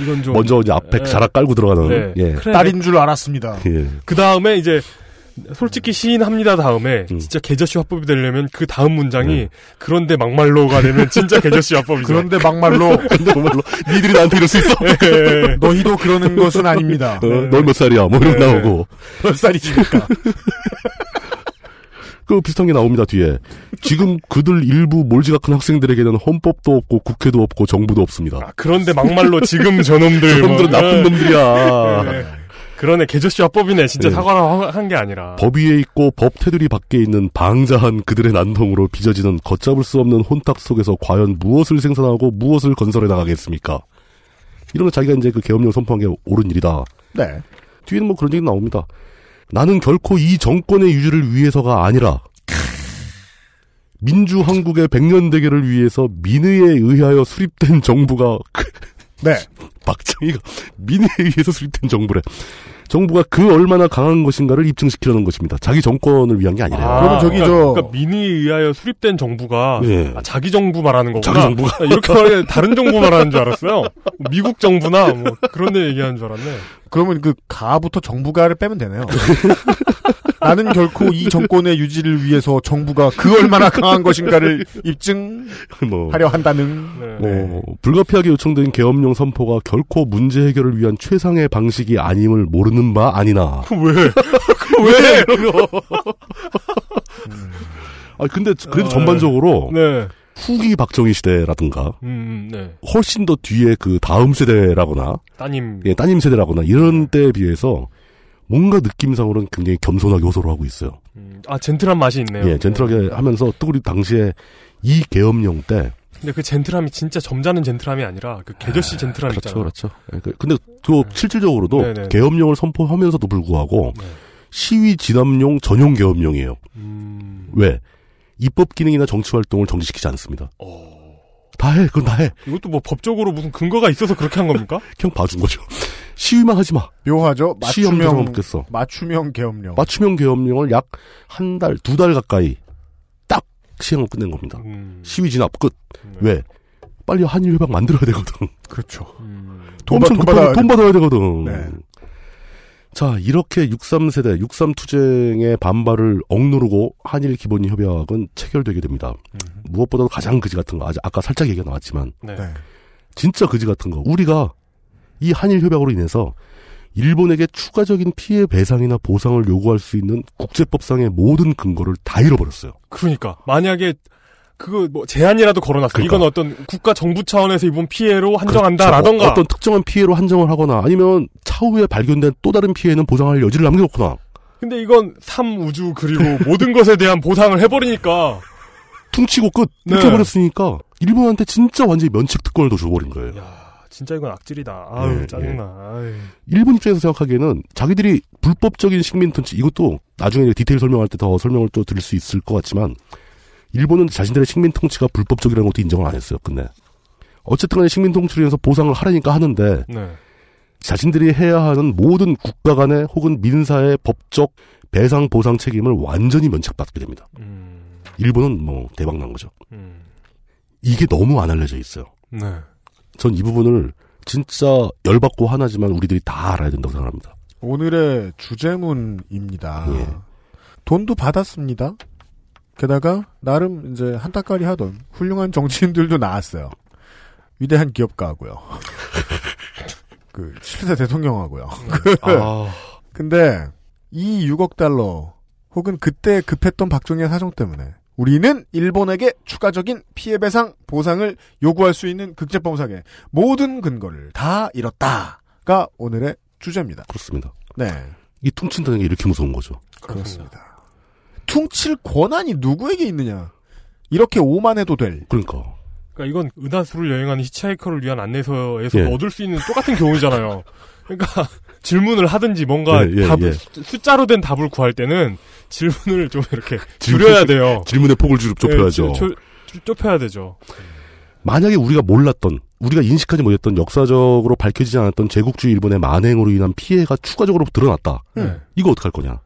Speaker 3: 이건 좀
Speaker 4: 먼저 이제 앞에
Speaker 3: 예.
Speaker 4: 자락 깔고 들어가는
Speaker 3: 네.
Speaker 4: 예.
Speaker 3: 그래.
Speaker 2: 딸인 줄 알았습니다.
Speaker 4: 예.
Speaker 3: 그 다음에 이제 솔직히 시인합니다 다음에 진짜 계저씨 화법이 되려면 그 다음 문장이 그런데 막말로가 되면 진짜 계저씨 화법이죠.
Speaker 2: 그런데 막말로
Speaker 4: 근데 정말로 니들이 나한테 이럴 수 있어? 어,
Speaker 3: 예.
Speaker 2: 너희도 그러는 것은 아닙니다.
Speaker 4: 넌 몇 살이야? 뭐 이런 거
Speaker 2: 네.
Speaker 4: 나오고
Speaker 2: 몇 살이십니까?
Speaker 4: 그 비슷한 게 나옵니다 뒤에 지금 그들 일부 몰지각한 학생들에게는 헌법도 없고 국회도 없고 정부도 없습니다.
Speaker 3: 그런데 막말로 지금 저놈들
Speaker 4: 저놈들은 나쁜 놈들이야.
Speaker 3: 예. 그러네 계저씨 화법이네 진짜
Speaker 4: 예.
Speaker 3: 사과를 한 게 아니라
Speaker 4: 법 위에 있고 법 테두리 밖에 있는 방자한 그들의 난동으로 빚어지는 걷잡을 수 없는 혼탁 속에서 과연 무엇을 생산하고 무엇을 건설해 나가겠습니까? 이런 거 자기가 이제 그 계엄령 선포한 게 옳은 일이다.
Speaker 2: 네.
Speaker 4: 뒤에는 뭐 그런 얘기 나옵니다. 나는 결코 이 정권의 유지를 위해서가 아니라 민주 한국의 백년 대계를 위해서 민의에 의하여 수립된 정부가
Speaker 2: 네
Speaker 4: 박정희가 민의에 의해서 수립된 정부래. 정부가 그 얼마나 강한 것인가를 입증시키려는 것입니다. 자기 정권을 위한 게 아니래요.
Speaker 2: 그러면 저기
Speaker 3: 그러니까,
Speaker 2: 저-
Speaker 3: 그러니까 민의에 의하여 수립된 정부가
Speaker 4: 예.
Speaker 3: 아, 자기 정부 말하는 거구나. 아,
Speaker 4: 자기 정부가.
Speaker 3: 이렇게 말해 다른 정부 말하는 줄 알았어요. 뭐 미국 정부나 뭐 그런 데 얘기하는 줄 알았네.
Speaker 2: 그러면 그 가부터 정부가를 빼면 되네요. 나는 결코 이 정권의 유지를 위해서 정부가 그 얼마나 강한 것인가를 입증하려
Speaker 4: 뭐
Speaker 2: 한다는.
Speaker 3: 네.
Speaker 4: 어, 불가피하게 요청된 계엄령 선포가 결코 문제 해결을 위한 최상의 방식이 아님을 모르는 바 아니나.
Speaker 3: 왜?
Speaker 4: 왜? 아 근데 그래도
Speaker 3: 아,
Speaker 4: 전반적으로
Speaker 3: 네.
Speaker 4: 후기 박정희 시대라든가
Speaker 3: 음, 네.
Speaker 4: 훨씬 더 뒤에 그 다음 세대라거나
Speaker 3: 따님.
Speaker 4: 예, 따님 세대라거나 이런 때에 비해서 뭔가 느낌상으로는 굉장히 겸손하게 호소를 하고 있어요.
Speaker 3: 아, 젠틀한 맛이 있네요.
Speaker 4: 예, 젠틀하게 하면서 또 우리 당시에 이 계엄령 때
Speaker 3: 근데 그 젠틀함이 진짜 점잖은 젠틀함이 아니라 그 계절씨 젠틀함
Speaker 4: 그렇죠,
Speaker 3: 있잖아요.
Speaker 4: 그렇죠. 예, 그- 근데 그 실질적으로도
Speaker 3: 네, 네.
Speaker 4: 계엄령을 선포하면서도 불구하고 시위 진압용 전용 계엄령이에요.
Speaker 3: 음.
Speaker 4: 왜 입법 기능이나 정치 활동을 정지시키지 않습니다.
Speaker 3: 어.
Speaker 4: 다 해, 그건 다 해.
Speaker 3: 이것도 뭐 법적으로 무슨 근거가 있어서 그렇게 한 겁니까?
Speaker 4: 그냥 봐준 거죠. 시위만 하지 마.
Speaker 2: 묘하죠.
Speaker 4: 시험
Speaker 2: 맞춤형
Speaker 4: 들어먹겠어.
Speaker 2: 맞춤형 계엄령.
Speaker 4: 맞춤형 계엄령을 약 한 달 두 달 가까이 딱 시행하고 끝낸 겁니다.
Speaker 3: 음.
Speaker 4: 시위 진압 끝.
Speaker 3: 네.
Speaker 4: 왜? 빨리 한일 회방 만들어야 되거든.
Speaker 2: 그렇죠.
Speaker 3: 음.
Speaker 4: 돈,
Speaker 2: 받-
Speaker 4: 엄청
Speaker 2: 돈
Speaker 4: 급하게
Speaker 2: 받아야
Speaker 4: 돈
Speaker 2: 돼.
Speaker 4: 받아야 되거든.
Speaker 2: 네.
Speaker 4: 자, 이렇게 63세대, 63투쟁의 반발을 억누르고 한일 기본 협약은 체결되게 됩니다. 무엇보다도 가장 그지 같은 거, 아직 아까 살짝 얘기가 나왔지만,
Speaker 3: 네.
Speaker 4: 진짜 그지 같은 거, 우리가 이 한일 협약으로 인해서 일본에게 추가적인 피해 배상이나 보상을 요구할 수 있는 국제법상의 모든 근거를 다 잃어버렸어요.
Speaker 3: 그러니까 만약에 그거 뭐 제한이라도 걸어놨어.
Speaker 4: 그러니까.
Speaker 3: 이건 어떤 국가 정부 차원에서 입은 피해로
Speaker 4: 그렇죠.
Speaker 3: 한정한다라던가.
Speaker 4: 어떤 특정한 피해로 한정을 하거나 아니면 차후에 발견된 또 다른 피해는 보상할 여지를 남겨놓거나
Speaker 3: 근데 이건 삼 우주 그리고 모든 것에 대한 보상을 해버리니까
Speaker 4: 퉁치고 끝 이렇게
Speaker 3: 네.
Speaker 4: 해버렸으니까 일본한테 진짜 완전히 면책 특권을 더 줘버린 거예요.
Speaker 3: 아, 진짜 이건 악질이다. 아유
Speaker 4: 예,
Speaker 3: 짜증나. 아유.
Speaker 4: 일본 입장에서 생각하기에는 자기들이 불법적인 식민 통치 이것도 나중에 디테일 설명할 때 더 설명을 또 드릴 수 있을 것 같지만 일본은 자신들의 식민 통치가 불법적이라는 것도 인정을 안 했어요. 근데 어쨌든 간에 식민 통치로 인해서 보상을 하라니까 하는데
Speaker 3: 네.
Speaker 4: 자신들이 해야 하는 모든 국가 간의 혹은 민사의 법적 배상 보상 책임을 완전히 면책받게 됩니다.
Speaker 3: 음,
Speaker 4: 일본은 뭐 대박 난 거죠. 이게 너무 안 알려져 있어요.
Speaker 3: 네.
Speaker 4: 전 이 부분을 진짜 열받고 화나지만 우리들이 다 알아야 된다고 생각합니다.
Speaker 2: 오늘의 주제문입니다.
Speaker 4: 예.
Speaker 2: 돈도 받았습니다. 게다가 나름 이제 한따까리 하던 훌륭한 정치인들도 나왔어요. 위대한 기업가하고요. 그 10대 대통령하고요.
Speaker 4: 아.
Speaker 2: 근데 이 6억 달러 혹은 그때 급했던 박정희의 사정 때문에 우리는 일본에게 추가적인 피해 배상 보상을 요구할 수 있는 극제법상의 모든 근거를 다 잃었다가 오늘의 주제입니다.
Speaker 4: 그렇습니다.
Speaker 2: 네.
Speaker 4: 이 퉁친다는 게 이렇게 무서운 거죠.
Speaker 2: 그렇습니다. 퉁칠 권한이 누구에게 있느냐? 이렇게 오만해도 될.
Speaker 4: 그러니까.
Speaker 3: 그러니까 이건 은하수를 여행하는 히치하이커를 위한 안내서에서
Speaker 4: 예.
Speaker 3: 얻을 수 있는 똑같은 교훈이잖아요. 그러니까 질문을 하든지 뭔가
Speaker 4: 예, 예,
Speaker 3: 답,
Speaker 4: 예.
Speaker 3: 수- 숫자로 된 답을 구할 때는 질문을 좀 이렇게
Speaker 4: 질문-
Speaker 3: 줄여야 돼요. 네,
Speaker 4: 질문의 폭을 주름 좁혀야죠.
Speaker 3: 예, 줄- 줄- 좁혀야 되죠.
Speaker 4: 만약에 우리가 몰랐던 우리가 인식하지 못했던 역사적으로 밝혀지지 않았던 제국주의 일본의 만행으로 인한 피해가 추가적으로 드러났다.
Speaker 3: 네.
Speaker 4: 이거 어떡할 거냐?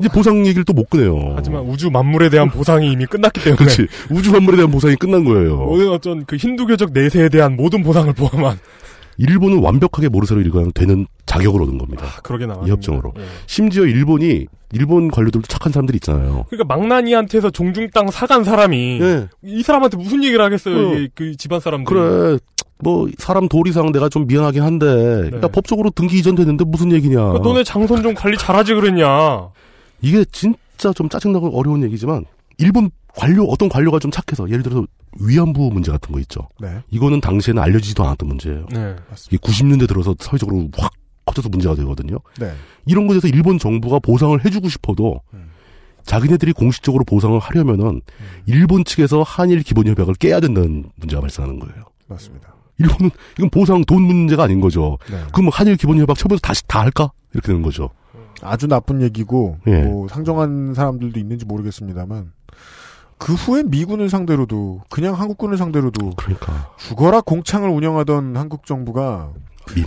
Speaker 4: 이제 보상 얘기를 또 못 꺼내요.
Speaker 3: 하지만 네. 우주 만물에 대한 보상이 이미 끝났기 때문에
Speaker 4: 어. 그렇지. 우주 만물에 대한 보상이 끝난 거예요.
Speaker 3: 모든 어떤 그 힌두교적 내세에 대한 모든 보상을 포함한
Speaker 4: 일본은 완벽하게 모르쇠로 일관되는 자격을 얻은 겁니다.
Speaker 3: 그러게 네. 나와.
Speaker 4: 이 협정으로. 심지어 일본이 일본 관료들도 착한 사람들이 있잖아요.
Speaker 3: 그러니까 망나니한테서 종중 땅 사간 사람이 이 사람한테 무슨 얘기를 하겠어요?
Speaker 4: 네. 어.
Speaker 3: 이게 그 집안 사람들.
Speaker 4: 그래 뭐 사람 도리상 내가 좀 미안하긴 한데 그러니까 법적으로 등기 이전됐는데 무슨 얘기냐.
Speaker 3: 네. 그러니까 너네 장손 좀 관리 잘하지 그랬냐?
Speaker 4: 이게 진짜 좀 짜증나고 어려운 얘기지만 일본 관료 어떤 관료가 좀 착해서 예를 들어서 위안부 문제 같은 거 있죠.
Speaker 2: 네.
Speaker 4: 이거는 당시에는 알려지지도 않았던 문제예요.
Speaker 3: 네.
Speaker 4: 이게 90년대 들어서 사회적으로 확 커져서 문제가 되거든요.
Speaker 2: 네.
Speaker 4: 이런 것에서 일본 정부가 보상을 해주고 싶어도
Speaker 3: 네.
Speaker 4: 자기네들이 공식적으로 보상을 하려면은
Speaker 3: 음.
Speaker 4: 일본 측에서 한일 기본협약을 깨야 된다는 문제가 발생하는 거예요.
Speaker 2: 맞습니다.
Speaker 4: 일본은 이건 보상 돈 문제가 아닌 거죠.
Speaker 2: 네.
Speaker 4: 그럼 한일 기본협약 처음부터 다시 다 할까 이렇게 되는 거죠.
Speaker 2: 아주 나쁜 얘기고
Speaker 4: 예.
Speaker 2: 뭐 상정한 사람들도 있는지 모르겠습니다만 그 후엔 미군을 상대로도 그냥 한국군을 상대로도
Speaker 4: 그러니까
Speaker 2: 죽어라 공창을 운영하던 한국 정부가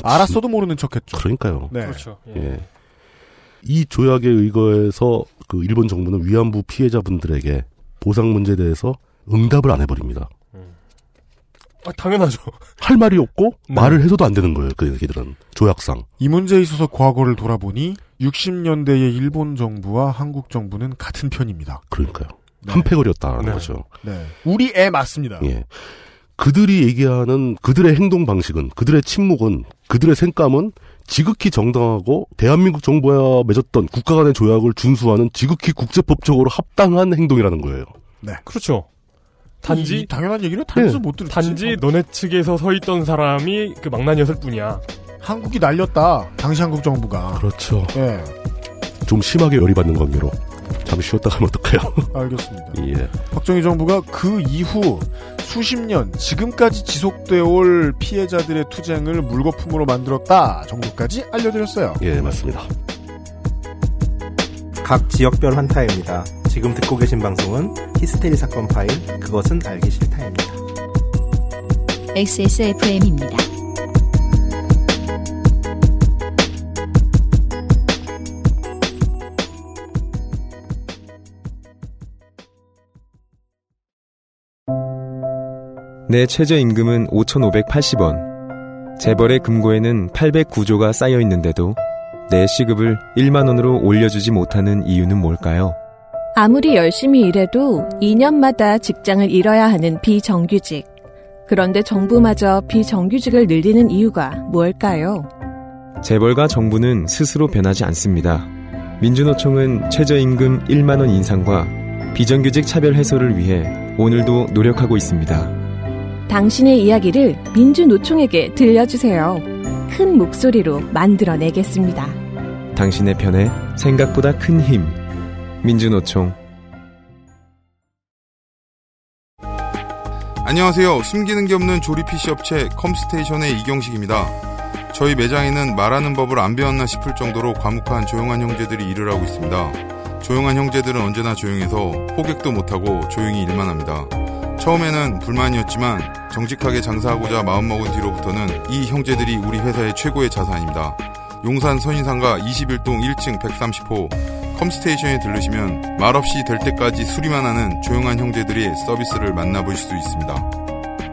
Speaker 2: 알았어도 모르는 척했죠.
Speaker 4: 그러니까요.
Speaker 2: 네.
Speaker 3: 그렇죠.
Speaker 4: 예. 이 조약에 의거해서 그 일본 정부는 위안부 피해자분들에게 보상 문제에 대해서 응답을 안 해버립니다.
Speaker 3: 아, 당연하죠.
Speaker 4: 할 말이 없고
Speaker 2: 네.
Speaker 4: 말을 해서도 안 되는 거예요. 그 얘기들은 조약상.
Speaker 2: 이 문제에 있어서 과거를 돌아보니 60년대의 일본 정부와 한국 정부는 같은 편입니다.
Speaker 4: 그러니까요. 한패거리였다는
Speaker 2: 네.
Speaker 4: 거죠.
Speaker 2: 네. 우리 애 맞습니다.
Speaker 4: 예. 그들이 얘기하는 그들의 행동 방식은 그들의 침묵은 그들의 생감은 지극히 정당하고 대한민국 정부와 맺었던 국가 간의 조약을 준수하는 지극히 국제법적으로 합당한 행동이라는 거예요.
Speaker 2: 네.
Speaker 3: 그렇죠. 단지
Speaker 2: 당연한 얘기를
Speaker 4: 네.
Speaker 2: 단지 못 들었지. 어.
Speaker 3: 단지 너네 측에서 서 있던 사람이 그 망나니였을 뿐이야.
Speaker 2: 한국이 날렸다. 당시 한국 정부가.
Speaker 4: 그렇죠.
Speaker 2: 예.
Speaker 4: 좀 심하게 열이 받는 관계로 잠시 쉬었다 가면 어떡해요?
Speaker 2: 알겠습니다.
Speaker 4: 예.
Speaker 2: 박정희 정부가 그 이후 수십 년 지금까지 지속되어 올 피해자들의 투쟁을 물거품으로 만들었다 정도까지 알려드렸어요.
Speaker 4: 예, 맞습니다.
Speaker 15: 각 지역별 환타입니다. 지금 듣고 계신 방송은 히스테리 사건 파일 그것은 알기 싫다입니다.
Speaker 1: XSFM입니다.
Speaker 10: 내 최저임금은 5,580원. 재벌의 금고에는 809조가 쌓여 있는데도 내 시급을 1만 원으로 올려주지 못하는 이유는 뭘까요?
Speaker 7: 아무리 열심히 일해도 2년마다 직장을 잃어야 하는 비정규직. 그런데 정부마저 비정규직을 늘리는 이유가 뭘까요?
Speaker 10: 재벌과 정부는 스스로 변하지 않습니다. 민주노총은 최저임금 1만 원 인상과 비정규직 차별 해소를 위해 오늘도 노력하고 있습니다.
Speaker 7: 당신의 이야기를 민주노총에게 들려주세요. 큰 목소리로 만들어내겠습니다.
Speaker 10: 당신의 편에 생각보다 큰 힘. 민주노총.
Speaker 16: 안녕하세요. 숨기는 게 없는 조립 PC 업체 컴스테이션의 이경식입니다. 저희 매장에는 말하는 법을 안 배웠나 싶을 정도로 과묵한 조용한 형제들이 일을 하고 있습니다. 조용한 형제들은 언제나 조용해서 호객도 못하고 조용히 일만 합니다. 처음에는 불만이었지만 정직하게 장사하고자 마음먹은 뒤로부터는 이 형제들이 우리 회사의 최고의 자산입니다. 용산 선인상가 21동 1층 130호 컴스테이션에 들르시면 말없이 될 때까지 수리만 하는 조용한 형제들의 서비스를 만나보실 수 있습니다.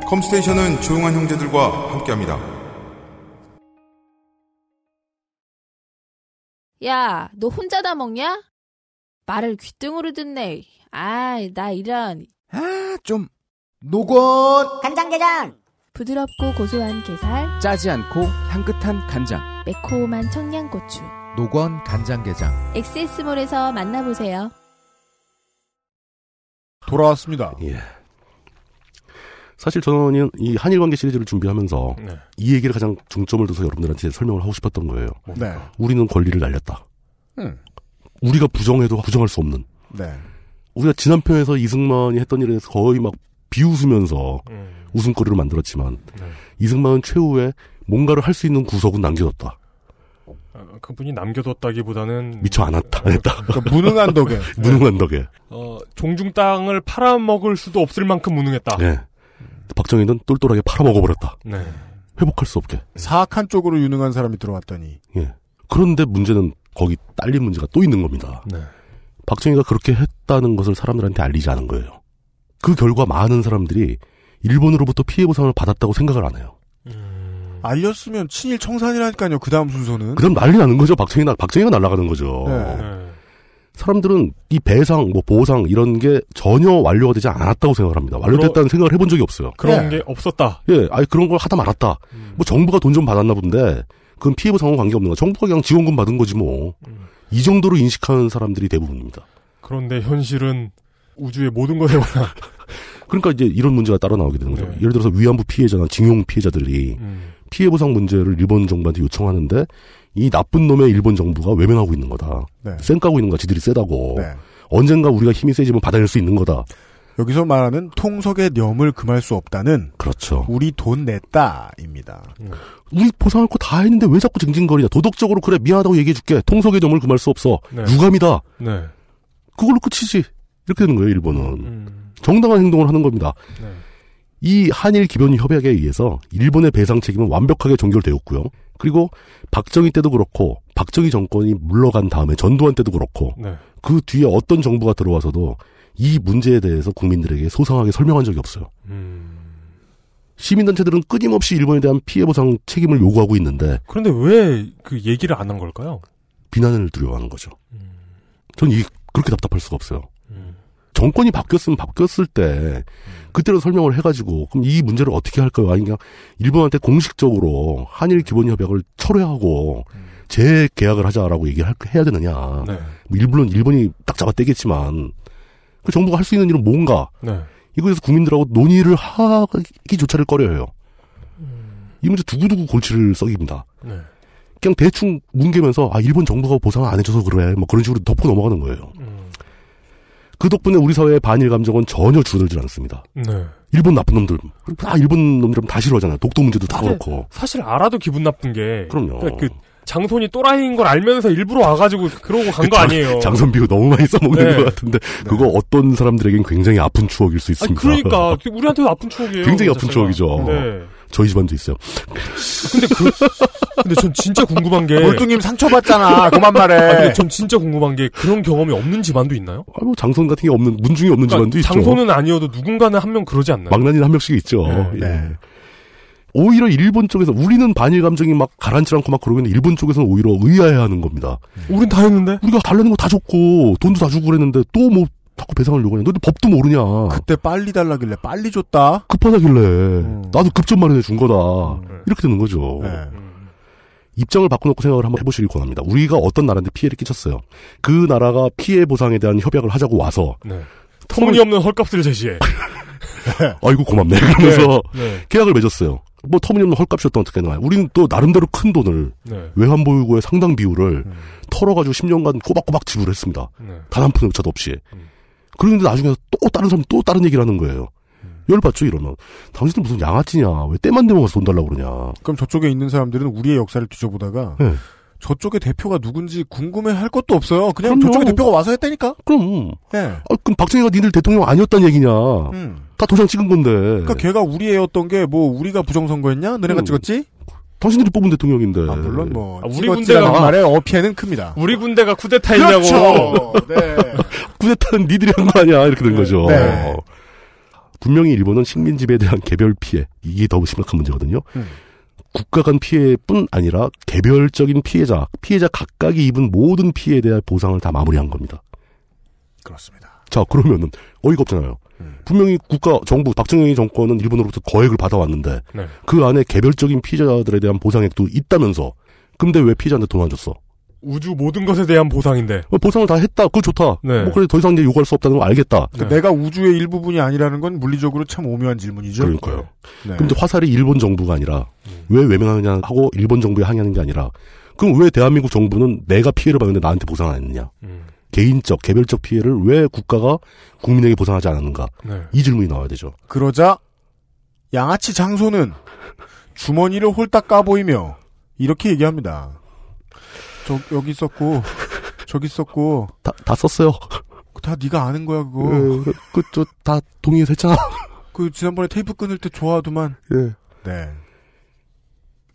Speaker 16: 컴스테이션은 조용한 형제들과 함께합니다.
Speaker 17: 야, 너 혼자 다 먹냐? 말을 귀등으로 듣네. 아이, 나 이런.
Speaker 5: 아, 좀. 노건!
Speaker 17: 간장게장! 부드럽고 고소한 게살,
Speaker 5: 짜지 않고 향긋한 간장.
Speaker 17: 매콤한 청양고추.
Speaker 5: 노건 간장게장.
Speaker 17: 엑세스몰에서 만나보세요.
Speaker 2: 돌아왔습니다.
Speaker 4: 예. 사실 저는 이 한일 관계 시리즈를 준비하면서 이 얘기를 가장 중점을 둬서 여러분들한테 설명을 하고 싶었던 거예요.
Speaker 2: 네.
Speaker 4: 우리는 권리를 날렸다. 네.
Speaker 2: 음.
Speaker 4: 우리가 부정해도 부정할 수 없는.
Speaker 2: 네.
Speaker 4: 우리가 지난 편에서 이승만이 했던 일에 대해서 거의 막 비웃으면서 웃음거리를 만들었지만 이승만은 최후에 뭔가를 할 수 있는 구석은 남겨뒀다.
Speaker 3: 어, 그분이 남겨뒀다기보다는
Speaker 4: 미처 안 했다. 안 했다.
Speaker 2: 그 그러니까 무능한 덕에. 네.
Speaker 4: 무능한 덕에.
Speaker 3: 어, 종중 땅을 팔아먹을 수도 없을 만큼 무능했다. 네.
Speaker 4: 예. 박정희는 똘똘하게 팔아먹어버렸다. 회복할 수 없게.
Speaker 2: 사악한 쪽으로 유능한 사람이 들어왔더니.
Speaker 4: 예. 그런데 문제는 거기 딸린 문제가 또 있는 겁니다. 박정희가 그렇게 했다는 것을 사람들한테 알리지 않은 거예요. 그 결과 많은 사람들이 일본으로부터 피해 보상을 받았다고 생각을 안 해요.
Speaker 2: 알렸으면 친일 청산이라니까요. 그 다음 순서는.
Speaker 4: 그럼 난리 나는 거죠. 박정희 나 박정희가 날아가는 거죠.
Speaker 3: 네.
Speaker 4: 사람들은 이 배상, 뭐 보상 이런 게 전혀 완료가 되지 않았다고 생각을 합니다. 완료됐다는 생각을 해본 적이 없어요.
Speaker 3: 그런 게 없었다.
Speaker 4: 예, 아니 그런 걸 하다 말았다. 뭐 정부가 돈 좀 받았나 본데 그건 피해 보상과 관계 없는 거. 정부가 그냥 지원금 받은 거지 뭐. 이 정도로 인식하는 사람들이 대부분입니다.
Speaker 3: 그런데 현실은 우주의 모든 것에 관한
Speaker 4: 그러니까 이제 이런 문제가 따라 나오게 되는 거죠. 예를 들어서 위안부 피해자나 징용 피해자들이 피해 보상 문제를 일본 정부한테 요청하는데 이 나쁜 놈의 일본 정부가 외면하고 있는 거다.
Speaker 2: 네.
Speaker 4: 쌩 까고 있는 거야. 지들이
Speaker 2: 어.
Speaker 4: 세다고. 언젠가 우리가 힘이 세지면 받아낼 수 있는 거다.
Speaker 2: 여기서 말하는 통석의 념을 금할 수 없다는
Speaker 4: 그렇죠.
Speaker 2: 우리 돈 냈다입니다.
Speaker 4: 우리 보상할 거 다 했는데 왜 자꾸 징징거리냐. 도덕적으로 그래 미안하다고 얘기해줄게. 통속의 점을 금할 수 없어.
Speaker 3: 네.
Speaker 4: 유감이다.
Speaker 3: 네.
Speaker 4: 그걸로 끝이지. 이렇게 되는 거예요. 일본은.
Speaker 3: 음.
Speaker 4: 정당한 행동을 하는 겁니다. 이 한일 기본 협약에 의해서 일본의 배상 책임은 완벽하게 종결되었고요. 그리고 박정희 때도 그렇고 박정희 정권이 물러간 다음에 전두환 때도 그렇고
Speaker 3: 네.
Speaker 4: 그 뒤에 어떤 정부가 들어와서도 이 문제에 대해서 국민들에게 소상하게 설명한 적이 없어요. 음. 시민단체들은 끊임없이 일본에 대한 피해 보상 책임을 요구하고 있는데
Speaker 3: 그런데 왜 그 얘기를 안 한 걸까요?
Speaker 4: 비난을 두려워하는 거죠. 전 이 그렇게 답답할 수가 없어요. 정권이 바뀌었으면 바뀌었을 때 그때로 설명을 해가지고 그럼 이 문제를 어떻게 할까요? 아니면 일본한테 공식적으로 한일 기본 협약을 철회하고 재계약을 하자라고 얘기를 할- 해야 되느냐?
Speaker 3: 네.
Speaker 4: 뭐 일- 물론 일본이 딱 잡아떼겠지만 그 정부가 할 수 있는 일은 뭔가
Speaker 3: 네.
Speaker 4: 이거에서 국민들하고 논의를 하기조차를 꺼려해요. 이 문제 두고두고 골치를 썩입니다.
Speaker 3: 네.
Speaker 4: 그냥 대충 뭉개면서 아 일본 정부가 보상 안 해줘서 그래 뭐 그런 식으로 덮고 넘어가는 거예요.
Speaker 3: 음.
Speaker 4: 그 덕분에 우리 사회의 반일 감정은 전혀 줄어들지 않습니다.
Speaker 3: 네.
Speaker 4: 일본 나쁜 놈들 다 일본 놈들은 다 싫어하잖아요. 독도 문제도 다 그렇고
Speaker 3: 사실 알아도 기분 나쁜 게.
Speaker 4: 그럼요.
Speaker 3: 그러니까 그 장손이 또라이인 걸 알면서 일부러 와가지고 그러고 간 거 아니에요.
Speaker 4: 장선 비유 너무 많이 써먹는
Speaker 3: 네.
Speaker 4: 것 같은데 그거 어떤 사람들에겐 굉장히 아픈 추억일 수
Speaker 3: 아니,
Speaker 4: 있습니다.
Speaker 3: 그러니까 우리한테도 아픈 추억이에요.
Speaker 4: 굉장히
Speaker 3: 그
Speaker 4: 아픈
Speaker 3: 자체가.
Speaker 4: 추억이죠.
Speaker 3: 네.
Speaker 4: 저희 집안도 있어요.
Speaker 3: 근데 그 근데 전 진짜 궁금한
Speaker 11: 네.
Speaker 3: 게
Speaker 4: 몰뚱님 상처받잖아. 그만 말해.
Speaker 3: 아니,
Speaker 5: 네.
Speaker 3: 근데 전 진짜 궁금한 게 그런 경험이 없는 집안도 있나요? 그러니까
Speaker 4: 아, 뭐 장손 같은 게 없는 문중이 없는 집안도 있죠.
Speaker 3: 장소는 아니어도 누군가는 한 명 그러지 않나요?
Speaker 4: 망나니는 한 명씩 있죠.
Speaker 3: 네.
Speaker 4: 예. 오히려 일본 쪽에서 우리는 반일 감정이 막 가라앉지 않고 막 그러는데 일본 쪽에서는 오히려 의아해하는 겁니다.
Speaker 3: 우린 다 했는데
Speaker 4: 우리가 달라는 거 다 줬고 돈도 다 주고 그랬는데 또 뭐 자꾸 배상을 요구하냐. 너도 법도 모르냐.
Speaker 2: 그때 빨리 달라길래 빨리 줬다.
Speaker 4: 급하다길래
Speaker 3: 음.
Speaker 4: 나도 급전 마련해 준 거다.
Speaker 3: 네.
Speaker 4: 이렇게 되는 거죠.
Speaker 2: 네.
Speaker 4: 입장을 바꿔놓고 생각을 한번 해보시길 권합니다. 우리가 어떤 나라한테 피해를 끼쳤어요. 그 나라가 피해 보상에 대한 협약을 하자고 와서
Speaker 3: 네. 터무니없는 헐값을 제시해.
Speaker 4: 아이고 고맙네 그러면서
Speaker 3: 네, 네.
Speaker 4: 계약을 맺었어요. 뭐 터무니없는 헐값이었던 어떻게 나요? 우리는 또 나름대로 큰 돈을
Speaker 3: 네.
Speaker 4: 외환보유고의 상당 비율을
Speaker 3: 음.
Speaker 4: 털어가지고 10년간 꼬박꼬박 지불했습니다.
Speaker 3: 네.
Speaker 4: 단 한 푼의 차도 없이.
Speaker 2: 음.
Speaker 4: 그런데 나중에 또 다른 사람 또 다른 얘기를 하는 거예요.
Speaker 2: 음.
Speaker 4: 열받죠 이러면 당신들 무슨 양아치냐? 왜 때만 되면 와서 돈 달라고 그러냐?
Speaker 2: 그럼 저쪽에 있는 사람들은 우리의 역사를 뒤져보다가
Speaker 4: 네.
Speaker 2: 저쪽의 대표가 누군지 궁금해할 것도 없어요. 그냥
Speaker 4: 그럼요.
Speaker 2: 저쪽의 대표가 와서 했다니까.
Speaker 4: 그럼.
Speaker 2: 네.
Speaker 4: 아, 그럼 박정희가 니들 대통령 아니었다는 얘기냐?
Speaker 2: 음.
Speaker 4: 다 도장 찍은 건데.
Speaker 2: 그러니까 걔가 우리 애였던 게 뭐 우리가 부정선거했냐? 너네가
Speaker 4: 음.
Speaker 2: 찍었지?
Speaker 4: 당신들이 뽑은 대통령인데. 아,
Speaker 2: 물론 뭐
Speaker 3: 우리
Speaker 2: 찍었지라는
Speaker 3: 군대가-
Speaker 2: 말에 어폐는 큽니다.
Speaker 3: 우리 군대가 쿠데타했냐고.
Speaker 2: 그렇죠.
Speaker 4: 네. 쿠데타는 니들이 한 거 아니야 이렇게 된 거죠.
Speaker 3: 네.
Speaker 4: 분명히 일본은 식민 지배에 대한 개별 피해 이게 더 심각한 문제거든요.
Speaker 2: 음.
Speaker 4: 국가 간 피해뿐 아니라 개별적인 피해자, 피해자 각각이 입은 모든 피해에 대한 보상을 다 마무리한 겁니다.
Speaker 2: 그렇습니다.
Speaker 4: 자 그러면은 어이가 없잖아요.
Speaker 3: 음.
Speaker 4: 분명히 국가 정부 박정희 정권은 일본으로부터 거액을 받아왔는데
Speaker 3: 네.
Speaker 4: 그 안에 개별적인 피해자들에 대한 보상액도 있다면서 근데 왜 피해자한테 돈 안 줬어?
Speaker 3: 우주 모든 것에 대한 보상인데.
Speaker 4: 어, 보상을 다 했다. 그거 좋다.
Speaker 3: 네.
Speaker 4: 뭐 그래 더 이상 이제 요구할 수 없다는 걸 알겠다.
Speaker 2: 그러니까 내가 우주의 일부분이 아니라는 건 물리적으로 참 오묘한 질문이죠.
Speaker 4: 그러니까요.
Speaker 2: 네.
Speaker 4: 근데 화살이 일본 정부가 아니라
Speaker 3: 음.
Speaker 4: 왜 외면하느냐 하고 일본 정부에 항의하는 게 아니라 그럼 왜 대한민국 정부는 내가 피해를 봤는데 나한테 보상 안 했느냐?
Speaker 3: 음.
Speaker 4: 개인적 개별적 피해를 왜 국가가 국민에게 보상하지 않았는가?
Speaker 2: 네.
Speaker 4: 이 질문이 나와야 되죠.
Speaker 2: 그러자 양아치 장소는 주머니를 홀딱 까보이며 이렇게 얘기합니다. 저 여기 있었고 저기 있었고
Speaker 4: 다, 다 썼어요.
Speaker 3: 어.
Speaker 4: 예,
Speaker 2: 다 네가 아는 거야 그거.
Speaker 4: 그저다 동의해서 했잖아.
Speaker 2: 그 지난번에 테이프 끊을 때 좋아하더만.
Speaker 4: 예.
Speaker 2: 네.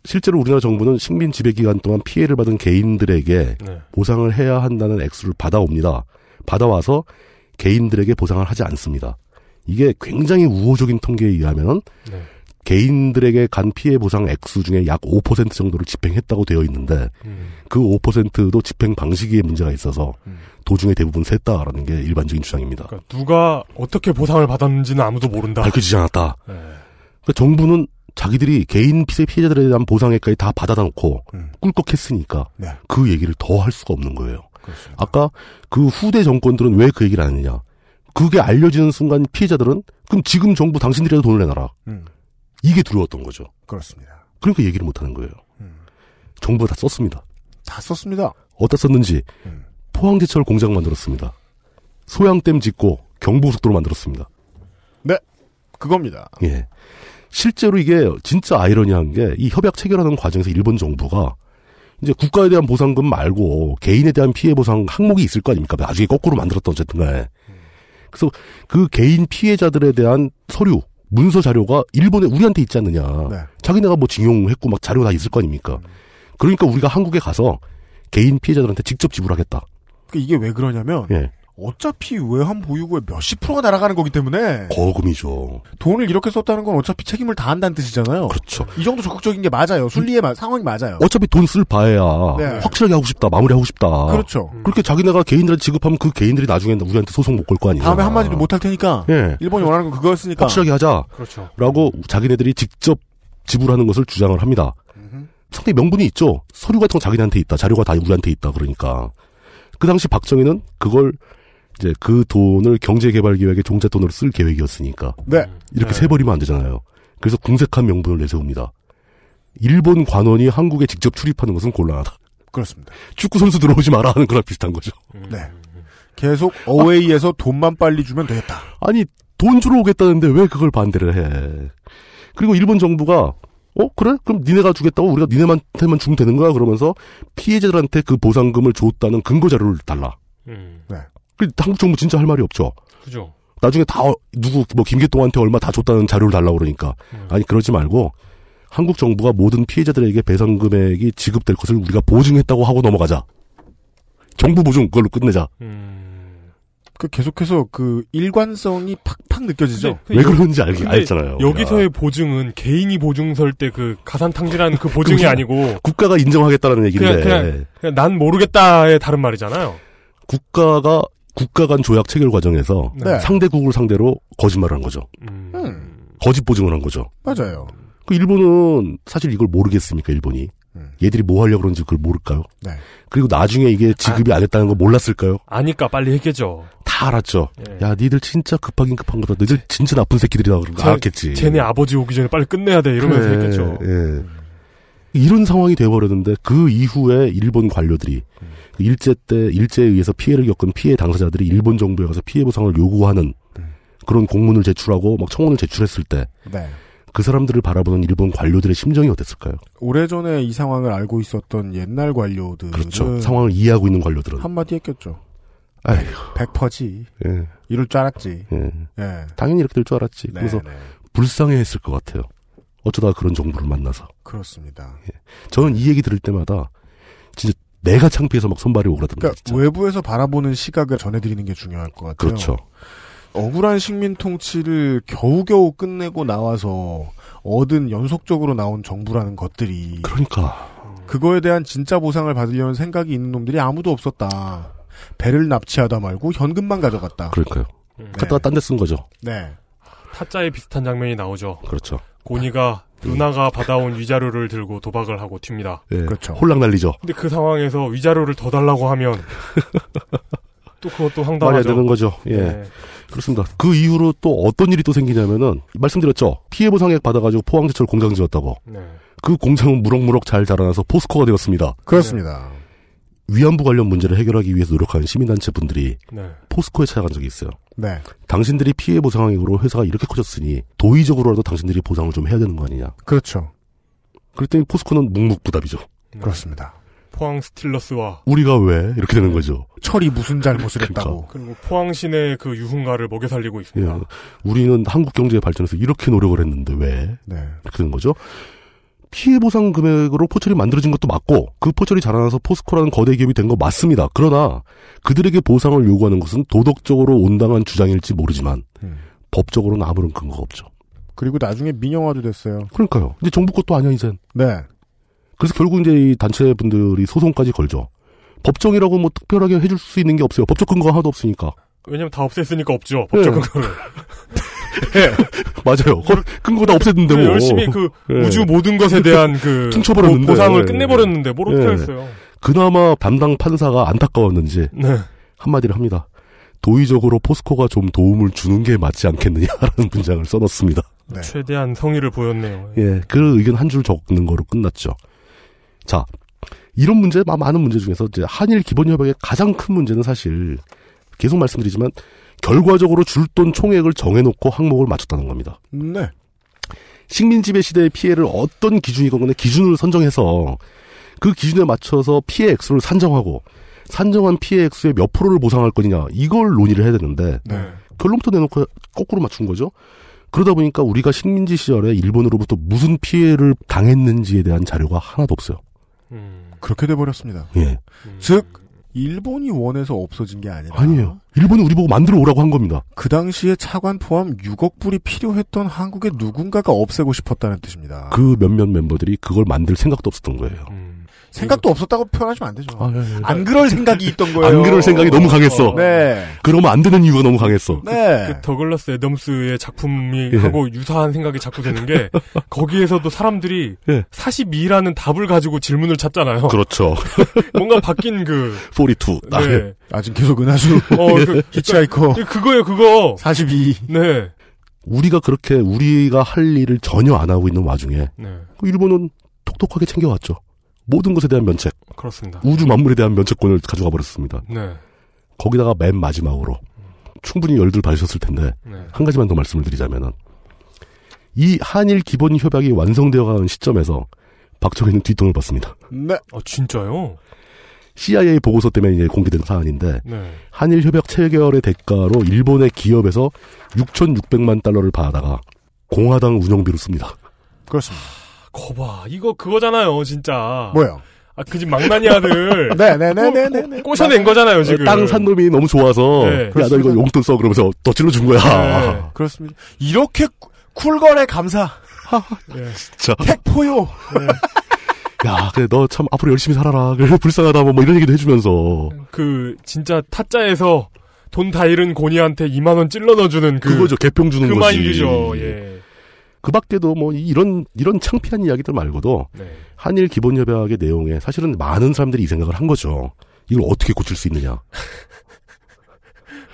Speaker 4: 실제로 우리나라 정부는 식민 지배 기간 동안 피해를 받은 개인들에게
Speaker 3: 네.
Speaker 4: 보상을 해야 한다는 액수를 받아옵니다. 받아와서 개인들에게 보상을 하지 않습니다. 이게 굉장히 우호적인 통계에 의하면
Speaker 3: 네.
Speaker 4: 개인들에게 간 피해 보상 액수 중에 약 5% 정도를 집행했다고 되어 있는데
Speaker 3: 음,
Speaker 4: 그 5%도 집행 방식에 문제가 있어서 도중에 대부분 샜다라는 게 일반적인 주장입니다.
Speaker 3: 그러니까 누가 어떻게 보상을 받았는지는 아무도 모른다.
Speaker 4: 밝혀지지 않았다.
Speaker 3: 네.
Speaker 4: 그러니까 정부는 자기들이 개인 피해 피해자들에 대한 보상액까지 다 받아다 놓고 꿀꺽했으니까
Speaker 2: 네.
Speaker 4: 그 얘기를 더 할 수가 없는 거예요. 아까 그 후대 정권들은 왜 그 얘기를 안 했느냐? 그게 알려지는 순간 피해자들은 그럼 지금 정부 당신들이라도 돈을 내놔라.
Speaker 2: 음.
Speaker 4: 이게 두려웠던 거죠.
Speaker 2: 그렇습니다.
Speaker 4: 그러니까 얘기를 못 하는 거예요. 정부가 다 썼습니다.
Speaker 2: 다 썼습니다.
Speaker 4: 어디다 썼는지 포항제철 공장 만들었습니다. 소양댐 짓고 경부고속도로 만들었습니다.
Speaker 2: 네. 그겁니다.
Speaker 4: 예. 실제로 이게 진짜 아이러니한 게 이 협약 체결하는 과정에서 일본 정부가 이제 국가에 대한 보상금 말고 개인에 대한 피해 보상 항목이 있을 거 아닙니까? 나중에 거꾸로 만들었던 어쨌든 간에. 그래서 그 개인 피해자들에 대한 서류, 문서 자료가 일본에 우리한테 있지 않느냐. 자기네가 뭐 징용했고 막 자료 다 있을 거 아닙니까?
Speaker 2: 음.
Speaker 4: 그러니까 우리가 한국에 가서 개인 피해자들한테 직접 지불하겠다.
Speaker 2: 그 이게 왜 그러냐면
Speaker 4: 예.
Speaker 2: 어차피 외환 보유고의 몇십 프로가 날아가는 거기 때문에
Speaker 4: 거금이죠.
Speaker 2: 돈을 이렇게 썼다는 건 어차피 책임을 다한다는 뜻이잖아요.
Speaker 4: 그렇죠.
Speaker 2: 이 정도 적극적인 게 맞아요. 순리의 마- 상황이 맞아요.
Speaker 4: 어차피 돈 쓸 바에야
Speaker 2: 네.
Speaker 4: 확실하게 하고 싶다, 마무리하고 싶다.
Speaker 2: 그렇죠.
Speaker 4: 그렇게 자기네가 개인들한테 지급하면 그 개인들이 나중에 우리한테 소송 못 걸 거 아니에요.
Speaker 2: 다음에 한마디도 못 그러니까. 할 테니까
Speaker 4: 예.
Speaker 2: 일본이 원하는 건 그거였으니까
Speaker 4: 확실하게 하자.
Speaker 3: 그렇죠.
Speaker 4: 라고 자기네들이 직접 지불하는 것을 주장을 합니다. 상당히 명분이 있죠. 서류 같은 건 자기네한테 있다. 자료가 다 우리한테 있다. 그러니까. 그 당시 박정희는 그걸 이제 그 돈을 경제개발기획의 종잣돈으로 쓸 계획이었으니까.
Speaker 2: 네.
Speaker 4: 이렇게 세버리면 안 되잖아요. 그래서 궁색한 명분을 내세웁니다. 일본 관원이 한국에 직접 출입하는 것은 곤란하다.
Speaker 2: 그렇습니다.
Speaker 4: 축구 선수 들어오지 마라 하는 거랑 비슷한 거죠.
Speaker 2: 네. 계속 어웨이에서 돈만 빨리 주면 되겠다.
Speaker 4: 아니 돈 주러 오겠다는데 왜 그걸 반대를 해? 그리고 일본 정부가 어 그래 그럼 니네가 주겠다고 우리가 니네한테만 주면 되는 거야 그러면서 피해자들한테 그 보상금을 줬다는 근거 자료를 달라.
Speaker 3: 음.
Speaker 2: 네.
Speaker 4: 그 한국 정부 진짜 할 말이 없죠.
Speaker 3: 그죠.
Speaker 4: 나중에 다 어, 누구 뭐 김계동한테 얼마 다 줬다는 자료를 달라 고 그러니까
Speaker 3: 음.
Speaker 4: 아니 그러지 말고 한국 정부가 모든 피해자들에게 배상 금액이 지급될 것을 우리가 보증했다고 하고 넘어가자. 정부 보증 그걸로 끝내자.
Speaker 3: 음,
Speaker 2: 그 계속해서 그 일관성이 팍팍 느껴지죠.
Speaker 4: 왜 그러는지 알기
Speaker 3: 그러니까 근데
Speaker 4: 알잖아요.
Speaker 3: 여기서의 보증은 개인이 보증 설 때 그 가산탕진한 그 보증이
Speaker 4: 그죠.
Speaker 3: 아니고
Speaker 4: 국가가 인정하겠다라는 얘기인데
Speaker 3: 그냥, 그냥 그냥 난 모르겠다의 다른 말이잖아요.
Speaker 4: 국가가 국가 간 조약 체결 과정에서
Speaker 3: 네.
Speaker 4: 상대국을 상대로 거짓말을 한 거죠.
Speaker 3: 음.
Speaker 2: 음.
Speaker 4: 거짓 보증을 한 거죠.
Speaker 2: 맞아요.
Speaker 4: 그 일본은 사실 이걸 모르겠습니까, 일본이? 얘들이 뭐 하려고 그런지 그걸 모를까요?
Speaker 2: 네.
Speaker 4: 그리고 나중에 이게
Speaker 3: 아.
Speaker 4: 지급이 안 됐다는 거 몰랐을까요?
Speaker 3: 아니까 빨리 했겠죠.
Speaker 4: 다 알았죠.
Speaker 3: 예.
Speaker 4: 야, 니들 진짜 급하긴 급한 거다. 니들 진짜 나쁜 새끼들이다. 그런 거
Speaker 3: 쟤-
Speaker 4: 알았겠지.
Speaker 3: 쟤네 아버지 오기 전에 빨리 끝내야 돼 이러면서
Speaker 4: 그래,
Speaker 3: 했겠죠.
Speaker 4: 예. 이런 상황이 돼버렸는데 그 이후에 일본 관료들이 그 일제 때 일제에 의해서 피해를 겪은 피해 당사자들이 일본 정부에 가서 피해 보상을 요구하는 그런 공문을 제출하고 막 청원을 제출했을 때 그
Speaker 2: 네.
Speaker 4: 사람들을 바라보는 일본 관료들의 심정이 어땠을까요?
Speaker 2: 음, 오래전에 이 상황을 알고 있었던 옛날 관료들은
Speaker 4: 그렇죠. 상황을 이해하고 있는 관료들은
Speaker 2: 네. 한마디 했겠죠.
Speaker 4: 아휴,
Speaker 2: 백퍼지.
Speaker 4: 예,
Speaker 2: 이럴 줄 알았지.
Speaker 4: 예.
Speaker 2: 예.
Speaker 4: 당연히 이렇게 될 줄 알았지.
Speaker 2: 네.
Speaker 4: 그래서 불쌍해했을 것 같아요. 어쩌다가 그런 정부를 만나서
Speaker 2: 그렇습니다.
Speaker 4: 예, 저는 이 얘기 들을 때마다 진짜 내가 창피해서 막 손발이 오그라듭니다.
Speaker 2: 그러니까 외부에서 바라보는 시각을 전해드리는 게 중요할 것 같아요.
Speaker 4: 그렇죠.
Speaker 2: 억울한 식민 통치를 겨우겨우 끝내고 나와서 얻은 연속적으로 나온 정부라는 것들이
Speaker 4: 그러니까
Speaker 2: 그거에 대한 진짜 보상을 받으려는 생각이 있는 놈들이 아무도 없었다. 배를 납치하다 말고 현금만 가져갔다.
Speaker 4: 그러니까요.
Speaker 3: 네.
Speaker 4: 갖다가 딴 데 쓴 거죠.
Speaker 2: 네.
Speaker 3: 타짜에 비슷한 장면이 나오죠.
Speaker 4: 그렇죠.
Speaker 3: 고니가 누나가 받아온 위자료를 들고 도박을 하고 튑니다.
Speaker 4: 예. 홀랑 날리죠.
Speaker 3: 근데 그 상황에서 위자료를 더 달라고 하면 또 그것도
Speaker 4: 말이 안
Speaker 3: 황당하죠.
Speaker 4: 되는 거죠. 예.
Speaker 3: 네.
Speaker 4: 그렇습니다. 그 이후로 또 어떤 일이 또 생기냐면은 말씀드렸죠. 피해 보상액 받아가지고 포항제철 공장 지었다고.
Speaker 3: 네.
Speaker 4: 그 공장은 무럭무럭 잘 자라나서 포스코가 되었습니다.
Speaker 2: 그렇습니다.
Speaker 4: 위안부 관련 문제를 해결하기 위해서 노력하는 시민단체 분들이
Speaker 3: 네.
Speaker 4: 포스코에 찾아간 적이 있어요.
Speaker 2: 네.
Speaker 4: 당신들이 피해 보상액으로 회사가 이렇게 커졌으니 도의적으로라도 당신들이 보상을 좀 해야 되는 거 아니냐.
Speaker 2: 그렇죠. 네.
Speaker 4: 그랬더니 포스코는 묵묵부답이죠.
Speaker 2: 그렇습니다.
Speaker 3: 포항 스틸러스와
Speaker 4: 우리가 왜 이렇게 되는 거죠?
Speaker 2: 철이 무슨 잘못을
Speaker 4: 그러니까.
Speaker 2: 했다고.
Speaker 3: 그리고 포항 시내 그 유흥가를 먹여 살리고 있습니다.
Speaker 4: 예. 우리는 한국 경제의 발전에서 이렇게 노력을 했는데 왜
Speaker 2: 네.
Speaker 4: 이렇게 된 거죠? 피해 보상 금액으로 포철이 만들어진 것도 맞고 그 포철이 자라나서 포스코라는 거대 기업이 된 거 맞습니다. 그러나 그들에게 보상을 요구하는 것은 도덕적으로 온당한 주장일지 모르지만
Speaker 3: 음.
Speaker 4: 법적으로는 아무런 근거가 없죠.
Speaker 2: 그리고 나중에 민영화도 됐어요.
Speaker 4: 그러니까요. 이제 정부 것도 아니야 이젠.
Speaker 2: 네.
Speaker 4: 그래서 결국 이제 이 단체 분들이 소송까지 걸죠. 법정이라고 뭐 특별하게 해줄 수 있는 게 없어요. 법적 근거 가 하나도 없으니까.
Speaker 3: 왜냐면 다 없앴으니까 없죠. 법적
Speaker 4: 예.
Speaker 3: 근거를.
Speaker 4: 맞아요. 그 근거 다 없앴는데
Speaker 3: 네,
Speaker 4: 뭐.
Speaker 3: 열심히 그
Speaker 4: 예.
Speaker 3: 우주 모든 것에 대한 그
Speaker 4: 퉁쳐버렸는데.
Speaker 3: 보- 보상을
Speaker 4: 예.
Speaker 3: 끝내버렸는데 뭘 어떻게
Speaker 4: 예.
Speaker 3: 하겠어요.
Speaker 4: 그나마 담당 판사가 안타까웠는지
Speaker 3: 네.
Speaker 4: 한마디를 합니다. 도의적으로 포스코가 좀 도움을 주는 게 맞지 않겠느냐라는 문장을 써놓습니다.
Speaker 3: 최대한 성의를 보였네요.
Speaker 4: 네. 예, 그 의견 한 줄 적는 거로 끝났죠. 자, 이런 문제, 마- 많은 문제 중에서 이제 한일 기본협약의 가장 큰 문제는 사실 계속 말씀드리지만 결과적으로 줄 돈 총액을 정해놓고 항목을 맞췄다는 겁니다.
Speaker 2: 네.
Speaker 4: 식민 지배 시대의 피해를 어떤 기준이건 간에 기준을 선정해서 그 기준에 맞춰서 피해 액수를 산정하고 산정한 피해 액수의 몇 프로를 보상할 거냐 이걸 논의를 해야 되는데
Speaker 2: 네.
Speaker 4: 결론부터 내놓고 거꾸로 맞춘 거죠. 그러다 보니까 우리가 식민지 시절에 일본으로부터 무슨 피해를 당했는지에 대한 자료가 하나도 없어요.
Speaker 2: 그렇게 돼버렸습니다.
Speaker 4: 예.
Speaker 2: 즉 일본이 원해서 없어진 게 음. 아니라
Speaker 4: 아니에요. 일본이 우리 보고 만들어 오라고 한 겁니다.
Speaker 2: 그 당시에 차관 포함 6억 불이 필요했던 한국의 누군가가 없애고 싶었다는 뜻입니다.
Speaker 4: 그 몇몇 멤버들이 그걸 만들 생각도 없었던 거예요.
Speaker 3: 음.
Speaker 2: 생각도 없었다고 표현하시면 안 되죠. 안
Speaker 4: 아, 네. 안,
Speaker 2: 그럴 생각이 있던 거예요.
Speaker 4: 그럴 생각이 너무 강했어.
Speaker 2: 네.
Speaker 4: 그러면 안 되는 이유가 너무 강했어.
Speaker 2: 네.
Speaker 3: 그 더글라스 애덤스의 작품이
Speaker 4: 예.
Speaker 3: 하고 유사한 생각이 자꾸 드는 게 거기에서도 사람들이
Speaker 4: 예.
Speaker 3: 42라는 답을 가지고 질문을 찾잖아요.
Speaker 4: 그렇죠. 예.
Speaker 3: 뭔가 바뀐 그
Speaker 4: 42. 딱.
Speaker 3: 네.
Speaker 2: 아직 계속 은하수. 예,
Speaker 3: 어, 그-
Speaker 2: 히치하이커.
Speaker 3: 그거예요, 그거.
Speaker 2: 42.
Speaker 3: 네.
Speaker 4: 우리가 그렇게 우리가 할 일을 전혀 안 하고 있는 와중에
Speaker 3: 네.
Speaker 4: 그 일본은 똑똑하게 챙겨왔죠. 모든 것에 대한 면책,
Speaker 3: 그렇습니다.
Speaker 4: 우주 만물에 대한 면책권을 가져가 버렸습니다.
Speaker 3: 네.
Speaker 4: 거기다가 맨 마지막으로 충분히 열들 받으셨을 텐데
Speaker 3: 네.
Speaker 4: 한 가지만 더 말씀을 드리자면은 이 한일 기본 협약이 완성되어가는 시점에서 박정희는 뒷돈을 받습니다.
Speaker 2: 네.
Speaker 3: 아, 진짜요?
Speaker 4: CIA 보고서 때문에 이제 공개된 사안인데
Speaker 3: 네.
Speaker 4: 한일 협약 체결의 대가로 일본의 기업에서 6,600만 달러를 받아다가 공화당 운영비로 씁니다.
Speaker 2: 그렇습니다.
Speaker 3: 아, 거봐. 이거 그거잖아요, 진짜.
Speaker 4: 뭐요?
Speaker 3: 아, 그 집 망나니 아들.
Speaker 4: 네.
Speaker 2: 네네네네네.
Speaker 3: 꼬셔낸 거잖아요, 지금.
Speaker 4: 땅산 놈이 너무 좋아서
Speaker 3: 네.
Speaker 4: 야 너 이거 용돈 써 그러면서 덧질러 준 거야.
Speaker 3: 네.
Speaker 2: 그렇습니다. 이렇게 쿨- 쿨거래 감사.
Speaker 4: 진짜.
Speaker 2: 택포요.
Speaker 4: 야, 그래 너 참 앞으로 열심히 살아라. 그래 불쌍하다 뭐, 뭐 이런 얘기도 해주면서
Speaker 3: 그 진짜 타짜에서 돈 다 잃은 고니한테 2만 원 찔러 넣어주는 그
Speaker 4: 그거죠, 개평 주는
Speaker 3: 그
Speaker 4: 거지.
Speaker 3: 마인드죠. 예.
Speaker 4: 그 밖에도 뭐 이- 이런 이런 창피한 이야기들 말고도
Speaker 3: 네.
Speaker 4: 한일 기본협약의 내용에 사실은 많은 사람들이 이 생각을 한 거죠. 이걸 어떻게 고칠 수 있느냐?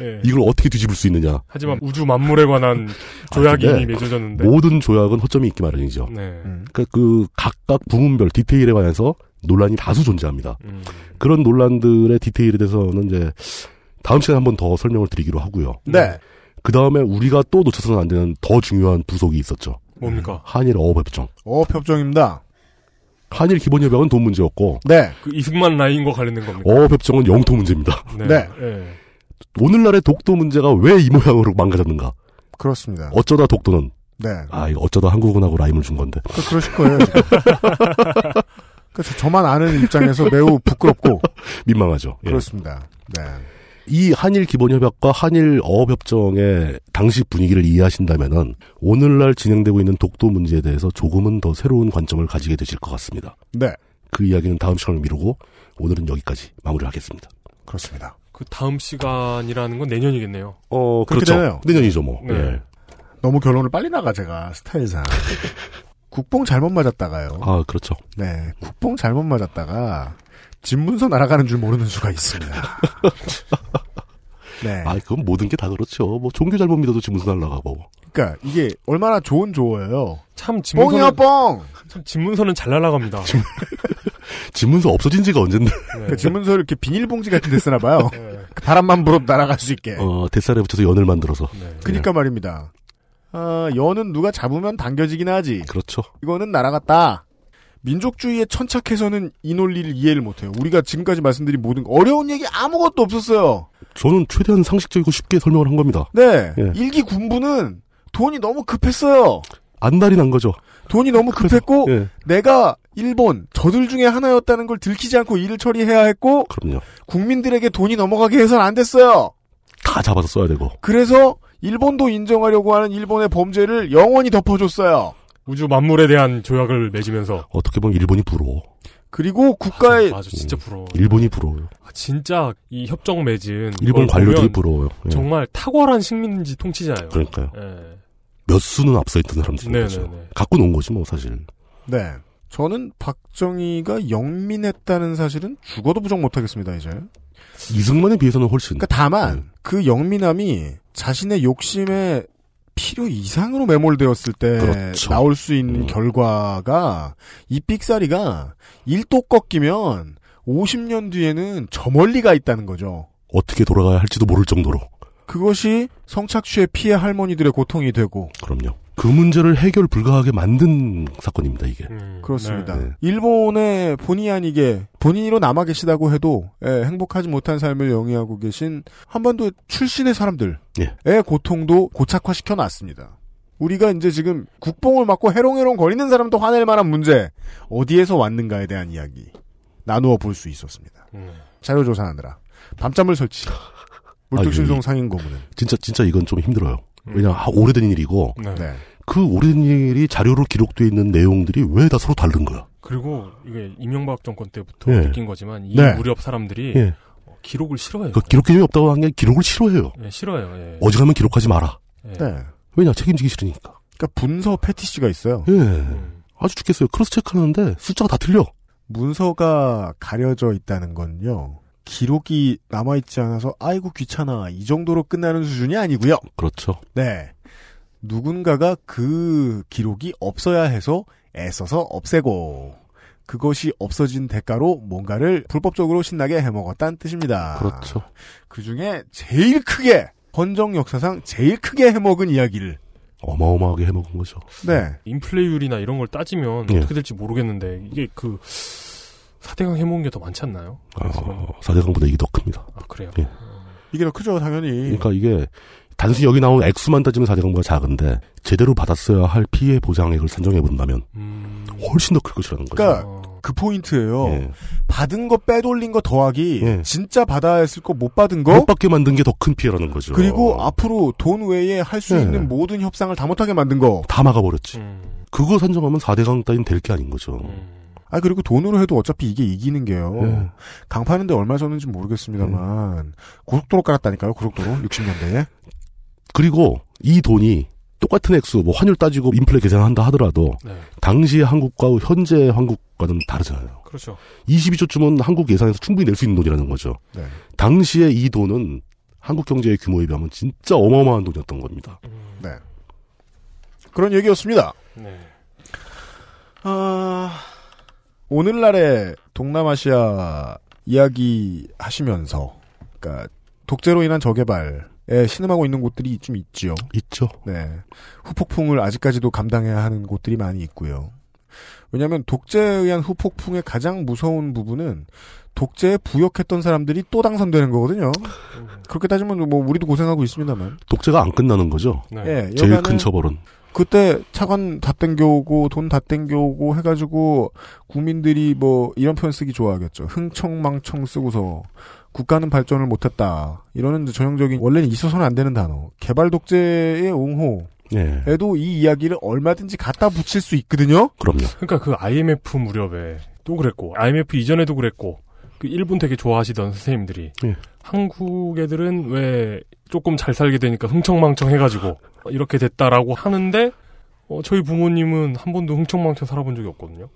Speaker 3: 예.
Speaker 4: 이걸 어떻게 뒤집을 수 있느냐?
Speaker 3: 하지만 우주 만물에 관한 조약이
Speaker 4: 아, 근데
Speaker 3: 이미 맺어졌는데.
Speaker 4: 모든 조약은 허점이 있기 마련이죠.
Speaker 3: 네.
Speaker 4: 그러니까 그 각각 부문별 디테일에 관해서 논란이 다수 존재합니다.
Speaker 3: 음.
Speaker 4: 그런 논란들의 디테일에 대해서는 이제 다음 시간에 한 번 더 설명을 드리기로 하고요.
Speaker 2: 네.
Speaker 4: 그 다음에 우리가 또 놓쳐서는 안 되는 더 중요한 부속이 있었죠.
Speaker 3: 뭡니까?
Speaker 4: 한일 어업협정.
Speaker 2: 어협정입니다.
Speaker 4: 한일 기본협약은 돈 문제였고,
Speaker 2: 네.
Speaker 3: 그 이승만 라인과 관련된 겁니다.
Speaker 4: 어업협정은 영토 문제입니다.
Speaker 2: 네.
Speaker 3: 예.
Speaker 4: 오늘날의 독도 문제가 왜 이 모양으로 망가졌는가?
Speaker 2: 그렇습니다.
Speaker 4: 어쩌다 독도는
Speaker 2: 네.
Speaker 4: 아 이거 어쩌다 한국은하고 라임을 준 건데.
Speaker 2: 그, 그러실 거예요. 지금. 그, 저- 저만 아는 입장에서 매우 부끄럽고.
Speaker 4: 민망하죠. 예.
Speaker 2: 그렇습니다. 네.
Speaker 4: 이 한일 기본협약과 한일 어업협정의 당시 분위기를 이해하신다면은 오늘날 진행되고 있는 독도 문제에 대해서 조금은 더 새로운 관점을 가지게 되실 것 같습니다.
Speaker 2: 네.
Speaker 4: 그 이야기는 다음 시간을 미루고 오늘은 여기까지 마무리하겠습니다.
Speaker 2: 그렇습니다.
Speaker 3: 그 다음 시간이라는 건 내년이겠네요.
Speaker 4: 어
Speaker 2: 그렇게
Speaker 4: 그렇죠.
Speaker 2: 되네요.
Speaker 4: 내년이죠 뭐.
Speaker 3: 네.
Speaker 4: 예.
Speaker 2: 너무 결론을 빨리 나가, 제가. 스타일상. 국뽕 잘못 맞았다가요.
Speaker 4: 아 그렇죠.
Speaker 2: 네. 국뽕 잘못 맞았다가, 집문서 날아가는 줄 모르는 수가 있습니다. 네.
Speaker 4: 아 그건 모든 게 다 그렇죠. 뭐 종교 잘못 믿어도 지문서 날라가고.
Speaker 2: 그러니까 이게 얼마나 좋은 조어예요.
Speaker 3: 참
Speaker 2: 뻥이야,
Speaker 3: 집문서는-
Speaker 2: 뻥!
Speaker 4: 네.
Speaker 3: 참 집문서는 잘 날라갑니다.
Speaker 4: 지문서 없어진 지가 언젠데.
Speaker 2: 그 집문서를 이렇게 비닐봉지 같은 데 쓰나 봐요. 그 바람만 불어 날아갈 수 있게.
Speaker 4: 네. 어 뱃살에 붙여서 연을 만들어서.
Speaker 2: 네. 그니까 그러니까 말입니다. 아, 연은 누가 잡으면 당겨지긴 하지.
Speaker 4: 그렇죠.
Speaker 2: 이거는 날아갔다. 민족주의에 천착해서는 이 논리를 이해를 못해요. 우리가 지금까지 말씀드린 모든 거, 어려운 얘기 아무것도 없었어요.
Speaker 4: 저는 최대한 상식적이고 쉽게 설명을 한 겁니다.
Speaker 2: 네.
Speaker 4: 예.
Speaker 2: 일기 군부는 돈이 너무 급했어요.
Speaker 4: 안달이 난 거죠.
Speaker 2: 돈이 너무 급했고
Speaker 4: 예.
Speaker 2: 내가 일본 저들 중에 하나였다는 걸 들키지 않고 일을 처리해야 했고
Speaker 4: 그럼요.
Speaker 2: 국민들에게 돈이 넘어가게 해선 안 됐어요.
Speaker 4: 다 잡아서 써야 되고.
Speaker 2: 그래서 일본도 인정하려고 하는 일본의 범죄를 영원히 덮어줬어요.
Speaker 3: 우주 만물에 대한 조약을 맺으면서
Speaker 4: 어떻게 보면 일본이 부러워.
Speaker 2: 그리고 국가의
Speaker 3: 아주 진짜 부러워.
Speaker 4: 일본이 부러워요.
Speaker 3: 아, 진짜 이 협정 맺은
Speaker 4: 음. 일본
Speaker 2: 어,
Speaker 3: 걸 보면
Speaker 4: 관료들이 부러워요. 예.
Speaker 3: 정말 탁월한 식민지 통치자예요.
Speaker 4: 그러니까요.
Speaker 3: 예.
Speaker 4: 몇 수는 앞서 있던 사람들인
Speaker 3: 네네네.
Speaker 4: 거죠. 갖고 논 거지 뭐 사실.
Speaker 2: 네. 저는 박정희가 영민했다는 사실은 죽어도 부정 못하겠습니다, 이제.
Speaker 4: 이승만에 비해서는 훨씬.
Speaker 2: 그러니까
Speaker 4: 음.
Speaker 2: 다만, 그 영민함이 자신의 욕심에 필요 이상으로 매몰되었을 때
Speaker 4: 그렇죠.
Speaker 2: 나올 수 있는 결과가 이 삑사리가 일도 꺾이면 50년 뒤에는 저 멀리 가 있다는 거죠.
Speaker 4: 어떻게 돌아가야 할지도 모를 정도로.
Speaker 2: 그것이 성착취의 피해 할머니들의 고통이 되고
Speaker 4: 그럼요. 그 문제를 해결 불가하게 만든 사건입니다 이게.
Speaker 3: 음,
Speaker 2: 그렇습니다.
Speaker 4: 네.
Speaker 2: 일본의 본의 아니게 본인으로 남아 계시다고 해도 예, 행복하지 못한 삶을 영위하고 계신 한반도 출신의 사람들의
Speaker 4: 예.
Speaker 2: 고통도 고착화시켜 놨습니다. 우리가 이제 지금 국뽕을 맞고 해롱해롱 거리는 사람도 화낼 만한 문제 어디에서 왔는가에 대한 이야기 나누어 볼 수 있었습니다.
Speaker 3: 음.
Speaker 2: 자료 조사하느라 밤잠을 설치 물뚝심송
Speaker 4: 아, 아유,
Speaker 2: 상인 고문은
Speaker 4: 진짜 진짜 이건 좀 힘들어요.
Speaker 2: 음.
Speaker 4: 왜냐 하 오래된 일이고
Speaker 3: 음.
Speaker 2: 네.
Speaker 4: 그 오래된 일이 자료로 기록돼 있는 내용들이 왜 다 서로 다른 거야?
Speaker 3: 그리고 이게 이명박 정권 때부터
Speaker 4: 예.
Speaker 3: 느낀 거지만 이
Speaker 4: 네.
Speaker 3: 무렵 사람들이
Speaker 4: 예.
Speaker 3: 어, 기록을 싫어해요.
Speaker 4: 그 기록 개념이 없다고 한 게 기록을 싫어해요.
Speaker 3: 예, 싫어요. 예.
Speaker 4: 어지간하면 기록하지 마라.
Speaker 2: 네.
Speaker 4: 왜냐 책임지기 싫으니까.
Speaker 2: 그러니까 분서 패티시가 있어요.
Speaker 4: 예.
Speaker 3: 음.
Speaker 4: 아주 죽겠어요. 크로스 체크하는데 숫자가 다 틀려.
Speaker 2: 문서가 가려져 있다는 건요. 기록이 남아있지 않아서 아이고 귀찮아 이 정도로 끝나는 수준이 아니고요.
Speaker 4: 그렇죠.
Speaker 2: 네. 누군가가 그 기록이 없어야 해서 애써서 없애고 그것이 없어진 대가로 뭔가를 불법적으로 신나게 해먹었다는 뜻입니다.
Speaker 4: 그렇죠.
Speaker 2: 그 중에 제일 크게 헌정 역사상 제일 크게 해먹은 이야기를
Speaker 4: 어마어마하게 해먹은 거죠. 음.
Speaker 2: 네.
Speaker 3: 인플레이율이나 이런 걸 따지면
Speaker 4: 예.
Speaker 3: 어떻게 될지 모르겠는데 이게 그 사대강 해먹은 게 더 많지 않나요?
Speaker 4: 어, 4대강보다 이게 더 큽니다.
Speaker 3: 아, 그래요.
Speaker 4: 예.
Speaker 2: 이게 더 크죠 당연히.
Speaker 4: 그러니까 이게 단순히 여기 나온 액수만 따지면 4대강보다 작은데 제대로 받았어야 할 피해 보상액을 산정해 본다면
Speaker 3: 음.
Speaker 4: 훨씬 더 클 것이라는 거죠.
Speaker 2: 그러니까
Speaker 3: 어.
Speaker 2: 그 포인트예요. 받은 거 빼돌린 거 더하기 진짜 받아야 했을 거 못 받은 거
Speaker 4: 예. 못 받게 만든 게 더 큰 피해라는 거죠.
Speaker 2: 어? 그리고 앞으로 돈 외에 할 수
Speaker 4: 네.
Speaker 2: 있는 모든 협상을 다 못하게 만든 거.
Speaker 4: 다
Speaker 3: 음.
Speaker 4: 막아버렸지. 그거 산정하면 4대강 따윈 될 게 아닌 거죠.
Speaker 2: 아 그리고 돈으로 해도 어차피 이게 이기는 게요.
Speaker 4: 네.
Speaker 2: 강파는데 얼마 줬는지
Speaker 4: 예.
Speaker 2: 모르겠습니다만 고속도로 깔았다니까요. 고속도로 60년대에.
Speaker 4: 그리고 이 돈이 똑같은 액수, 뭐 환율 따지고 인플레 계산한다 하더라도
Speaker 3: 네.
Speaker 4: 당시의 한국과 현재 한국과는 다르잖아요.
Speaker 3: 그렇죠.
Speaker 4: 22조쯤은 한국 예산에서 충분히 낼 수 있는 돈이라는 거죠.
Speaker 2: 네.
Speaker 4: 당시에 이 돈은 한국 경제의 규모에 비하면 진짜 어마어마한 돈이었던 겁니다.
Speaker 2: 네. 그런 얘기였습니다.
Speaker 3: 네.
Speaker 2: 아, 오늘날의 동남아시아 이야기 하시면서, 그러니까 독재로 인한 저개발에 신음하고 있는 곳들이 좀 있지요.
Speaker 4: 있죠.
Speaker 2: 네. 후폭풍을 아직까지도 감당해야 하는 곳들이 많이 있고요. 왜냐하면 독재에 의한 후폭풍의 가장 무서운 부분은 독재에 부역했던 사람들이 또 당선되는 거거든요. 그렇게 따지면 뭐 우리도 고생하고 있습니다만.
Speaker 4: 독재가 안 끝나는 거죠.
Speaker 3: 네.
Speaker 2: 예,
Speaker 4: 네. 제일
Speaker 2: 여간은
Speaker 4: 큰 처벌은
Speaker 2: 그때 차관 다 땡겨오고 돈 다 땡겨오고 해가지고 국민들이 뭐 이런 표현 쓰기 좋아하겠죠. 흥청망청 쓰고서 국가는 발전을 못했다. 이러는 이제 전형적인 원래는 있어서는 안 되는 단어. 개발 독재의
Speaker 4: 예.
Speaker 2: 옹호에도 이 이야기를 얼마든지 갖다 붙일 수 있거든요.
Speaker 4: 그럼요.
Speaker 3: 그러니까 그 IMF 무렵에 또 그랬고 IMF 이전에도 그랬고 그 일본 되게 좋아하시던 선생님들이
Speaker 4: 예.
Speaker 3: 한국 애들은 왜 조금 잘 살게 되니까 흥청망청 해가지고 이렇게 됐다라고 하는데 어, 저희 부모님은 한 번도 흥청망청 살아본 적이 없거든요.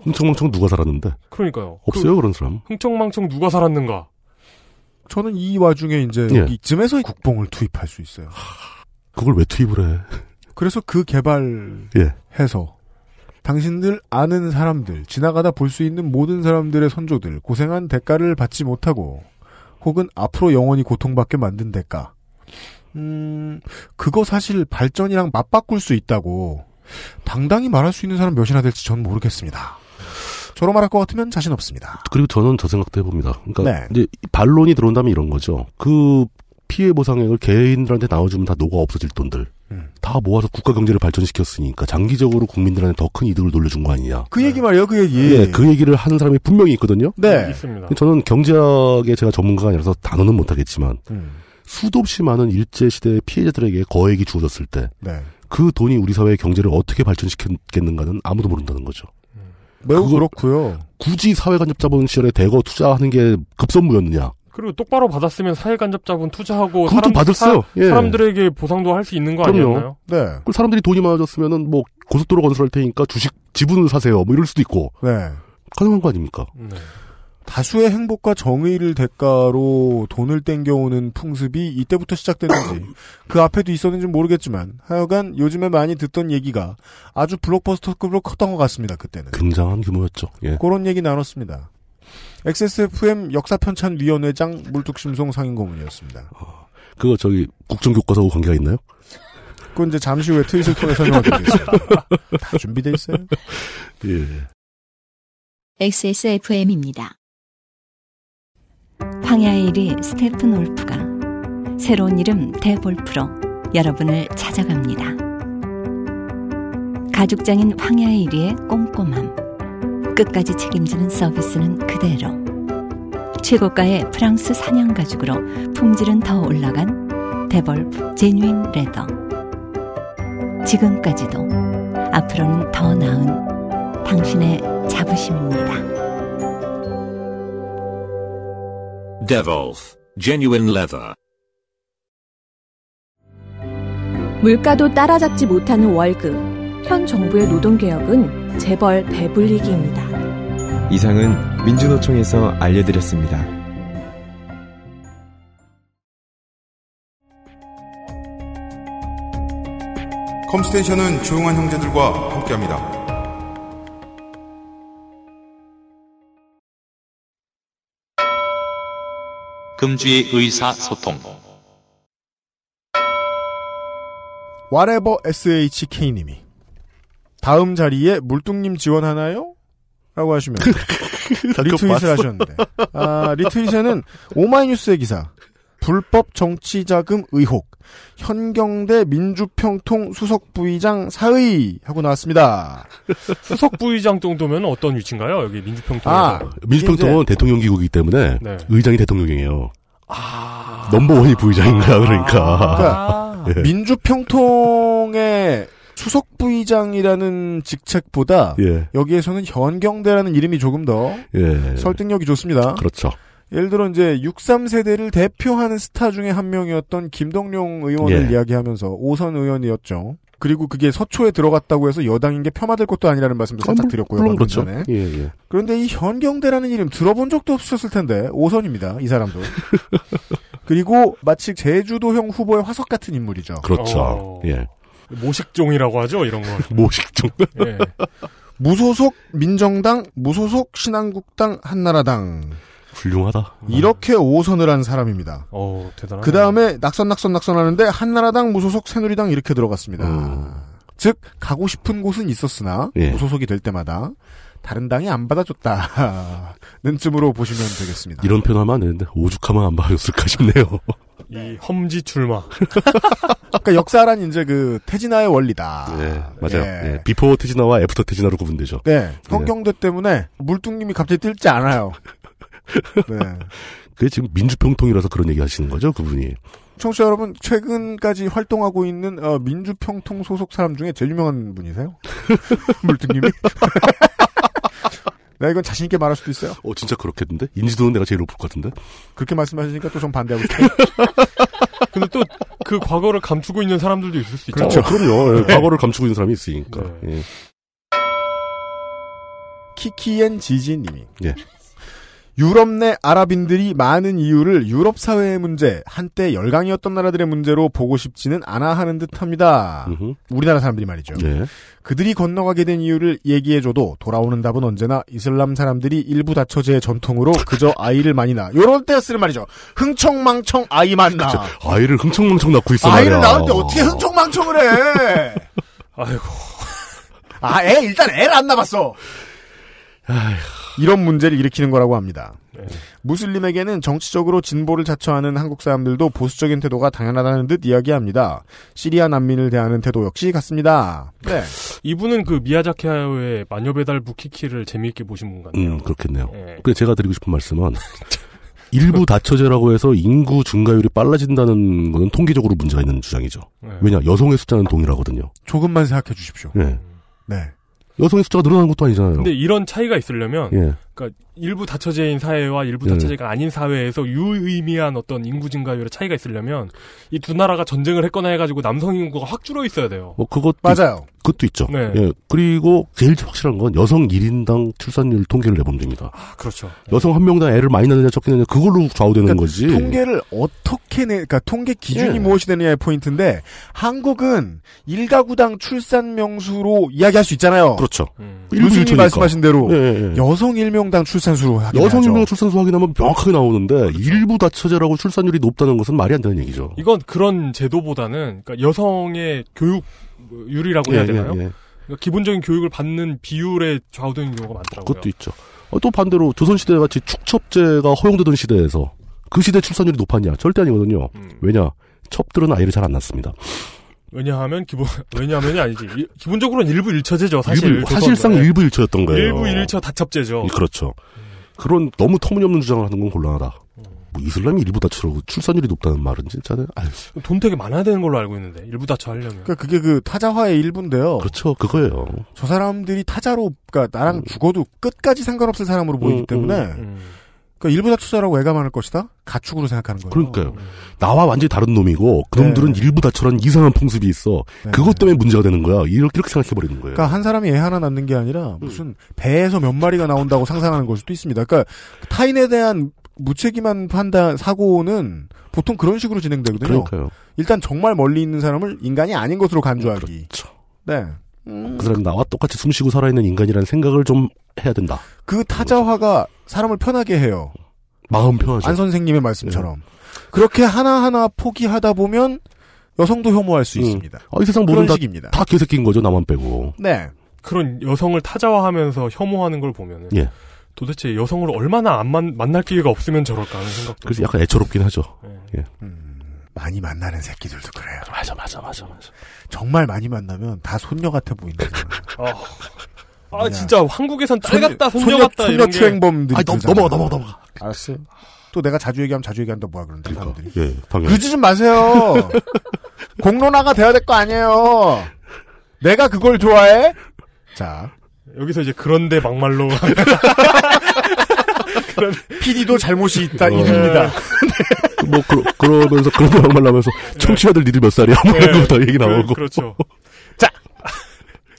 Speaker 4: 흥청망청 누가 살았는데
Speaker 3: 그러니까요.
Speaker 4: 없어요 그런 사람.
Speaker 3: 흥청망청 누가 살았는가?
Speaker 2: 저는 이 와중에 이제
Speaker 4: 예.
Speaker 2: 여기쯤에서 국뽕을 투입할 수 있어요.
Speaker 4: 그걸 왜 투입을 해?
Speaker 2: 그래서 그 개발해서
Speaker 4: 예.
Speaker 2: 당신들 아는 사람들, 지나가다 볼 수 있는 모든 사람들의 선조들, 고생한 대가를 받지 못하고, 혹은 앞으로 영원히 고통받게 만든 대가. 음, 그거 사실 발전이랑 맞바꿀 수 있다고 당당히 말할 수 있는 사람 몇이나 될지 저는 모르겠습니다. 저로 말할 것 같으면 자신 없습니다.
Speaker 4: 그리고 저는 저 생각도 해봅니다. 그러니까
Speaker 2: 네.
Speaker 4: 이제 반론이 들어온다면 이런 거죠. 그 피해 보상액을 개인들한테 나눠주면 다 녹아 없어질 돈들 다 모아서 국가 경제를 발전시켰으니까 장기적으로 국민들한테 더 큰 이득을 돌려준 거 아니냐.
Speaker 2: 그 얘기 말이에요, 그 얘기.
Speaker 4: 네. 예, 그 얘기를 하는 사람이 분명히 있거든요.
Speaker 2: 네.
Speaker 3: 있습니다.
Speaker 4: 저는 경제학에 제가 전문가가 아니라서 단어는 못하겠지만
Speaker 2: 네.
Speaker 4: 수도 없이 많은 일제 시대의 피해자들에게 거액이 주어졌을 때 그
Speaker 2: 네.
Speaker 4: 돈이 우리 사회의 경제를 어떻게 발전시켰겠는가는 아무도 모른다는 거죠.
Speaker 2: 매우
Speaker 4: 그거-
Speaker 2: 그렇고요.
Speaker 4: 굳이 사회간접 자본 시절에 대거 투자하는 게 급선무였느냐?
Speaker 3: 그리고 똑바로 받았으면 사회간접자본 투자하고
Speaker 4: 그것도 받았어요.
Speaker 3: 사,
Speaker 4: 예.
Speaker 3: 람들에게 보상도 할 수 있는 거 아니었나요?
Speaker 2: 네.
Speaker 4: 그 사람들이 돈이 많아졌으면은 뭐 고속도로 건설할 테니까 주식 지분을 사세요. 뭐 이럴 수도 있고
Speaker 2: 네.
Speaker 4: 가능한 거 아닙니까?
Speaker 3: 네.
Speaker 2: 다수의 행복과 정의를 대가로 돈을 땡겨오는 풍습이 이때부터 시작됐는지 그 앞에도 있었는지 는 모르겠지만 하여간 요즘에 많이 듣던 얘기가 아주 블록버스터급으로 컸던 것 같습니다. 그때는
Speaker 4: 굉장한 규모였죠. 예.
Speaker 2: 그런 얘기 나눴습니다. XSFM 역사편찬위원회장 물뚝심송 상인고문이었습니다.
Speaker 4: 그거 저기 국정교과서하고 관계가 있나요?
Speaker 2: 그건 이제 잠시 후에 트윗을 통해 설명드리겠습니다. 다 준비돼 있어요?
Speaker 4: 예.
Speaker 16: XSFM입니다. 황야의 1위 스테픈 올프가 새로운 이름 대볼프로 여러분을 찾아갑니다. 가죽장인 황야의 1위의 꼼꼼함. 끝까지 책임지는 서비스는 그대로. 최고가의 프랑스 사냥 가죽으로 품질은 더 올라간 데볼프 제뉴인 레더. 지금까지도 앞으로는 음, 더 나은 당신의 자부심입니다.
Speaker 11: Devolf. Genuine leather.
Speaker 18: 물가도 따라잡지 못하는 월급. 현 정부의 노동개혁은 재벌 배불리기입니다.
Speaker 10: 이상은 민주노총에서 알려드렸습니다.
Speaker 19: 컴스테이션은 조용한 형제들과 함께합니다.
Speaker 11: 금주의 의사소통.
Speaker 2: 와레버 SHK님이 다음 자리에 물뚱님 지원하나요? 라고 하시면 리트윗을
Speaker 9: 봤어.
Speaker 2: 하셨는데 아, 리트윗에는 오마이뉴스의 기사 불법 정치자금 의혹 현경대 민주평통 수석부의장 사의 하고 나왔습니다.
Speaker 3: 수석 부의장 정도면 어떤 위치인가요? 여기 민주평통.
Speaker 2: 아,
Speaker 4: 민주평통은 대통령 기구이기 때문에
Speaker 3: 네.
Speaker 4: 의장이 대통령이에요.
Speaker 3: 아.
Speaker 4: 넘버원이 부의장인가 그러니까.
Speaker 9: 네.
Speaker 2: 그러니까 민주평통의 수석부의장이라는 직책보다
Speaker 4: 예.
Speaker 2: 여기에서는 현경대라는 이름이 조금 더
Speaker 9: 네.
Speaker 4: 예.
Speaker 2: 설득력이 좋습니다.
Speaker 4: 그렇죠.
Speaker 2: 예를 들어 이제 63세대를 대표하는 스타 중에 한 명이었던 김동룡 의원을
Speaker 4: 예.
Speaker 2: 이야기하면서 오선 의원이었죠. 그리고 그게 서초에 들어갔다고 해서 여당인 게 폄하될 것도 아니라는 말씀도 살짝 드렸고요.
Speaker 4: 물론
Speaker 2: 방금
Speaker 4: 그렇죠.
Speaker 2: 전에.
Speaker 4: 예, 예.
Speaker 2: 그런데 이 현경대라는 이름 들어본 적도 없으셨을 텐데 오선입니다. 이 사람도. 그리고 마치 제주도형 후보의 화석 같은 인물이죠.
Speaker 4: 그렇죠. 예.
Speaker 3: 모식종이라고 하죠, 이런 거.
Speaker 4: 모식종.
Speaker 3: 예.
Speaker 2: 무소속 민정당, 무소속 신한국당, 한나라당
Speaker 4: 훌륭하다.
Speaker 2: 이렇게 오선을 한 사람입니다.
Speaker 3: 어, 대단하네.
Speaker 2: 그 다음에 낙선 낙선 낙선하는데 한나라당 무소속 새누리당 이렇게 들어갔습니다. 즉 가고 싶은 곳은 있었으나
Speaker 4: 음. 예.
Speaker 2: 무소속이 될 때마다 다른 당이 안 받아줬다는 쯤으로 보시면 되겠습니다.
Speaker 4: 이런 표현 하면 안 되는데 오죽하면 안 봐줬을까 싶네요.
Speaker 3: 이 험지 출마.
Speaker 2: 그러니까 역사란 이제 그 태진아의 원리다.
Speaker 4: 예, 맞아요.
Speaker 2: 예.
Speaker 4: 예, 비포 태진아와 애프터 태진아로 구분되죠.
Speaker 2: 네, 헌경대 때문에 물뚱님이 갑자기 뜰지 않아요. 네.
Speaker 4: 그게 지금 민주평통이라서 그런 얘기 하시는 거죠, 그분이.
Speaker 2: 청취자 여러분, 최근까지 활동하고 있는 어, 민주평통 소속 사람 중에 제일 유명한 분이세요? 물뚱님이? 나 이건 자신있게 말할 수도 있어요.
Speaker 4: 어, 진짜 그렇겠는데? 인지도는 내가 제일 높을 것 같은데?
Speaker 2: 그렇게 말씀하시니까 또 전 반대하고 싶어요.
Speaker 3: 근데 또 그 과거를 감추고 있는 사람들도 있을 수 있죠.
Speaker 4: 어, 그럼요. 예, 과거를 감추고 있는 사람이 있으니까. 예.
Speaker 2: 키키엔 지지님이.
Speaker 4: 예.
Speaker 2: 유럽 내 아랍인들이 많은 이유를 유럽 사회의 문제, 한때 열강이었던 나라들의 문제로 보고 싶지는 않아 하는 듯
Speaker 4: 아,
Speaker 2: 합니다. 우리나라 사람들이 말이죠.
Speaker 4: 음. 예.
Speaker 2: 그들이 건너가게 된 이유를 얘기해줘도 돌아오는 답은 언제나 이슬람 사람들이 일부 다처제의 전통으로 그저 아이를 많이 낳아. 요런 때 쓰는 말이죠. 흥청망청 아이 만나
Speaker 4: 아이를 흥청망청 낳고 있어 말이야.
Speaker 2: 아이를 낳을 때 어떻게 흥청망청을 해?
Speaker 3: 아이고.
Speaker 20: 아, 애 일단 애를 안 낳았어.
Speaker 2: 이런 문제를 일으키는 거라고 합니다. 무슬림에게는 정치적으로 진보를 자처하는 한국 사람들도 보수적인 태도가 당연하다는 듯 이야기합니다. 시리아 난민을 대하는 태도 역시 같습니다.
Speaker 3: 네. 이분은 그 미야자키하오의 마녀배달 무키키를 재미있게 보신 분 같네요.
Speaker 4: 음, 그렇겠네요. 근데 제가 드리고 싶은 말씀은 일부 다처제라고 해서 인구 증가율이 빨라진다는 것은 통계적으로 문제가 있는 주장이죠. 음.
Speaker 3: 예.
Speaker 4: 왜냐 여성의 숫자는 동일하거든요.
Speaker 2: 조금만 생각해 주십시오.
Speaker 4: 예.
Speaker 2: 네.
Speaker 4: 여성의 숫자가 늘어나는 것도 아니잖아요.
Speaker 3: 근데 이런 차이가 있으려면
Speaker 4: 예.
Speaker 3: 그러니까 일부 다처제인 사회와 일부
Speaker 4: 예.
Speaker 3: 다처제가 아닌 사회에서 유의미한 어떤 인구 증가율의 차이가 있으려면 이 두 나라가 전쟁을 했거나 해가지고 남성 인구가 확 줄어 있어야 돼요.
Speaker 4: 뭐 그것
Speaker 2: 맞아요.
Speaker 4: 그것도 있죠.
Speaker 3: 네.
Speaker 4: 예. 그리고 제일 확실한 건 여성 1인당 출산율 통계를 내보면 됩니다.
Speaker 3: 그렇죠.
Speaker 4: 네. 여성 한 명당 애를 많이 낳느냐 적게 낳느냐 그걸로 좌우되는 거지.
Speaker 2: 그러니까 통계를 어떻게 내, 그러니까 통계 기준이
Speaker 4: 예.
Speaker 2: 무엇이 되느냐의 포인트인데 한국은 일가구당 출산 명수로 이야기할 수 있잖아요.
Speaker 4: 그렇죠.
Speaker 3: 음.
Speaker 2: 무슨
Speaker 4: 일주일
Speaker 2: 말씀하신 대로
Speaker 4: 예, 예.
Speaker 2: 여성 1명당 출산수로 확인하죠.
Speaker 4: 여성 인명 출산수 확인하면 명확하게 나오는데 일부 다처제라고 출산율이 높다는 것은 말이 안 되는 얘기죠.
Speaker 3: 이건 그런 제도보다는 그러니까 여성의 뭐 교육율이라고
Speaker 4: 예,
Speaker 3: 해야
Speaker 4: 예,
Speaker 3: 되나요?
Speaker 4: 예.
Speaker 3: 그러니까 기본적인 교육을 받는 비율에 좌우되는 경우가 많더라고요.
Speaker 4: 그것도 있죠. 어, 또 반대로 조선시대 같이 축첩제가 허용되던 시대에서 그 시대 출산율이 높았냐? 절대 아니거든요. 왜냐? 첩들은 아이를 잘 안 낳습니다.
Speaker 3: 왜냐하면 기본 왜냐하면이 아니지 이- 기본적으로는 일부 일처제죠 사실
Speaker 4: 일부- 사실상
Speaker 3: 조선은. 네.
Speaker 4: 일부 일처였던 거예요.
Speaker 3: 일부 일처 다첩제죠.
Speaker 4: 예, 그렇죠. 그런 너무 터무니없는 주장을 하는 건 곤란하다. 뭐 이슬람이 일부 다처라고 출산율이 높다는 말은 진짜 아유.
Speaker 3: 돈 되게 많아야 되는 걸로 알고 있는데 일부 다처 하려면
Speaker 2: 그러니까 그게 그 타자화의 일부인데요.
Speaker 4: 그렇죠, 음. 그거예요.
Speaker 2: 저 사람들이 타자로, 그러니까 나랑 죽어도 끝까지 상관없을 사람으로 보이기
Speaker 4: 음,
Speaker 2: 때문에,
Speaker 3: 음.
Speaker 2: 그러니까 일부 다투자라고 애가 많을 것이다. 가축으로 생각하는 거예요.
Speaker 4: 그러니까요.
Speaker 3: 음.
Speaker 4: 나와 완전히 다른 놈이고 그놈들은 일부 다처라는 이상한 풍습이 있어.
Speaker 2: 네.
Speaker 4: 그것 때문에 문제가 되는 거야. 이렇게, 이렇게 생각해 버리는 거예요.
Speaker 2: 그러니까 한 사람이 애 하나 낳는 게
Speaker 4: 음.
Speaker 2: 아니라 무슨 배에서 몇 마리가 나온다고 상상하는 걸 수도 있습니다. 그러니까 타인에 대한 무책임한 판단 사고는 보통 그런 식으로 진행되거든요.
Speaker 4: 그러니까요.
Speaker 2: 일단 정말 멀리 있는 사람을 인간이 아닌 것으로 간주하기.
Speaker 4: 그렇죠.
Speaker 2: 네.
Speaker 4: 그 사람이 나와 똑같이 숨쉬고 살아있는 인간이라는 생각을 좀 해야 된다.
Speaker 2: 그 타자화가 사람을 편하게 해요.
Speaker 4: 마음 편하죠.
Speaker 2: 안 선생님의 말씀처럼. 그렇게 하나하나 포기하다 보면 여성도 혐오할 수 있습니다.
Speaker 4: 아, 이 세상
Speaker 2: 그런
Speaker 4: 모든 다,
Speaker 2: 식입니다.
Speaker 4: 다 개새끼인 거죠. 나만 빼고.
Speaker 2: 네.
Speaker 3: 그런 여성을 타자화하면서 혐오하는 걸 보면은
Speaker 4: 예.
Speaker 3: 도대체 여성을 얼마나 안 만, 만날 기회가 없으면 저럴까 하는 생각도
Speaker 4: 그래서 약간 애처롭긴 하죠. 예.
Speaker 2: 많이 만나는 새끼들도 그래요.
Speaker 4: 맞아, 맞아, 맞아, 맞아.
Speaker 2: 정말 많이 만나면 다 손녀 같아 보인다.
Speaker 3: 아, 아 진짜 한국에선 딸
Speaker 2: 손녀-
Speaker 3: 같다 손녀,
Speaker 2: 손녀-
Speaker 3: 같다
Speaker 2: 손녀
Speaker 3: 이런 게-
Speaker 2: 추행범들이
Speaker 3: 아니,
Speaker 2: 넘-
Speaker 3: 그러잖아요.
Speaker 2: 넘어가, 넘어가, 넘어가. 알았어요. 또 내가 자주 얘기하면 자주 얘기한다 뭐야 그런데 사람들이.
Speaker 4: 예, 당연히.
Speaker 2: 그러지 좀 마세요. 공론화가 돼야 될 거 아니에요. 내가 그걸 좋아해? 자.
Speaker 3: 여기서 이제 그런데 막말로
Speaker 2: PD도 잘못이 있다 이릅니다.
Speaker 4: 뭐, 그러, 그러면서, 그런 거 막말 나면서, 청취자들 니들 몇 살이야? 뭐, 이런 거다 얘기 나오고.
Speaker 3: 그, 렇죠 자.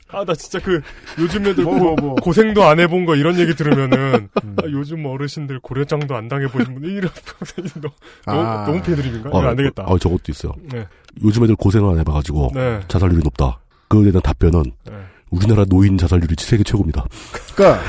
Speaker 3: 아, 나 진짜 그, 요즘 애들
Speaker 2: 뭐,
Speaker 3: 고, 고생도 안 해본 거 이런 얘기 들으면은,
Speaker 2: 음.
Speaker 3: 아, 요즘 어르신들 고려장도 안 당해보신 분, 이런, 너무,
Speaker 4: 아.
Speaker 3: 너무 패드립인가?
Speaker 2: 예,
Speaker 3: 이거 안 되겠다.
Speaker 4: 아, 저것도 있어요.
Speaker 3: 네.
Speaker 4: 요즘 애들 고생을 안 해봐가지고,
Speaker 3: 네.
Speaker 4: 자살률이 높다. 그에 대한 답변은, 우리나라 노인 자살률이 세계 최고입니다.
Speaker 2: 그러니까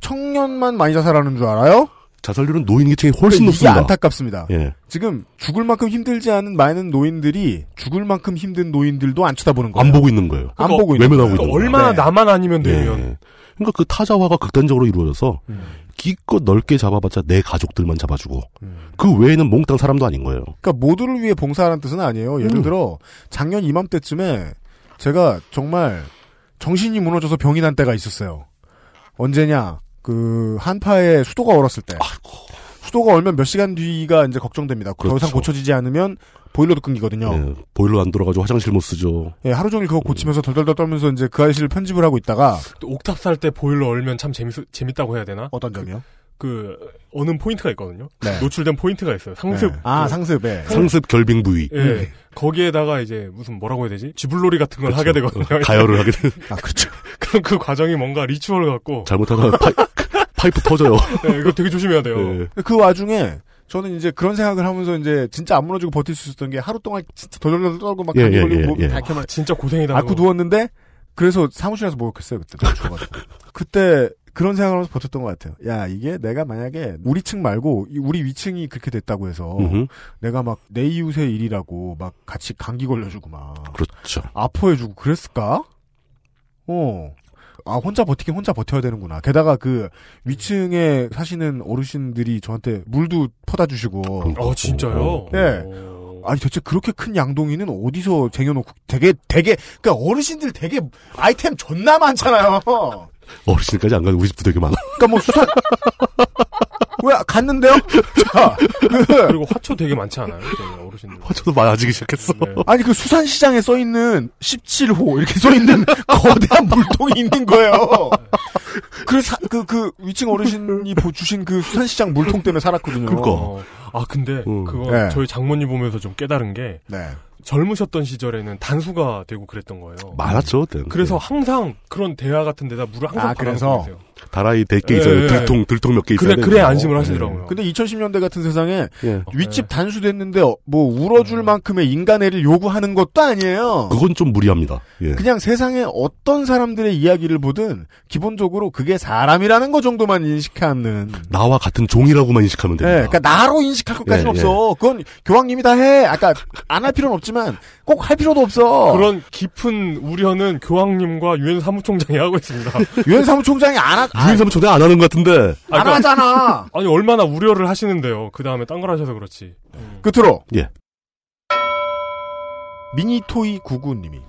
Speaker 2: 청년만 많이 자살하는 줄 알아요?
Speaker 4: 자살률은 노인 계층이 훨씬
Speaker 2: 그러니까
Speaker 4: 높습니다.
Speaker 2: 이게 안타깝습니다.
Speaker 4: 예.
Speaker 2: 지금 죽을 만큼 힘들지 않은 많은 노인들이 죽을 만큼 힘든 노인들도 안 쳐다보는 거예요.
Speaker 4: 안 보고 있는 거예요.
Speaker 2: 그러니까 안 보고 있는
Speaker 4: 외면하고
Speaker 2: 거예요.
Speaker 4: 있는 거예요. 예.
Speaker 2: 얼마나 네.
Speaker 3: 나만 아니면 되면.
Speaker 4: 그러니까 그 타자화가 극단적으로 이루어져서
Speaker 2: 음.
Speaker 4: 기껏 넓게 잡아봤자 내 가족들만 잡아주고
Speaker 2: 음.
Speaker 4: 그 외에는 몽땅 사람도 아닌 거예요.
Speaker 2: 그러니까 모두를 위해 봉사하는 뜻은 아니에요. 예를
Speaker 4: 음.
Speaker 2: 들어 작년 이맘때쯤에 제가 정말 정신이 무너져서 병이 난 때가 있었어요. 언제냐? 그 한파에 수도가 얼었을 때. 수도가 얼면 몇 시간 뒤가 이제 걱정됩니다. 더 이상
Speaker 4: 그렇죠.
Speaker 2: 고쳐지지 않으면 보일러도 끊기거든요.
Speaker 4: 예, 보일러 안 돌아가지고 화장실 못 쓰죠.
Speaker 2: 예, 하루 종일 그거 고치면서 덜덜덜 떨면서 이제 그 아이씨를 편집을 하고 있다가
Speaker 3: 또 옥탑 살 때 보일러 얼면 참 재밌, 재밌다고 해야 되나?
Speaker 2: 어떤 점이요?
Speaker 3: 그, 어는 포인트가 있거든요.
Speaker 2: 네.
Speaker 3: 노출된 포인트가 있어요. 상습.
Speaker 2: 네. 아,
Speaker 3: 그-
Speaker 2: 상습에. 네.
Speaker 4: 상습 결빙 부위.
Speaker 3: 예. 거기에다가 이제 무슨 뭐라고 해야 되지? 쥐불놀이 같은 걸
Speaker 4: 그렇죠.
Speaker 3: 하게 되거든요.
Speaker 4: 가열을 하게 되는.
Speaker 2: 아, 그렇죠.
Speaker 3: 그럼 그 과정이 뭔가 리추얼 같고.
Speaker 4: 잘못하다가 파이, 프 터져요. 예.
Speaker 3: 네, 이거 되게 조심해야 돼요.
Speaker 2: 아, 그 와중에 저는 이제 그런 생각을 하면서 이제 진짜 안 무너지고 버틸 수 있었던 게 하루 동안 진짜 덜덜덜 떨고 막
Speaker 4: 예,
Speaker 2: 감기
Speaker 4: 예,
Speaker 2: 걸리고 뭐
Speaker 4: 예,
Speaker 2: 몸이
Speaker 4: 예.
Speaker 2: 다 이렇게 막
Speaker 3: 아, 진짜 고생이다.
Speaker 2: 앓고
Speaker 3: 그거.
Speaker 2: 누웠는데 아, 그래서 사무실에서 목욕했어요 그때 너무 추워가지고. 그때 그런 생각을 하면서 버텼던 것 같아요. 야 이게 내가 만약에 우리 층 말고 이 우리 위층이 그렇게 됐다고 해서
Speaker 4: 음흠.
Speaker 2: 내가 막 내 이웃의 일이라고 막 같이 감기 걸려주고 막
Speaker 4: 그렇죠.
Speaker 2: 아파해주고 그랬을까? 어 아 혼자 버티긴 혼자 버텨야 되는구나. 게다가 그 위층에 사시는 어르신들이 저한테 물도 퍼다 주시고.
Speaker 3: 아, 진짜요?
Speaker 2: 네. 아니 대체 그렇게 큰 양동이는 어디서 쟁여놓고 되게 되게 그러니까 어르신들 되게 아이템 존나 많잖아요.
Speaker 4: 어르신까지 안 가도 우리 집도 되게 많아.
Speaker 2: 그러니까 뭐 수산 왜 갔는데요? 자, 그
Speaker 3: 아, 그리고 화초 되게 많지 않아요? 저희 어르신들.
Speaker 4: 화초도 많아지기 시작했어.
Speaker 2: 아니 그 수산시장에 써 있는 17호 이렇게 써 있는 거대한 물통이 있는 거예요. 그그그 그 위층 어르신이 보- 주신 그 수산시장 물통 때문에 살았거든요.
Speaker 4: 그러니까
Speaker 3: 어. 아 근데 그거
Speaker 2: 네.
Speaker 3: 저희 장모님 보면서 좀 깨달은 게 젊으셨던 시절에는 단수가 되고 그랬던 거예요.
Speaker 4: 많았죠, 그때.
Speaker 3: 그래서 항상 그런 대화 같은 데다 물을 항상
Speaker 2: 아, 그래서? 뭐.
Speaker 3: 받아서 요
Speaker 4: 다라이
Speaker 3: 예,
Speaker 4: 될게 있어요.
Speaker 3: 예.
Speaker 4: 들통 들통 몇 개 있어요.
Speaker 3: 그래 그래 안심을 하시더라고요.
Speaker 2: 네. 근데 2010년대 같은 세상에
Speaker 4: 어. 예. 음.
Speaker 2: 윗집 단수됐는데 어, 뭐 울어줄 만큼의 인간애를 요구하는 것도 아니에요.
Speaker 4: 그건 좀 무리합니다. 예.
Speaker 2: 그냥 세상에 어떤 사람들의 이야기를 보든 기본적으로 그게 사람이라는 거 정도만 인식하는.
Speaker 4: 나와 같은 종이라고만 인식하면
Speaker 2: 네,
Speaker 3: 어.
Speaker 4: 됩니다.
Speaker 2: 그러니까 나로 인식할 것까지는
Speaker 4: 예,
Speaker 2: 없어. 그건 교황님이 다 해. 아까 안 할 필요는 없지만 꼭 할 필요도 없어.
Speaker 3: 그런 깊은 우려는 교황님과 유엔 사무총장이 하고 있습니다.
Speaker 2: 유엔 사무총장이 안 하,
Speaker 4: 유엔 사무총장 안 하는 것 같은데.
Speaker 3: 아, 그러니까-
Speaker 2: 하잖아.
Speaker 3: 아니 얼마나 우려를 하시는데요. 그 다음에 딴 걸 하셔서 그렇지.
Speaker 2: 끝으로
Speaker 4: 예.
Speaker 2: 미니토이 구구님이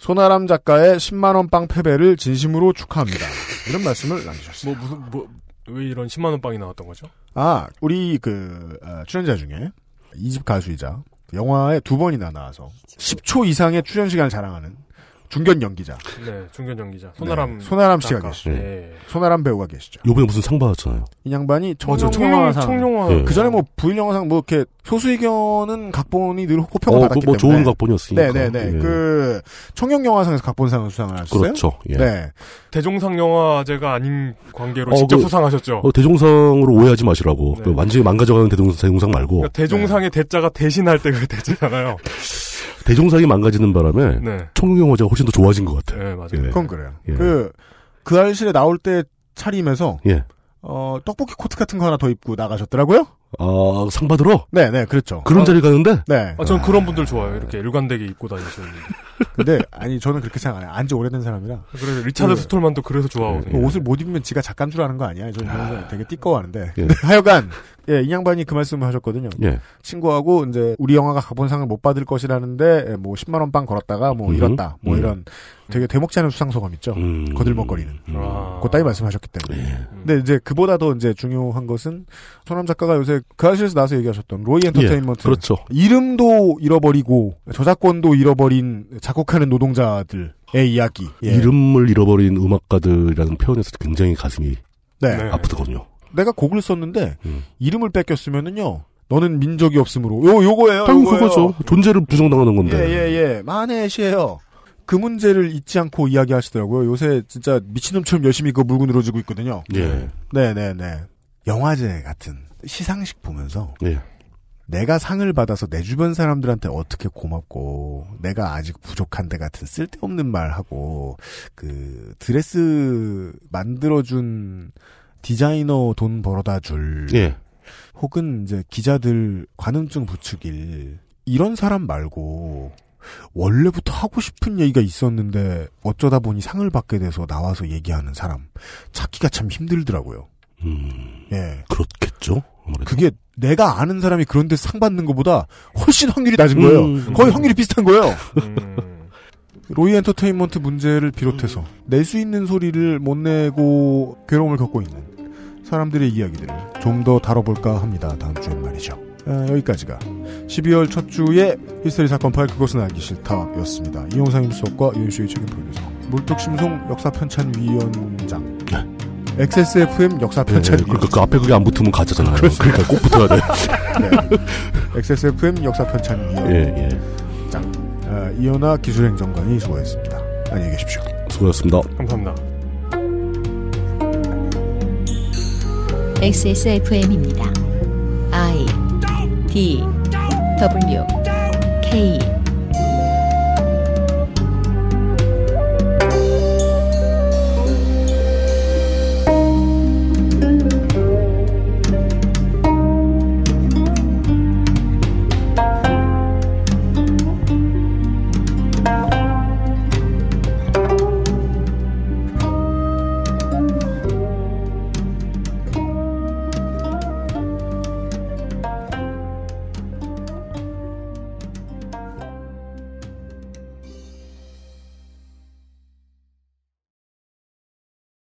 Speaker 2: 소나람 작가의 10만 원빵 패배를 진심으로 축하합니다. 이런 말씀을 남기셨습니다.
Speaker 3: 뭐 무슨 뭐 왜 이런 10만 원 빵이 나왔던 거죠?
Speaker 2: 아, 우리 그 어, 출연자 중에 이집 가수이자 영화에 두 번이나 나와서 10초 이상의 출연 시간을 자랑하는 중견 연기자
Speaker 3: 네, 중견 연기자 손아람
Speaker 2: 네, 손아람 씨가
Speaker 3: 작가.
Speaker 2: 계시죠.
Speaker 3: 네.
Speaker 2: 소나람 배우가 계시죠.
Speaker 4: 요번에 무슨 상 받았잖아요.
Speaker 2: 이 양반이
Speaker 3: 맞아,
Speaker 2: 청룡,
Speaker 3: 청룡-
Speaker 2: 청룡화상.
Speaker 3: 청룡화.
Speaker 4: 예.
Speaker 2: 그 전에 뭐 부일 영화상 뭐 이렇게 소수의견은 각본이 늘 호평을
Speaker 4: 어,
Speaker 2: 받았기
Speaker 4: 뭐
Speaker 2: 때문에
Speaker 4: 좋은 각본이었으니까.
Speaker 2: 네네네.
Speaker 4: 예.
Speaker 2: 그 청룡 영화상에서 각본상을 수상을 하셨어요.
Speaker 4: 그렇죠, 예.
Speaker 2: 네.
Speaker 3: 대종상 영화제가 아닌 관계로
Speaker 4: 어,
Speaker 3: 직접
Speaker 4: 그-
Speaker 3: 수상하셨죠.
Speaker 4: 어, 대종상으로 오해하지 마시라고.
Speaker 2: 네.
Speaker 4: 그 완전히 망가져가는 대종상, 대종상 말고.
Speaker 3: 그러니까 대종상의 대자가 대신할 때 그 대자잖아요.
Speaker 2: 그렇죠.
Speaker 4: 대종상이 망가지는 바람에
Speaker 3: 네.
Speaker 4: 청룡영화제가 훨씬 더 좋아진 것 같아요.
Speaker 3: 네, 맞아요.
Speaker 4: 예.
Speaker 2: 그건 그래요.
Speaker 4: 예.
Speaker 2: 그, 그 알실에 나올 때 차림에서,
Speaker 4: 예.
Speaker 2: 어, 떡볶이 코트 같은 거 하나 더 입고 나가셨더라고요?
Speaker 4: 아, 상 받으러?
Speaker 2: 네네, 그렇죠.
Speaker 4: 그런
Speaker 2: 아,
Speaker 4: 자리 가는데?
Speaker 2: 네.
Speaker 3: 아, 전 그런 분들 좋아요. 이렇게 일관되게 입고 다니시는.
Speaker 2: 근데, 아니, 저는 그렇게 생각 안 해요. 안지 오래된 사람이라.
Speaker 3: 그래서 리차드 스톨만도 그래서
Speaker 4: 예.
Speaker 3: 좋아하거든요.
Speaker 2: 그 옷을 못 입으면 지가 작가인 줄 아는 거 아니야? 저는 그런 거 되게 띠꺼워하는데.
Speaker 4: 예.
Speaker 2: 근데 하여간, 예, 이 양반이 그 말씀을 하셨거든요.
Speaker 4: 예.
Speaker 2: 친구하고 이제 우리 영화가 각본상을 못 받을 것이라는데 예, 뭐 10만 원빵 걸었다가 뭐
Speaker 4: 음.
Speaker 2: 이렇다 뭐
Speaker 4: 음.
Speaker 2: 이런 되게 대목지 않은 수상소감 있죠 음. 거들먹거리는
Speaker 4: 음. 아,
Speaker 2: 예. 그따위 말씀하셨기
Speaker 4: 네.
Speaker 2: 때문에 근데 이제 그보다 더 이제 중요한 것은 천남 작가가 요새 그 아실에서 나서 얘기하셨던 로이 엔터테인먼트
Speaker 4: 예, 그렇죠.
Speaker 2: 이름도 잃어버리고 저작권도 잃어버린 작곡하는 노동자들의 이야기 예.
Speaker 4: 이름을 잃어버린 음악가들이라는 표현에서 굉장히 가슴이
Speaker 2: 네.
Speaker 4: 아프더군요.
Speaker 2: 내가 곡을 썼는데
Speaker 4: 음.
Speaker 2: 이름을 뺏겼으면은요 너는 민족이 없으므로 요 요거예요
Speaker 4: 당연히
Speaker 2: 요거예요.
Speaker 4: 그거죠. 존재를 부정당하는 건데.
Speaker 2: 예예예 만해시예요. 그 문제를 잊지 않고 이야기하시더라고요. 요새 진짜 미친놈처럼 열심히 그거 물고 늘어지고 있거든요.
Speaker 4: 예.
Speaker 2: 네네네. 영화제 같은 시상식 보면서
Speaker 4: 예.
Speaker 2: 내가 상을 받아서 내 주변 사람들한테 어떻게 고맙고 내가 아직 부족한데 같은 쓸데없는 말하고 그 드레스 만들어준 디자이너 돈 벌어다 줄
Speaker 4: 예.
Speaker 2: 혹은 이제 기자들 관음증 부추길 이런 사람 말고 원래부터 하고 싶은 얘기가 있었는데 어쩌다 보니 상을 받게 돼서 나와서 얘기하는 사람 찾기가 참 힘들더라고요. 예.
Speaker 4: 음. 그렇겠죠. 아무래도.
Speaker 2: 그게 내가 아는 사람이 그런데 상 받는 것보다 훨씬 확률이 낮은 거예요.
Speaker 4: 음.
Speaker 2: 거의 확률이 비슷한 거예요. 로이 엔터테인먼트 문제를
Speaker 4: 음.
Speaker 2: 비롯해서 낼 수 있는 소리를 못 내고 괴로움을 겪고 있는 사람들의 이야기들을 좀 더 다뤄볼까 합니다. 다음 주엔 말이죠. 아, 여기까지가 12월 첫 주에 히스테리 사건 파일 그것은 알기 싫다였습니다. 이용상 임수석과 유인수의 책임 프로듀서 물뚝심송 역사편찬위원장 XSFM
Speaker 4: 예, 예.
Speaker 2: 역사편찬위원장
Speaker 4: 그러니까 그 앞에 그게 안 붙으면 가짜잖아요. 그러니까 꼭 붙어야 돼.
Speaker 2: XSFM 역사편찬위원장
Speaker 4: 예, 예.
Speaker 2: 아, 이현아 기술행정관이 수고했습니다. 안녕히 계십시오.
Speaker 4: 수고하셨습니다.
Speaker 3: 감사합니다.
Speaker 1: XSFM입니다. I D W K